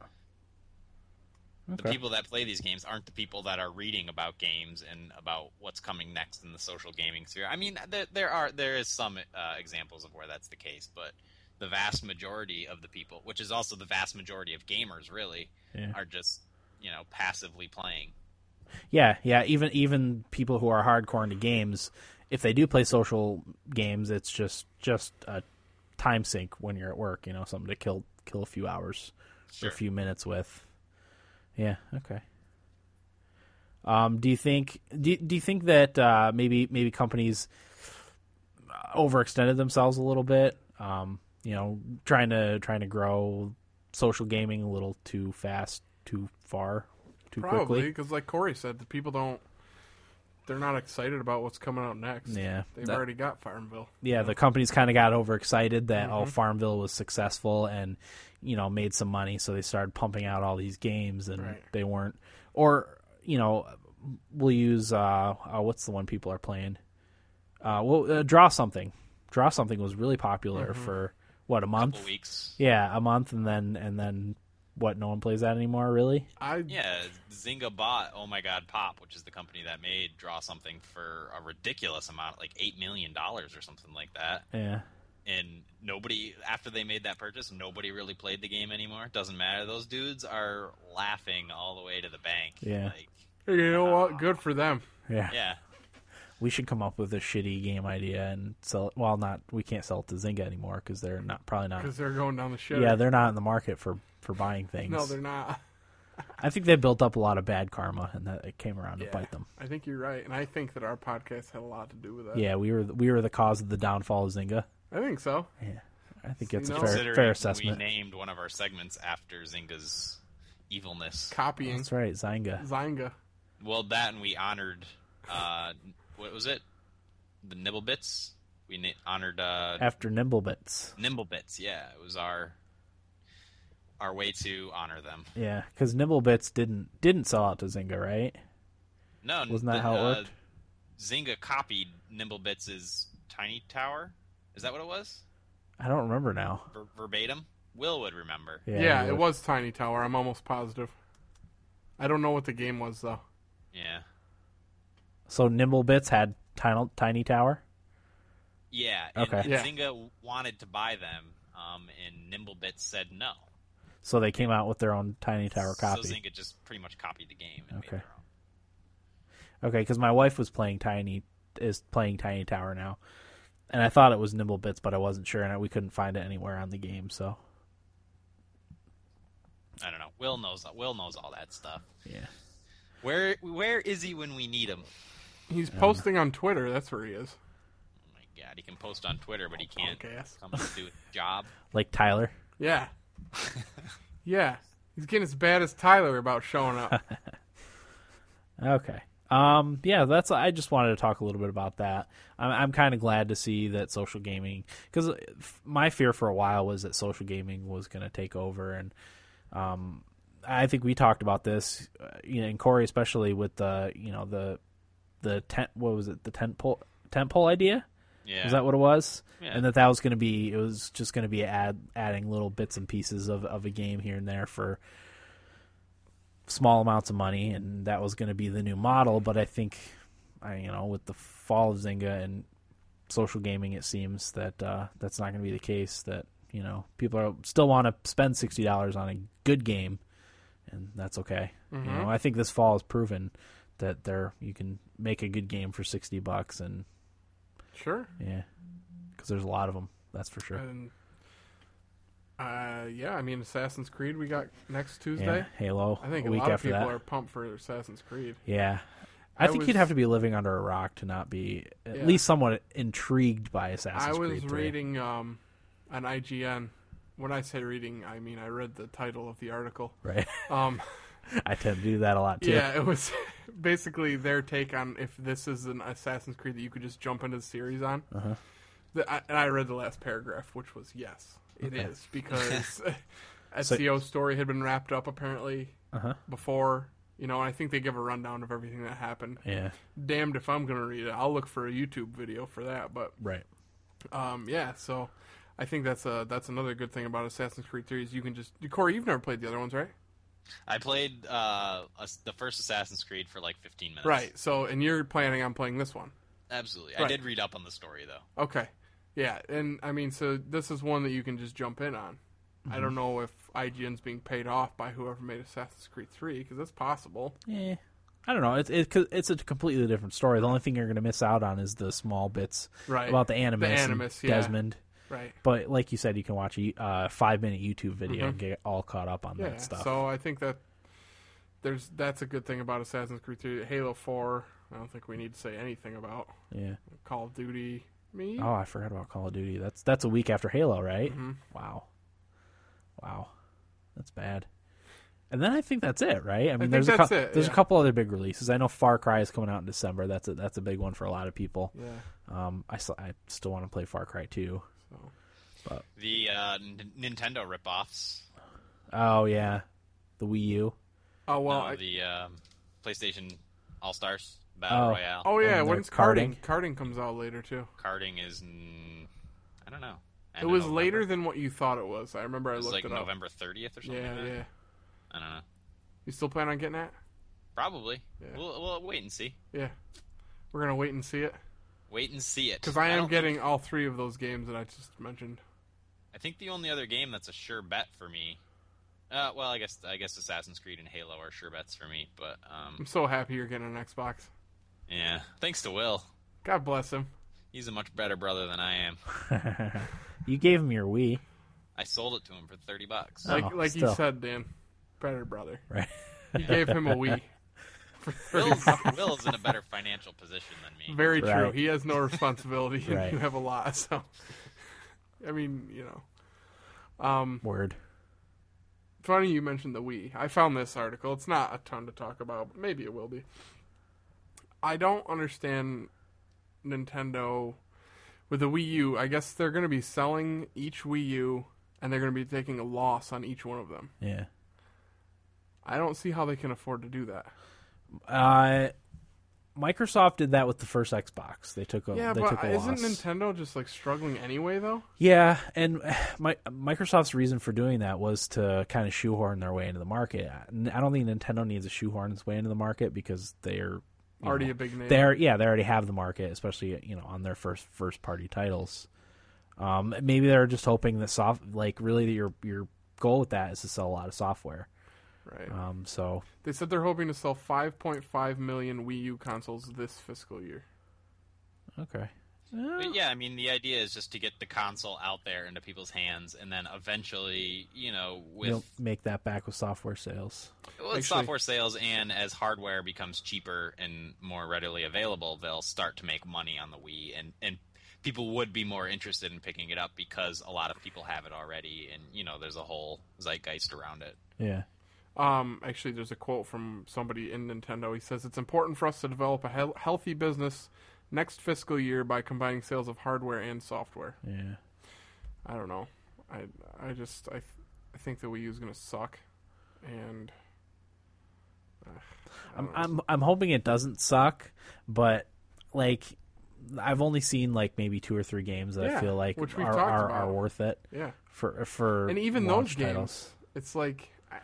[SPEAKER 3] The
[SPEAKER 1] Okay.
[SPEAKER 3] people that play these games aren't the people that are reading about games and about what's coming next in the social gaming sphere. I mean, there, there are there is some uh, examples of where that's the case, but the vast majority of the people, which is also the vast majority of gamers, really,
[SPEAKER 1] Yeah.
[SPEAKER 3] are just you know passively playing.
[SPEAKER 1] Yeah, yeah. Even even people who are hardcore into games, if they do play social games, it's just just a time sink when you're at work. You know, something to kill kill a few hours or a
[SPEAKER 3] Sure.
[SPEAKER 1] few minutes with. Yeah. Okay. Um, do you think do, do you think that uh, maybe maybe companies uh, overextended themselves a little bit? Um, you know, trying to trying to grow social gaming a little too fast, too far, too
[SPEAKER 2] Probably
[SPEAKER 1] quickly.
[SPEAKER 2] because, like Corey said, the people don't. They're not excited about what's coming out next.
[SPEAKER 1] Yeah.
[SPEAKER 2] They've
[SPEAKER 1] That-
[SPEAKER 2] already got Farmville.
[SPEAKER 1] yeah, the companies kind of got overexcited that oh Farmville was successful and you know made some money, so they started pumping out all these games and
[SPEAKER 2] Right.
[SPEAKER 1] they weren't. Or you know, we'll use uh, uh what's the one people are playing? Uh, well, uh, draw something. Draw something was really popular for what a month.
[SPEAKER 3] Couple weeks.
[SPEAKER 1] Yeah, a month, and then and then what? No one plays that anymore, really.
[SPEAKER 2] I
[SPEAKER 3] Yeah, Zynga bought Oh My God Pop, which is the company that made Draw Something for a ridiculous amount, like $8 million or something like that.
[SPEAKER 1] Yeah,
[SPEAKER 3] And nobody, after they made that purchase, nobody really played the game anymore. Doesn't matter. Those dudes are laughing all the way to the bank.
[SPEAKER 1] Yeah.
[SPEAKER 3] Like,
[SPEAKER 2] You know what? Good for them.
[SPEAKER 1] yeah.
[SPEAKER 3] yeah.
[SPEAKER 1] We should come up with a shitty game idea and sell it. Well, not we can't sell it to Zynga anymore because they're not probably not
[SPEAKER 2] Because they're going down the shit.
[SPEAKER 1] Yeah, they're not in the market for for buying things.
[SPEAKER 2] no, they're not.
[SPEAKER 1] I think they built up a lot of bad karma, and that it came around to bite them.
[SPEAKER 2] I think you're right, and I think that our podcast had a lot to do with that.
[SPEAKER 1] Yeah, we were we were the cause of the downfall of Zynga.
[SPEAKER 2] I think so.
[SPEAKER 1] I think it's
[SPEAKER 2] You
[SPEAKER 1] a
[SPEAKER 2] know,
[SPEAKER 1] (laughs) fair,
[SPEAKER 3] Considering
[SPEAKER 1] fair assessment.
[SPEAKER 3] We named one of our segments after Zynga's evilness.
[SPEAKER 2] Copying
[SPEAKER 1] That's right, Zynga.
[SPEAKER 2] Zynga.
[SPEAKER 3] Well, that and we honored, uh, what was it? The Nibblebits? We na- honored uh,
[SPEAKER 1] After Nimblebits,
[SPEAKER 3] Nimblebits, yeah, it was our our way to honor them.
[SPEAKER 1] yeah, because Nimblebits didn't didn't sell out to Zynga, right?
[SPEAKER 3] No, n-
[SPEAKER 1] Wasn't that how it
[SPEAKER 3] uh,
[SPEAKER 1] worked?
[SPEAKER 3] Zynga copied Nimblebits' Tiny Tower. Is that what it was?
[SPEAKER 1] I don't remember now.
[SPEAKER 3] Ver- verbatim. Will would remember.
[SPEAKER 1] Yeah,
[SPEAKER 2] Yeah,
[SPEAKER 1] we
[SPEAKER 2] it
[SPEAKER 1] were-
[SPEAKER 2] was Tiny Tower. I'm almost positive. I don't know what the game was though.
[SPEAKER 3] Yeah.
[SPEAKER 1] So Nimblebits had Tiny, Tiny Tower.
[SPEAKER 3] Yeah. and-
[SPEAKER 1] Okay.
[SPEAKER 3] and
[SPEAKER 2] Yeah.
[SPEAKER 3] Zynga wanted to buy them, um, and Nimblebits said no.
[SPEAKER 1] So they came out with their own Tiny Tower copy.
[SPEAKER 3] So Zynga just pretty much copied the game and
[SPEAKER 1] Okay.
[SPEAKER 3] made their own.
[SPEAKER 1] Okay, because my wife was playing Tiny is playing Tiny Tower now, and I thought it was Nimble Bits, but I wasn't sure, and I- we couldn't find it anywhere on the game. So
[SPEAKER 3] I don't know. Will knows. Will knows all that stuff.
[SPEAKER 1] yeah,
[SPEAKER 3] Where Where is he when we need him?
[SPEAKER 2] He's posting on Twitter. That's where he is.
[SPEAKER 3] Oh my God, he can post on Twitter, but he can't
[SPEAKER 2] Podcast.
[SPEAKER 3] come to do his job.
[SPEAKER 1] like Tyler. (laughs)
[SPEAKER 2] Yeah. yeah. He's getting as bad as Tyler about showing up.
[SPEAKER 1] (laughs) Okay. Um. Yeah. That's. I just wanted to talk a little bit about that. I'm. I'm kind of glad to see that social gaming, because my fear for a while was that social gaming was going to take over, and um, I think we talked about this, uh, you know, and Corey especially with the, you know, the, the tent. What was it? The tent pole. Tent pole idea. (laughs)
[SPEAKER 3] Yeah.
[SPEAKER 1] Is that what it was?
[SPEAKER 3] Yeah.
[SPEAKER 1] And that that was going to be it was just going to be add adding little bits and pieces of of a game here and there for small amounts of money, and that was going to be the new model. But I think, I you know, with the fall of Zynga and social gaming, it seems that uh, that's not going to be the case. That you know, people are still want to spend sixty dollars on a good game, and that's okay.
[SPEAKER 3] Mm-hmm.
[SPEAKER 1] You know, I think this fall has proven that there you can make a good game for sixty bucks and
[SPEAKER 2] sure.
[SPEAKER 1] yeah, because there's a lot of them. That's for sure.
[SPEAKER 2] And uh, yeah, I mean Assassin's Creed we got next Tuesday.
[SPEAKER 1] Yeah, Halo.
[SPEAKER 2] I think
[SPEAKER 1] a
[SPEAKER 2] a
[SPEAKER 1] week
[SPEAKER 2] lot of
[SPEAKER 1] after
[SPEAKER 2] people
[SPEAKER 1] that.
[SPEAKER 2] are pumped for Assassin's Creed.
[SPEAKER 1] Yeah, I,
[SPEAKER 2] I
[SPEAKER 1] think
[SPEAKER 2] was-
[SPEAKER 1] you'd have to be living under a rock to not be at
[SPEAKER 2] Yeah.
[SPEAKER 1] least somewhat intrigued by Assassin's
[SPEAKER 2] I was
[SPEAKER 1] Creed 3.
[SPEAKER 2] reading um, on IGN. When I say reading, I mean I read the title of the article.
[SPEAKER 1] (laughs) Right.
[SPEAKER 2] Um, (laughs)
[SPEAKER 1] I tend to do that a lot too.
[SPEAKER 2] yeah, it was (laughs) basically their take on if this is an Assassin's Creed that you could just jump into the series on.
[SPEAKER 1] Uh-huh.
[SPEAKER 2] The- I, and I read the last paragraph, which was yes, it is
[SPEAKER 1] Okay. (laughs)
[SPEAKER 2] because (laughs)
[SPEAKER 1] So-
[SPEAKER 2] Ezio's story had been wrapped up apparently
[SPEAKER 1] Uh-huh.
[SPEAKER 2] before. You know, I think they give a rundown of everything that happened.
[SPEAKER 1] Yeah.
[SPEAKER 2] Damned if I'm going to read it. I'll look for a YouTube video for that, but
[SPEAKER 1] Right.
[SPEAKER 2] um, yeah, so I think that's a that's another good thing about Assassin's Creed 3 is you can just Corey, you've never played the other ones, right?
[SPEAKER 3] I played uh, a, the first Assassin's Creed for like 15 minutes.
[SPEAKER 2] Right. So, and you're planning on playing this one.
[SPEAKER 3] Absolutely. I
[SPEAKER 2] Right.
[SPEAKER 3] did read up on the story though.
[SPEAKER 2] Okay. Yeah, and I mean, so this is one that you can just jump in on. I
[SPEAKER 1] Mm-hmm.
[SPEAKER 2] don't know if IGN's being paid off by whoever made Assassin's Creed 3 because that's possible.
[SPEAKER 1] Yeah. Eh, I don't know. It's it, 'cause it's a completely different story. The only thing you're going to miss out on is the small bits
[SPEAKER 2] Right.
[SPEAKER 1] about the animus, and
[SPEAKER 2] animus, yeah.
[SPEAKER 1] Desmond.
[SPEAKER 2] Right.
[SPEAKER 1] But like you said, you can watch a uh, five minute YouTube video and get all caught up on
[SPEAKER 2] Mm-hmm. Yeah.
[SPEAKER 1] that stuff.
[SPEAKER 2] So I think that there's that's a good thing about Assassin's Creed 3. Halo 4, I don't think we need to say anything about.
[SPEAKER 1] yeah.
[SPEAKER 2] Call of Duty, me?
[SPEAKER 1] Oh, I forgot about Call of Duty. That's that's a week after Halo, right?
[SPEAKER 2] Mm-hmm.
[SPEAKER 1] Wow, wow, that's bad. And then I think that's it, right? I mean,
[SPEAKER 2] think
[SPEAKER 1] there's a
[SPEAKER 2] that's
[SPEAKER 1] cou-
[SPEAKER 2] it,
[SPEAKER 1] there's a
[SPEAKER 2] yeah.
[SPEAKER 1] couple other big releases. I know Far Cry is coming out in December. That's a that's a big one for a lot of people.
[SPEAKER 2] Yeah.
[SPEAKER 1] Um, I still I still want to play Far Cry too.
[SPEAKER 2] So
[SPEAKER 3] The uh, N- Nintendo ripoffs.
[SPEAKER 1] Oh yeah, the Wii U. (laughs)
[SPEAKER 2] Oh well.
[SPEAKER 3] no,
[SPEAKER 2] I,
[SPEAKER 3] the um, PlayStation All Stars Battle
[SPEAKER 1] Oh.
[SPEAKER 3] Royale.
[SPEAKER 2] oh yeah.
[SPEAKER 1] and their
[SPEAKER 2] When's karting? Karting comes out later too.
[SPEAKER 3] Karting is, mm, I don't know.
[SPEAKER 2] it was later than what you thought it was. I remember I
[SPEAKER 3] It was
[SPEAKER 2] looked
[SPEAKER 3] like
[SPEAKER 2] it up.
[SPEAKER 3] November 30th or something.
[SPEAKER 2] Yeah,
[SPEAKER 3] like that.
[SPEAKER 2] yeah.
[SPEAKER 3] I don't know.
[SPEAKER 2] You still plan on getting that?
[SPEAKER 3] Probably.
[SPEAKER 2] Yeah.
[SPEAKER 3] We'll, we'll wait and see.
[SPEAKER 2] Yeah. We're gonna wait and see it
[SPEAKER 3] Wait and see it.
[SPEAKER 2] because I am
[SPEAKER 3] don't
[SPEAKER 2] getting
[SPEAKER 3] Think,
[SPEAKER 2] all three of those games that I just mentioned.
[SPEAKER 3] I think the only other game that's a sure bet for me. Uh, well, I guess I guess Assassin's Creed and Halo are sure bets for me, but
[SPEAKER 2] I'm (laughs)
[SPEAKER 3] um,
[SPEAKER 2] so happy you're getting an Xbox.
[SPEAKER 3] yeah. Thanks to Will,
[SPEAKER 2] God bless him.
[SPEAKER 3] he's a much better brother than I am.
[SPEAKER 1] You gave him your Wii,
[SPEAKER 3] I sold it to him for thirty bucks.
[SPEAKER 1] Oh,
[SPEAKER 2] Like like
[SPEAKER 1] still.
[SPEAKER 2] you said, Dan,
[SPEAKER 1] (laughs)
[SPEAKER 2] better brother.
[SPEAKER 1] right?
[SPEAKER 2] You gave him a Wii. For
[SPEAKER 3] Will's,
[SPEAKER 2] 30 bucks.
[SPEAKER 3] Will's in a better financial position than me.
[SPEAKER 2] Very true.
[SPEAKER 1] Right.
[SPEAKER 2] He has no responsibility, and
[SPEAKER 1] Right.
[SPEAKER 2] you have a lot. So, I mean, you know. Um,
[SPEAKER 1] Word.
[SPEAKER 2] funny you mentioned the Wii. I found this article. It's not a ton to talk about, but maybe it will be. I don't understand Nintendo with the Wii U. I guess they're going to be selling each Wii U and they're going to be taking a loss on each one of them.
[SPEAKER 1] Yeah.
[SPEAKER 2] I don't see how they can afford to do that.
[SPEAKER 1] Uh, Microsoft did that with the first Xbox. They took a
[SPEAKER 2] Yeah,
[SPEAKER 1] they took
[SPEAKER 2] but
[SPEAKER 1] a
[SPEAKER 2] isn't
[SPEAKER 1] loss.
[SPEAKER 2] Nintendo just like struggling anyway though?
[SPEAKER 1] Yeah, and (sighs) my, Microsoft's reason for doing that was to kind of shoehorn their way into the market. N- I don't think Nintendo needs to shoehorn its way into the market because they're you
[SPEAKER 2] Already
[SPEAKER 1] know,
[SPEAKER 2] a big name.
[SPEAKER 1] they're yeah they already have the market, especially you know on their first first party titles. Um, maybe they're just hoping that soft like really that your your goal with that is to sell a lot of software.
[SPEAKER 2] Right.
[SPEAKER 1] Um, so
[SPEAKER 2] They said they're hoping to sell 5.5 million Wii U consoles this fiscal year.
[SPEAKER 1] okay,
[SPEAKER 3] But yeah, I mean, the idea is just to get the console out there into people's hands, and then eventually, you know, with
[SPEAKER 1] you'll make that back with software sales.
[SPEAKER 3] well, it's
[SPEAKER 2] Actually-
[SPEAKER 3] software sales and as hardware becomes cheaper and more readily available, they'll start to make money on the Wii, and and people would be more interested in picking it up because a lot of people have it already, and you know, there's a whole zeitgeist around it.
[SPEAKER 1] Yeah,
[SPEAKER 2] Um, actually, there's a quote from somebody in Nintendo. He says, It's important for us to develop a hel- healthy business next fiscal year by combining sales of hardware and software.
[SPEAKER 1] yeah.
[SPEAKER 2] I don't know. I, I just, I, th- I think the Wii U is going to suck. And
[SPEAKER 1] I'm, I'm I'm hoping it doesn't suck, but like I've only seen like maybe two or three games that I
[SPEAKER 2] Yeah,
[SPEAKER 1] feel like
[SPEAKER 2] which we've
[SPEAKER 1] are
[SPEAKER 2] talked
[SPEAKER 1] are,
[SPEAKER 2] about.
[SPEAKER 1] are worth it
[SPEAKER 2] yeah.
[SPEAKER 1] for for
[SPEAKER 2] And even those
[SPEAKER 1] launch
[SPEAKER 2] games,
[SPEAKER 1] titles.
[SPEAKER 2] it's like, I-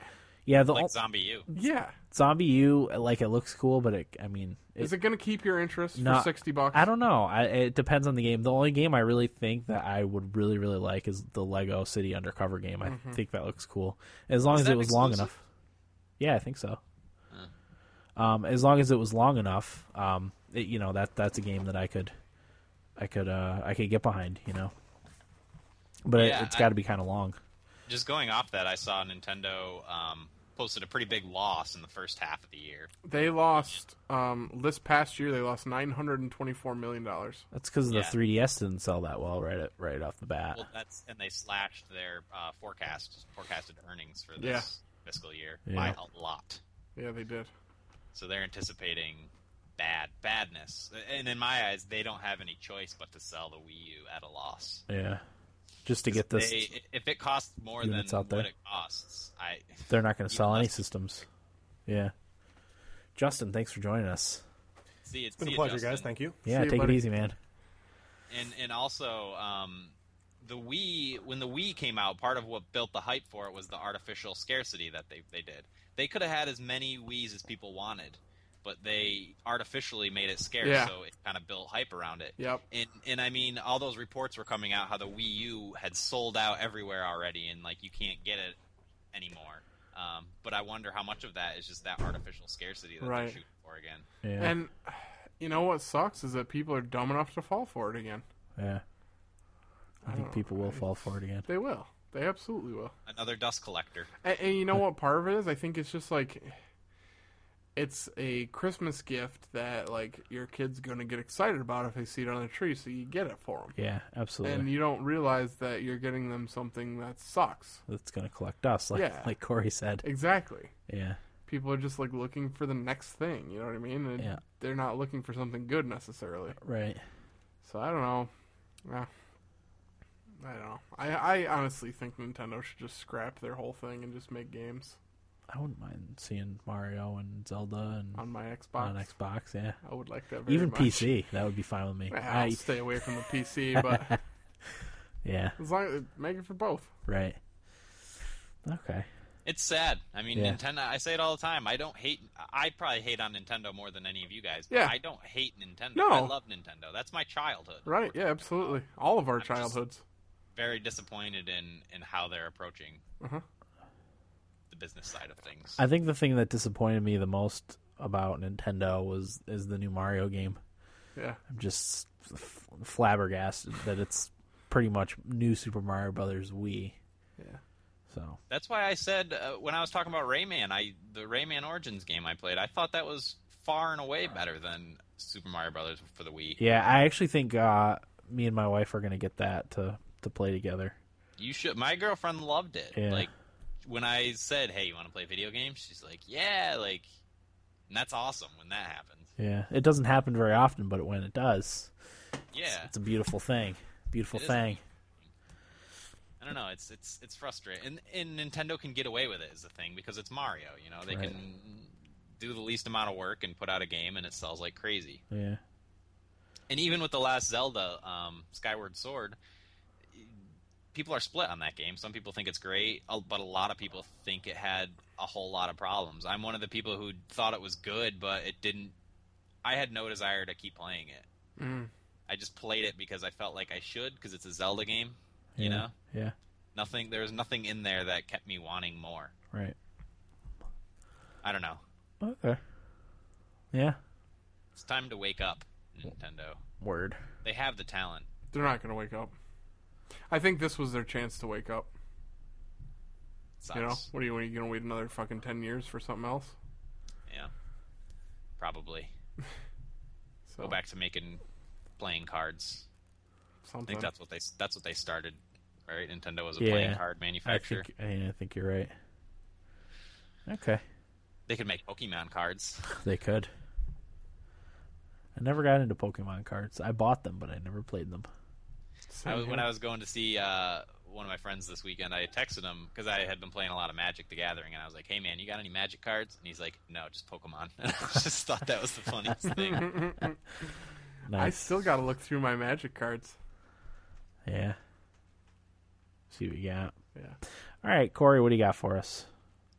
[SPEAKER 1] Yeah, the
[SPEAKER 3] Like
[SPEAKER 1] o-
[SPEAKER 3] Zombie U.
[SPEAKER 2] yeah.
[SPEAKER 1] Zombie U like it looks cool, but it I mean
[SPEAKER 2] Is it going to keep your interest
[SPEAKER 1] No,
[SPEAKER 2] for 60 bucks?
[SPEAKER 1] I don't know. I, it depends on the game. The only game I really think that I would really really like is the Lego City Undercover game. I think that looks cool. As long
[SPEAKER 3] Is
[SPEAKER 1] as
[SPEAKER 3] Mm-hmm. that
[SPEAKER 1] it was long
[SPEAKER 3] exclusive?
[SPEAKER 1] enough. Yeah, I think so. Um, as long as it was long enough, um, it, you know that that's a game that I could, I could, uh, I could get behind. You know, but
[SPEAKER 3] Yeah,
[SPEAKER 1] it, it's
[SPEAKER 3] I-
[SPEAKER 1] got to be kind of long.
[SPEAKER 3] Just going off that, I saw Nintendo um, posted a pretty big loss in the first half of the year.
[SPEAKER 2] They lost, um, this past year, they lost $924 million.
[SPEAKER 1] That's because
[SPEAKER 3] Yeah.
[SPEAKER 1] the 3ds didn't sell that well right at, right off the bat.
[SPEAKER 3] Well, that's and they slashed their uh, forecast forecasted earnings for this fiscal year
[SPEAKER 1] Yeah.
[SPEAKER 3] by a lot.
[SPEAKER 2] Yeah, they did.
[SPEAKER 3] So they're anticipating bad badness. And in my eyes, they don't have any choice but to sell the Wii U at a loss.
[SPEAKER 1] yeah, just to get this,
[SPEAKER 3] They,
[SPEAKER 1] they,
[SPEAKER 3] if it costs more than
[SPEAKER 1] Units out there.
[SPEAKER 3] what it costs, I (laughs)
[SPEAKER 1] are not going to
[SPEAKER 3] even
[SPEAKER 1] sell any
[SPEAKER 3] less-
[SPEAKER 1] systems. Yeah, Justin, thanks for joining us.
[SPEAKER 3] see it's
[SPEAKER 4] It's been a pleasure, guys. Thank you.
[SPEAKER 1] Yeah,
[SPEAKER 2] See you,
[SPEAKER 1] take
[SPEAKER 2] buddy.
[SPEAKER 1] it easy, man.
[SPEAKER 3] And and also, um, the Wii when the Wii came out, part of what built the hype for it was the artificial scarcity that they they did. They could have had as many Wii's as people wanted, but they artificially made it scarce,
[SPEAKER 2] Yeah.
[SPEAKER 3] so it kind of built hype around it.
[SPEAKER 2] Yep.
[SPEAKER 3] And and I mean, all those reports were coming out how the Wii U had sold out everywhere already, and like you can't get it anymore. Um, but I wonder how much of that is just that artificial scarcity that they're
[SPEAKER 2] Right.
[SPEAKER 3] shooting for again.
[SPEAKER 1] Yeah.
[SPEAKER 2] And you know what sucks is that people are dumb enough to fall for it again.
[SPEAKER 1] yeah. I, think
[SPEAKER 2] don't-
[SPEAKER 1] people will fall for it again.
[SPEAKER 2] They will. They absolutely will.
[SPEAKER 3] Another dust collector.
[SPEAKER 2] And, and you know what part of it is? I think it's just like it's a Christmas gift that like your kid's gonna get excited about if they see it on the tree, so you get it for them.
[SPEAKER 1] Yeah, absolutely.
[SPEAKER 2] And you don't realize that you're getting them something that sucks.
[SPEAKER 1] That's going to collect dust, like
[SPEAKER 2] Yeah.
[SPEAKER 1] like Corey said.
[SPEAKER 2] Exactly.
[SPEAKER 1] Yeah.
[SPEAKER 2] People are just like looking for the next thing. You know what I mean? And
[SPEAKER 1] Yeah.
[SPEAKER 2] They're not looking for something good necessarily.
[SPEAKER 1] Right.
[SPEAKER 2] So I don't know. Yeah. I don't know. I, I honestly think Nintendo should just scrap their whole thing and just make games
[SPEAKER 1] I wouldn't mind seeing Mario and Zelda and
[SPEAKER 2] on my Xbox.
[SPEAKER 1] on Xbox. Yeah.
[SPEAKER 2] I would like that very
[SPEAKER 1] Even
[SPEAKER 2] much.
[SPEAKER 1] PC, that would be fine with me.
[SPEAKER 2] Nah,
[SPEAKER 1] I-
[SPEAKER 2] I'll stay away from the PC, but
[SPEAKER 1] yeah.
[SPEAKER 2] as long as make it for both.
[SPEAKER 1] Right. Okay.
[SPEAKER 3] It's sad. I mean,
[SPEAKER 1] Yeah.
[SPEAKER 3] Nintendo. I say it all the time. I don't hate. I probably hate on Nintendo more than any of you guys. But
[SPEAKER 2] Yeah.
[SPEAKER 3] I don't hate Nintendo.
[SPEAKER 2] No.
[SPEAKER 3] I love Nintendo. That's my childhood.
[SPEAKER 2] Right? Yeah, absolutely. All of our
[SPEAKER 3] just-
[SPEAKER 2] childhoods.
[SPEAKER 3] Very disappointed in in how they're approaching
[SPEAKER 2] Uh-huh.
[SPEAKER 3] the business side of things.
[SPEAKER 1] I think the thing that disappointed me the most about Nintendo was is the new Mario game.
[SPEAKER 2] Yeah.
[SPEAKER 1] I'm just f- flabbergasted that it's pretty much new Super Mario Brothers Wii.
[SPEAKER 2] Yeah.
[SPEAKER 1] So
[SPEAKER 3] That's why I said uh, when I was talking about Rayman, I the Rayman Origins game I played. I thought that was far and away better than Super Mario Brothers for the Wii.
[SPEAKER 1] yeah, I actually think uh, me and my wife are gonna get that to to play together.
[SPEAKER 3] You should. My girlfriend loved it.
[SPEAKER 1] Yeah.
[SPEAKER 3] Like when I said, "Hey, you want to play video games?" She's like, "Yeah." Like, and that's awesome when that happens.
[SPEAKER 1] Yeah, it doesn't happen very often, but when it does,
[SPEAKER 3] Yeah.
[SPEAKER 1] it's a beautiful thing. Beautiful
[SPEAKER 3] It is.
[SPEAKER 1] thing.
[SPEAKER 3] I don't know. It's it's it's frustrating, and, and Nintendo can get away with it is the thing because it's Mario. You know, they
[SPEAKER 1] Right.
[SPEAKER 3] can do the least amount of work and put out a game, and it sells like crazy.
[SPEAKER 1] Yeah.
[SPEAKER 3] And even with the last Zelda, um, Skyward Sword, people are split on that game. Some people think it's great, a- but a lot of people think it had a whole lot of problems. I'm one of the people who thought it was good, but it didn't. I had no desire to keep playing it.
[SPEAKER 2] Mm.
[SPEAKER 3] I just played it because I felt like I should because it's a Zelda game.
[SPEAKER 1] yeah.
[SPEAKER 3] You know,
[SPEAKER 1] Yeah.
[SPEAKER 3] nothing. There was nothing in there that kept me wanting more.
[SPEAKER 1] Right.
[SPEAKER 3] I don't know.
[SPEAKER 1] Okay. Yeah.
[SPEAKER 3] It's time to wake up, Nintendo.
[SPEAKER 1] Word.
[SPEAKER 3] They have the talent.
[SPEAKER 2] They're not gonna wake up. I think this was their chance to wake up.
[SPEAKER 3] It sucks.
[SPEAKER 2] You know, what are you, what are you gonna wait another fucking ten years for something else?
[SPEAKER 3] Yeah. Probably.
[SPEAKER 2] So
[SPEAKER 3] Go back to making playing cards. I
[SPEAKER 2] something.
[SPEAKER 3] think that's what they that's what they started, right? Nintendo was a
[SPEAKER 1] Yeah.
[SPEAKER 3] playing card
[SPEAKER 1] I
[SPEAKER 3] manufacturer.
[SPEAKER 1] think, I, I think you're right. Okay.
[SPEAKER 3] They could make
[SPEAKER 1] (laughs)
[SPEAKER 3] Pokemon cards.
[SPEAKER 1] They could. I never got into Pokemon cards. I bought them, but I never played them.
[SPEAKER 2] Same
[SPEAKER 3] I was, when
[SPEAKER 2] here.
[SPEAKER 3] I was going to see uh, one of my friends this weekend, I texted him because I had been playing a lot of Magic: The Gathering, and I was like, "Hey man, you got any Magic cards?" And he's like, "No, just Pokemon." (laughs) And I just thought that was the funniest thing.
[SPEAKER 1] Nice.
[SPEAKER 2] I still gotta look through my magic cards. (laughs)
[SPEAKER 1] Yeah. See what you got.
[SPEAKER 2] Yeah.
[SPEAKER 1] All right, Corey, what do you got for us?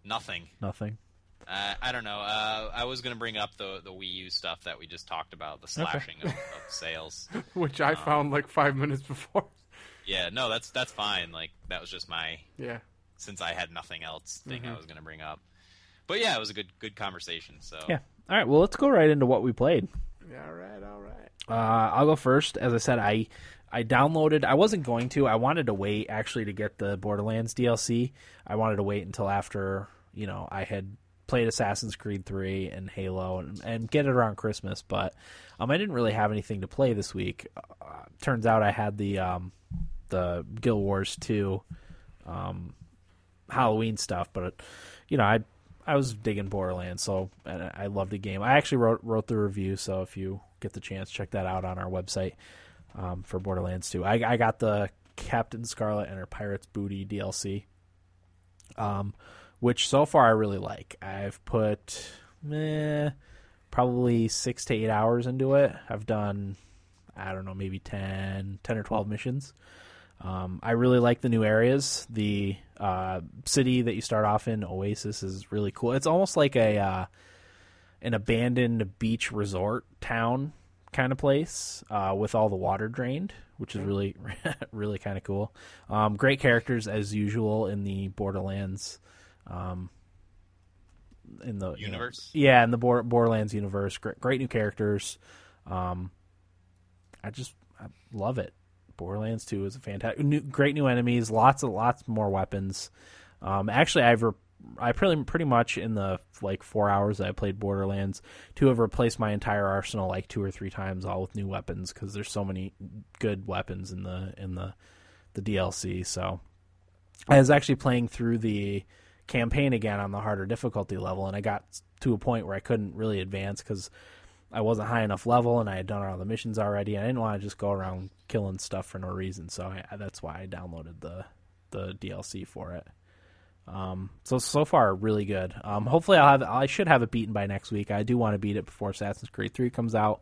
[SPEAKER 3] Nothing.
[SPEAKER 1] Nothing.
[SPEAKER 3] Uh, I don't know. Uh, I was going to bring up the the Wii U stuff that we just talked about, the slashing of, of sales.
[SPEAKER 2] Which
[SPEAKER 3] Oh.
[SPEAKER 2] I found like five minutes before. (laughs)
[SPEAKER 3] Yeah, no, that's that's fine. Like that was just my
[SPEAKER 2] Yeah.
[SPEAKER 3] since I had nothing else thing
[SPEAKER 1] Mm-hmm.
[SPEAKER 3] I was going to bring up. But yeah, it was a good good conversation. So
[SPEAKER 2] Oh.
[SPEAKER 1] Yeah. All right, well, let's go right into what we played.
[SPEAKER 2] Yeah, all right, all right.
[SPEAKER 1] Uh, I'll go first. As I said, I I downloaded. I wasn't going to. I wanted to wait actually to get the Borderlands DLC. I wanted to wait until after you know I had played Assassin's Creed three and Halo and, and get it around Christmas. But um, I didn't really have anything to play this week. Uh, turns out I had the um, the Guild Wars two Halloween stuff, but you know, I I was digging Borderlands, so and I I loved the game. I actually wrote wrote the review, so if you get the chance, check that out on our website um, for Borderlands 2. I, I got the Captain Scarlet and her Pirates Booty DLC, um, which so far I really like. I've put meh, probably six to eight hours into it. I've done I don't know maybe 10, 10 or twelve missions. Um, I really like the new areas. The uh, city that you start off in, Oasis, is really cool. It's almost like a uh, an abandoned beach resort town kind of place uh, with all the water drained, which is really (laughs) really kind of cool. Um, great characters as usual in the Borderlands. Um, in the you know-
[SPEAKER 3] Universe?
[SPEAKER 1] yeah, in the Bor- Borderlands universe, great, great new characters. Um, I just I love it. Borderlands Two is a fantastic, new, great new enemies, lots and lots more weapons. Um, actually, I've re- I pretty pretty much in the like four hours that I played Borderlands to have replaced my entire arsenal like two or three times, all with new weapons because there's so many good weapons in the in the the DLC. So I was actually playing through the campaign again on the harder difficulty level, and I got to a point where I couldn't really advance because I wasn't high enough level, and I had done all the missions already. And I didn't want to just go around killing stuff for no reason, so I, that's why I downloaded the the DLC for it. Um, so so far, really good. Um, hopefully, I'll have I should have it beaten by next week. I do want to beat it before Assassin's Creed Three comes out.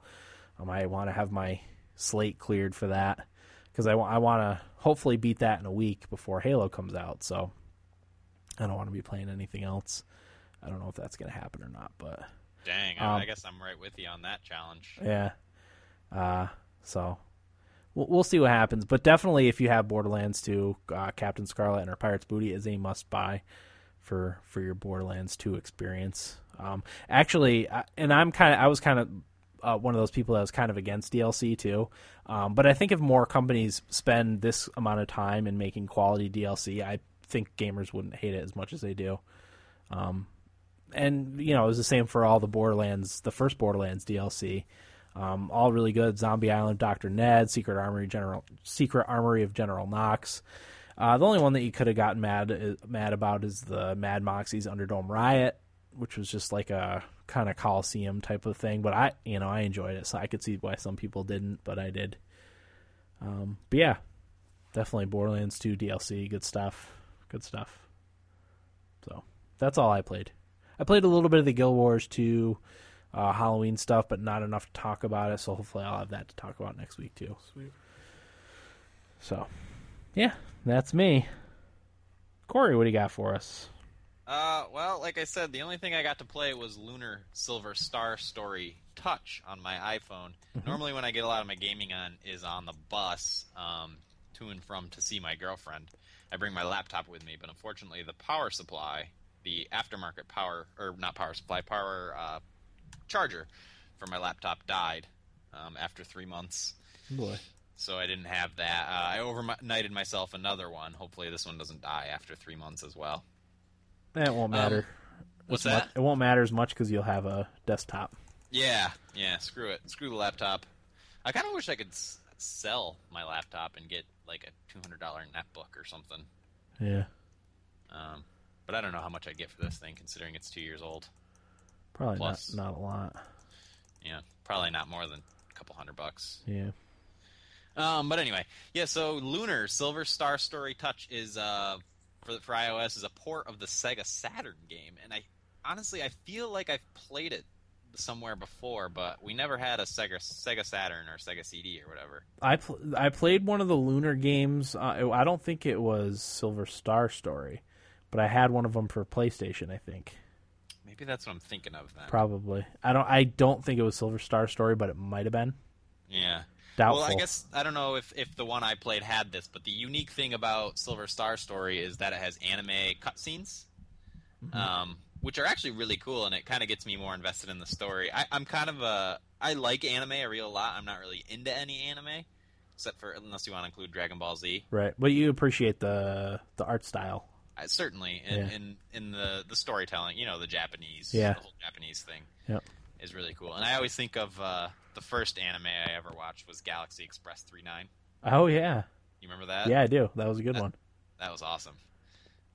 [SPEAKER 1] Um, I want to have my slate cleared for that because I want to hopefully beat that in a week before Halo comes out. So I don't want to be playing anything else. I don't know if that's going to happen or not, but
[SPEAKER 3] Dang, I,
[SPEAKER 1] Um,
[SPEAKER 3] I guess I'm right with you on that challenge.
[SPEAKER 1] yeah. Uh, so we'll, we'll see what happens. But definitely, if you have Borderlands 2, uh, Captain Scarlet and her Pirate's Booty is a must buy for for your Borderlands 2 experience. Um, actually, I, and I'm kind of I was kind of uh, one of those people that was kind of against DLC too. Um, but I think if more companies spend this amount of time in making quality DLC, I think gamers wouldn't hate it as much as they do Um, and you know it was the same for all the Borderlands, the first Borderlands DLC. Um, all really good. Zombie Island, Doctor Ned, Secret Armory, General Secret Armory of General Knox. Uh, the only one that you could have gotten mad uh, mad about is the Mad Moxie's Underdome Riot, which was just like a kind of Coliseum type of thing. But I, you know, I enjoyed it, so I could see why some people didn't, but I did. Um, but yeah, definitely Borderlands 2 DLC, good stuff, good stuff. So that's all I played. I played a little bit of the Guild Wars 2 uh, Halloween stuff, but not enough to talk about it. So hopefully I'll have that to talk about next week too.
[SPEAKER 2] Sweet.
[SPEAKER 1] So, yeah, that's me. Corey, what do you got for us?
[SPEAKER 3] Uh, well, like I said, the only thing I got to play was Lunar Silver Star Story Touch on my iPhone. Normally, when I get a lot of my gaming on is on the bus um, to and from to see my girlfriend. I bring my laptop with me, but unfortunately, the power supply, the aftermarket power or not power supply, power uh, charger for my laptop died um, after three months
[SPEAKER 1] Boy.
[SPEAKER 3] so I didn't have that. Uh, I overnighted myself another one. Hopefully, this one doesn't die after three months as well.
[SPEAKER 1] That won't matter.
[SPEAKER 3] Um, What's
[SPEAKER 1] Mu-
[SPEAKER 3] that?
[SPEAKER 1] It won't matter as much because you'll have a desktop.
[SPEAKER 3] Yeah, yeah. Screw it. Screw the laptop. I kind of wish I could s- sell my laptop and get like a two hundred dollar netbook or something.
[SPEAKER 1] Yeah,
[SPEAKER 3] Um, but I don't know how much I'd get for this thing, considering it's two years old.
[SPEAKER 1] probably
[SPEAKER 3] Plus.
[SPEAKER 1] not. Not a lot.
[SPEAKER 3] Yeah, probably not more than a couple hundred bucks.
[SPEAKER 1] Yeah.
[SPEAKER 3] Um, but anyway, yeah. So Lunar Silver Star Story Touch is uh for for iOS is a port of the Sega Saturn game, and I honestly I feel like I've played it somewhere before, but we never had a Sega Sega Saturn or Sega CD or whatever.
[SPEAKER 1] I pl- I played one of the Lunar games. Uh, I don't think it was Silver Star Story, but I had one of them for PlayStation. I think.
[SPEAKER 3] Maybe that's what I'm thinking of then.
[SPEAKER 1] Probably. I don't. I don't think it was Silver Star Story, but it might have been.
[SPEAKER 3] Yeah.
[SPEAKER 1] Doubtful.
[SPEAKER 3] Well, I guess I don't know if, if the one I played had this, but the unique thing about Silver Star Story is that it has anime cutscenes,
[SPEAKER 1] Mm-hmm.
[SPEAKER 3] um, which are actually really cool, and it kind of gets me more invested in the story. I, I'm kind of a I like anime a real lot. I'm not really into any anime, except for unless you want to include Dragon Ball Z.
[SPEAKER 1] Right, but you appreciate the the art style.
[SPEAKER 3] I, certainly in,
[SPEAKER 1] Yeah.
[SPEAKER 3] in in the the storytelling, you know, the Japanese,
[SPEAKER 1] Yeah.
[SPEAKER 3] the whole Japanese thing
[SPEAKER 1] Yep.
[SPEAKER 3] is really cool. And I always think of uh, the first anime I ever watched was Galaxy Express 39.
[SPEAKER 1] Oh yeah,
[SPEAKER 3] You remember that?
[SPEAKER 1] yeah, I do. That was a good
[SPEAKER 3] uh,
[SPEAKER 1] one.
[SPEAKER 3] That was awesome.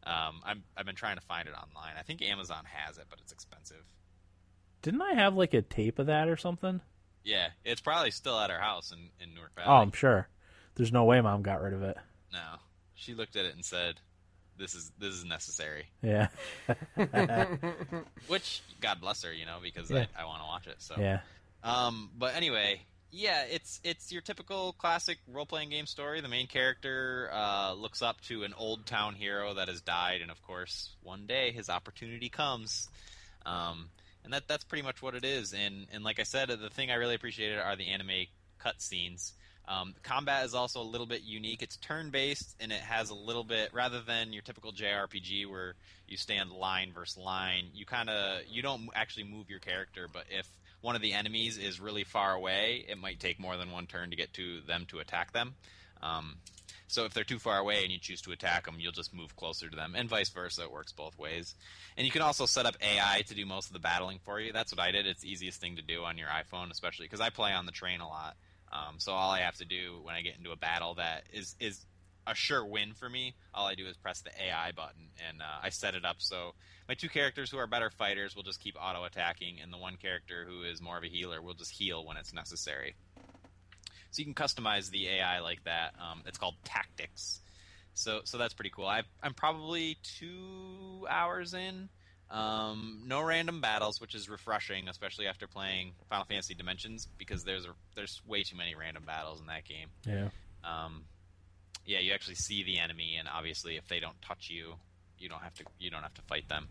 [SPEAKER 3] Um, I'm, I've been trying to find it online. I think Amazon has it, but it's expensive.
[SPEAKER 1] Didn't I have like a tape of that or
[SPEAKER 3] Uh,
[SPEAKER 1] something?
[SPEAKER 3] Yeah, it's probably still at her house in, in Newark Valley.
[SPEAKER 1] Oh, I'm sure. There's no way mom got rid of it.
[SPEAKER 3] No, she looked at it and said, "This is this is necessary."
[SPEAKER 1] Yeah,
[SPEAKER 3] Which God bless her, you know, because
[SPEAKER 1] Yeah.
[SPEAKER 3] I, I want to watch it. So
[SPEAKER 1] yeah.
[SPEAKER 3] Um, but anyway, yeah, it's it's your typical classic role playing game story. The main character uh, looks up to an old town hero that has died, and of course, one day his opportunity comes. Um, and that that's pretty much what it is. And and like I said, the thing I really appreciated are the anime cutscenes. Um, the combat is also a little bit unique. It's turn based, and it has a little bit rather than your typical JRPG where you stand line versus line. You kind of you don't actually move your character, but if one of the enemies is really far away, it might take more than one turn to get to them to attack them. Um, so if they're too far away and you choose to attack them, you'll just move closer to them, and vice versa. It works both ways. And you can also set up AI to do most of the battling for you. That's what I did. It's the easiest thing to do on your iPhone, especially because I play on the train a lot. Um, so all I have to do when I get into a battle that is is a sure win for me, all I do is press the AI button, and uh, I set it up so my two characters who are better fighters will just keep auto attacking, and the one character who is more of a healer will just heal when it's necessary. So you can customize the AI like that. Um, it's called Tactics. So so that's pretty cool. i I'm probably two hours in. Um, no random battles, which is refreshing, especially after playing Final Fantasy Dimensions, because there's a, there's way too many random battles in that game.
[SPEAKER 1] Yeah.
[SPEAKER 3] Um, yeah, you actually see the enemy, and obviously, if they don't touch you, you don't have to you don't have to fight them.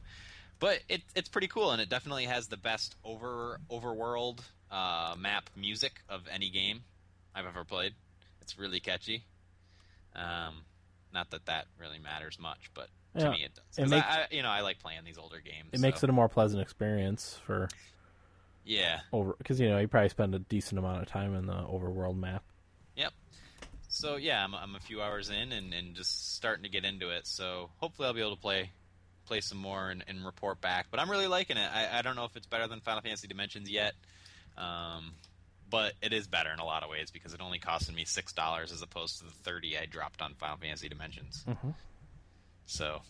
[SPEAKER 3] But it, it's pretty cool, and it definitely has the best over overworld uh, map music of any game I've ever played. It's really catchy. Um, not that that really matters much, but to
[SPEAKER 1] Yeah.
[SPEAKER 3] me it does.
[SPEAKER 1] It
[SPEAKER 3] 'Cause
[SPEAKER 1] makes-
[SPEAKER 3] I, I, you know, I like playing these older games.
[SPEAKER 1] It makes
[SPEAKER 3] so-
[SPEAKER 1] it a more pleasant experience for
[SPEAKER 3] yeah.
[SPEAKER 1] over because you know you probably spend a decent amount of time in the overworld map.
[SPEAKER 3] Yep. So yeah, I'm, I'm a few hours in and, and just starting to get into it. So hopefully I'll be able to play play some more and, and report back. But I'm really liking it. I, I don't know if it's better than Final Fantasy Dimensions yet, um, but it is better in a lot of ways because it only costed me six dollars as opposed to the thirty I dropped on Final Fantasy Dimensions. So.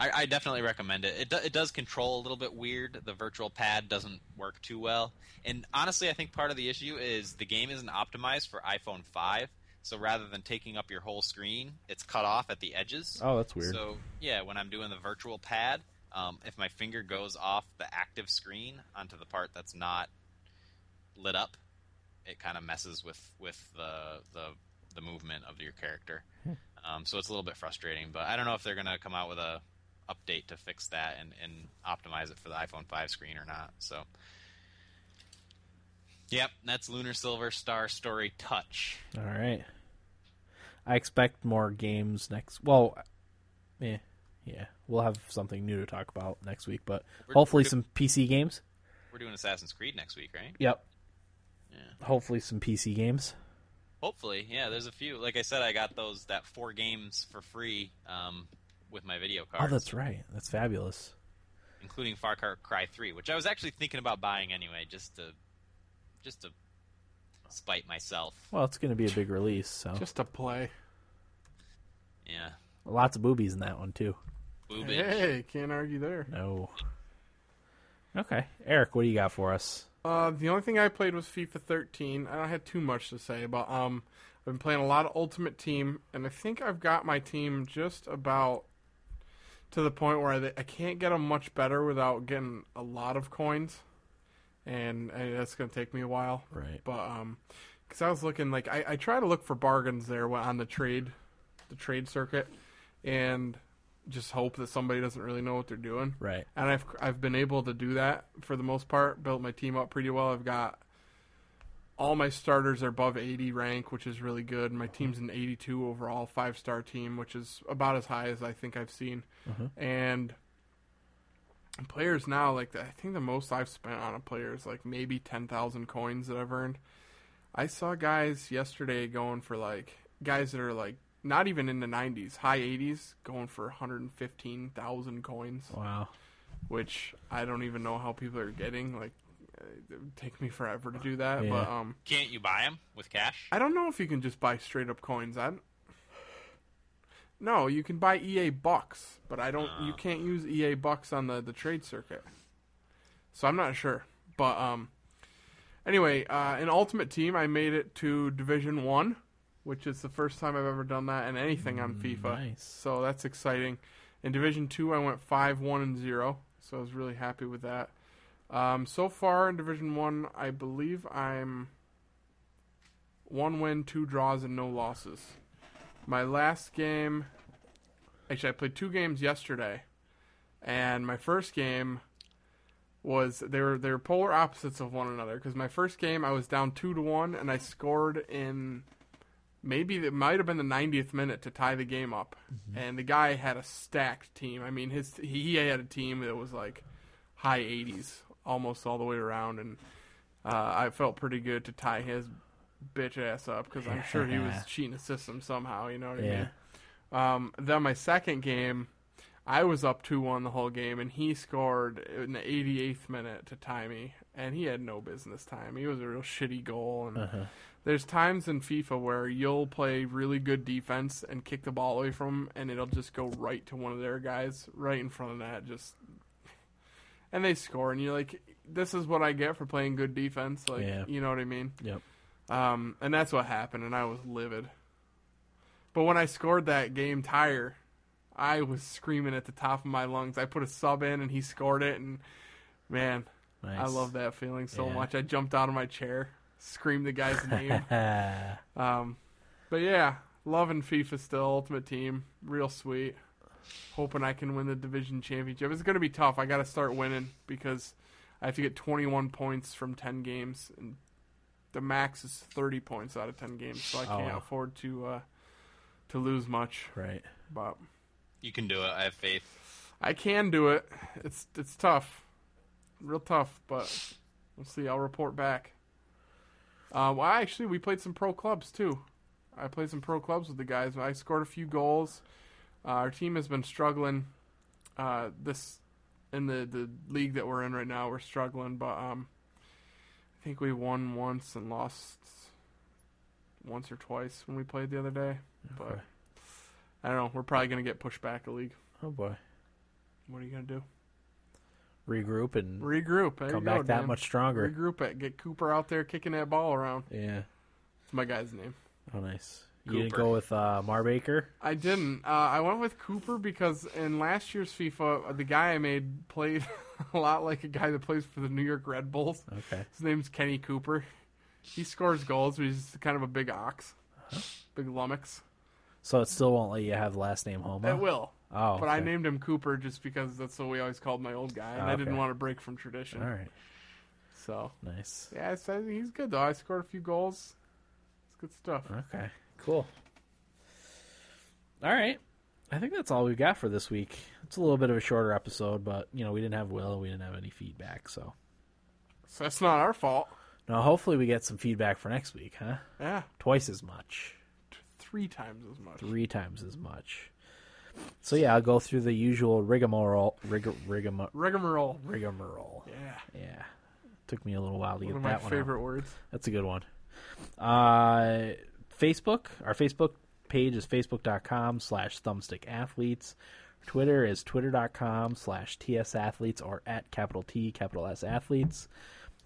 [SPEAKER 3] I, I definitely recommend it. It, do, it does control a little bit weird. The virtual pad doesn't work too well. And honestly, I think part of the issue is the game isn't optimized for iPhone 5. So rather than taking up your whole screen, it's cut off at the edges.
[SPEAKER 1] Oh, that's weird.
[SPEAKER 3] So yeah, when I'm doing the virtual pad, um, if my finger goes off the active screen onto the part that's not lit up, it kind of messes with with the the the movement of your character.
[SPEAKER 1] Hmm.
[SPEAKER 3] Um, so it's a little bit frustrating. But I don't know if they're gonna come out with a update to fix that and, and optimize it for the iPhone 5 screen or not. So. Yep, that's Lunar Silver Star Story Touch.
[SPEAKER 1] All right. I expect more games next. Well, yeah, yeah, we'll have something new to talk about next week, but
[SPEAKER 3] We're-
[SPEAKER 1] hopefully
[SPEAKER 3] we're-
[SPEAKER 1] some PC games.
[SPEAKER 3] We're doing Assassin's Creed next week, right?
[SPEAKER 1] Yep.
[SPEAKER 3] Yeah.
[SPEAKER 1] Hopefully some PC games.
[SPEAKER 3] Hopefully, yeah. There's a few. Like I said, I got those that four games for free um, with my video
[SPEAKER 1] Oh,
[SPEAKER 3] card,
[SPEAKER 1] that's right. That's fabulous.
[SPEAKER 3] including Far Cry Three, which I was actually thinking about buying anyway, just to just to spite myself.
[SPEAKER 1] Well, it's going to be a big release, so
[SPEAKER 2] Just to play.
[SPEAKER 3] Yeah,
[SPEAKER 1] lots of boobies in that one too.
[SPEAKER 3] boobage.
[SPEAKER 2] Hey, can't argue there.
[SPEAKER 1] No. Okay, Eric, what do you got for us?
[SPEAKER 2] Uh, the only thing I played was FIFA 13. I don't have too much to say about. Um, I've been playing a lot of Ultimate Team, and I think I've got my team just about to the point where I, I can't get them much better without getting a lot of coins, and, and that's going to take me a while.
[SPEAKER 1] Right.
[SPEAKER 2] But um, because I was looking like I, I try to look for bargains there when- on the trade, the trade circuit, and just hope that somebody doesn't really know what they're doing
[SPEAKER 1] Right.
[SPEAKER 2] and I've I've been able to do that for the most part. Built my team up pretty well. I've got all my starters are above 80 rank, which is really good. My team's an 82 overall five star team, which is about as high as I think I've seen. And players now, like I think the most I've spent on a player is like maybe 10,000 coins that I've earned. I saw guys yesterday going for like guys that are like not even in the 90s, high 80s, going for 115,000 coins
[SPEAKER 1] Wow.
[SPEAKER 2] which I don't even know how people are getting. Like, uh, it would take me forever to do that.
[SPEAKER 1] Yeah.
[SPEAKER 2] But um,
[SPEAKER 3] Can't you buy them with cash?
[SPEAKER 2] I don't know if you can just buy straight up coins. I don't- no, you can buy EA bucks, but I don't. You can't use EA bucks on the the trade circuit. So I'm not sure, but um, anyway, uh, in Ultimate Team, I made it to Division One, which is the first time I've ever done that in anything on FIFA.
[SPEAKER 1] nice.
[SPEAKER 2] So that's exciting. In Division Two, I went five one and zero, so I was really happy with that. Um, so far in Division One, I believe I'm one win, two draws, and no losses. My last game, actually, I played two games yesterday, and my first game was they were they were polar opposites of one another because my first game I was down two to one and I scored in maybe it might have been the 90th minute to tie the game up and the guy had a stacked team i mean his he he had a team that was like high 80s almost all the way around and uh, i felt pretty good to tie his bitch ass up because i'm sure he was cheating the system somehow you know what i
[SPEAKER 1] Yeah.
[SPEAKER 2] mean um, then my second game i was up 2-1 the whole game and he scored in the 88th minute to tie me and he had no business time he was a real shitty goal and
[SPEAKER 1] Uh-huh.
[SPEAKER 2] there's times in FIFA where you'll play really good defense and kick the ball away from 'em, and it'll just go right to one of their guys right in front of that just and they score and you're like this is what I get for playing good defense like
[SPEAKER 1] Yeah.
[SPEAKER 2] you know what I mean
[SPEAKER 1] Yep.
[SPEAKER 2] um, and that's what happened and I was livid but when I scored that game tire I was screaming at the top of my lungs I put a sub in and he scored it and man
[SPEAKER 1] Nice.
[SPEAKER 2] I love that feeling so
[SPEAKER 1] Yeah.
[SPEAKER 2] much I jumped out of my chair screamed
[SPEAKER 1] (laughs)
[SPEAKER 2] the guy's name
[SPEAKER 1] that.
[SPEAKER 2] um, but yeah, loving FIFA still. Ultimate Team, real sweet. Hoping I can win the division championship. It's gonna be tough. I gotta start winning because I have to get 21 points from 10 games, and the max is 30 points out of 10 games. So I
[SPEAKER 1] Oh,
[SPEAKER 2] can't
[SPEAKER 1] wow.
[SPEAKER 2] afford to uh, to lose much.
[SPEAKER 1] right.
[SPEAKER 2] But
[SPEAKER 3] You can do it. I have faith.
[SPEAKER 2] I can do it. It's it's tough, real tough. But we'll see. I'll report back. Uh, well, actually, we played some pro clubs too. I played some pro clubs with the guys. I scored a few goals. Uh, our team has been struggling. Uh, this in the the league that we're in right now, we're struggling. But um, I think we won once and lost once or twice when we played the other day. But
[SPEAKER 1] Okay.
[SPEAKER 2] I don't know. We're probably gonna get pushed back a league.
[SPEAKER 1] Oh boy.
[SPEAKER 2] What are you gonna do?
[SPEAKER 1] Regroup and
[SPEAKER 2] Regroup. There
[SPEAKER 1] come
[SPEAKER 2] you
[SPEAKER 1] back
[SPEAKER 2] go,
[SPEAKER 1] that
[SPEAKER 2] Dan.
[SPEAKER 1] much stronger.
[SPEAKER 2] Regroup it. Get Cooper out there kicking that ball around.
[SPEAKER 1] yeah.
[SPEAKER 2] It's my guy's name.
[SPEAKER 1] Oh, nice. You didn't
[SPEAKER 3] Cooper.
[SPEAKER 1] go with uh, Marbaker.
[SPEAKER 2] I didn't. Uh, I went with Cooper because in last year's FIFA, uh, the guy I made played (laughs) a lot like a guy that plays for the New York Red Bulls.
[SPEAKER 1] Okay.
[SPEAKER 2] His name's Kenny Cooper. He scores goals, but he's kind of a big ox, big lummox.
[SPEAKER 1] So it still won't let you have the last name Homo.
[SPEAKER 2] It will.
[SPEAKER 1] Oh,
[SPEAKER 2] But I
[SPEAKER 1] okay. Ah,
[SPEAKER 2] named him Cooper just because that's what we always called my old guy, and I didn't
[SPEAKER 1] Okay.
[SPEAKER 2] want to break from tradition.
[SPEAKER 1] All right.
[SPEAKER 2] So
[SPEAKER 1] Nice.
[SPEAKER 2] yeah, it's, I think he's good though. I scored a few goals. It's good stuff.
[SPEAKER 1] Okay. Cool. All right. I think that's all we've got for this week. It's a little bit of a shorter episode, but you know we didn't have Will, and we didn't have any feedback. So
[SPEAKER 2] So that's not our fault.
[SPEAKER 1] now hopefully we get some feedback for next week, huh?
[SPEAKER 2] Yeah,
[SPEAKER 1] Twice as much.
[SPEAKER 2] t- three times as much.
[SPEAKER 1] three times as much. So yeah, I'll go through the usual rigmarole, rigor, rigmarole,
[SPEAKER 2] Rigmarole.
[SPEAKER 1] rigmarole.
[SPEAKER 2] Yeah,
[SPEAKER 1] Yeah, took me a little while to
[SPEAKER 2] one
[SPEAKER 1] get
[SPEAKER 2] of my
[SPEAKER 1] that one. out.
[SPEAKER 2] favorite words.
[SPEAKER 1] That's a good one. Uh, Facebook, our Facebook page is facebook.com slash thumbstickathletes. Twitter is twitter.com slash tsathletes or at capital T, capital S athletes.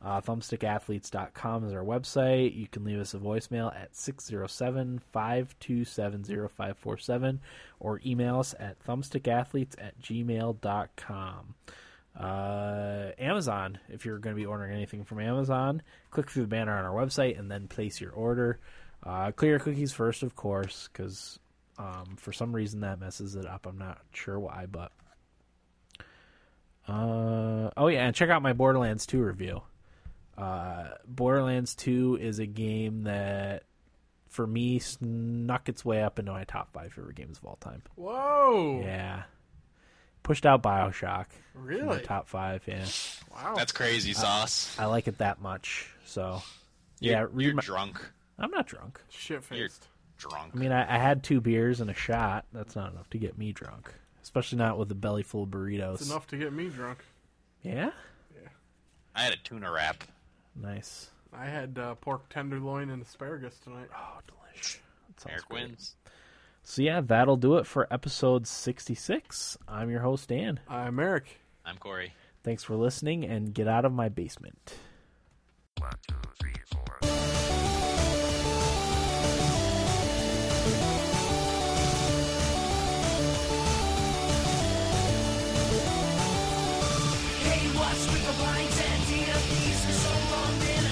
[SPEAKER 1] Uh, thumbstickathletes.com is our website. You can leave us a voicemail at 607-527-0547 or email us at thumbstickathletes at gmail.com uh, Amazon. If you're going to be ordering anything from Amazon, click through the banner on our website and then place your order. Uh, clear your cookies first, of course, because um, for some reason that messes it up. I'm not sure why, but uh, oh yeah, and check out my Borderlands 2 review. Uh, Borderlands 2 is a game that, for me, snuck its way up into my top five favorite games of all time.
[SPEAKER 2] Whoa!
[SPEAKER 1] Yeah, pushed out Bioshock. in the
[SPEAKER 2] really?
[SPEAKER 1] top five. Yeah,
[SPEAKER 2] Wow.
[SPEAKER 3] That's crazy, Sauce.
[SPEAKER 1] I like it that much. So,
[SPEAKER 3] You're-
[SPEAKER 1] Uh, yeah, read
[SPEAKER 3] you're
[SPEAKER 1] my-
[SPEAKER 3] drunk.
[SPEAKER 1] I'm not drunk.
[SPEAKER 2] shit
[SPEAKER 3] You're
[SPEAKER 2] faced.
[SPEAKER 3] drunk.
[SPEAKER 1] I mean, I, I had two beers and a shot. That's not enough to get me drunk, especially not with a belly full of burritos.
[SPEAKER 2] It's enough to get me drunk.
[SPEAKER 1] Yeah,
[SPEAKER 3] I had a tuna wrap.
[SPEAKER 1] nice.
[SPEAKER 2] I had uh, pork tenderloin and asparagus tonight.
[SPEAKER 1] Oh, delish. That sounds
[SPEAKER 3] Eric
[SPEAKER 1] great.
[SPEAKER 3] wins.
[SPEAKER 1] So yeah, that'll do it for episode 66. I'm your host Dan.
[SPEAKER 2] I'm Eric.
[SPEAKER 3] I'm Corey.
[SPEAKER 1] Thanks for listening, and get out of my basement.
[SPEAKER 5] One, two, three, four.
[SPEAKER 6] Hey, what's with the blinds and DLPs for so long? Then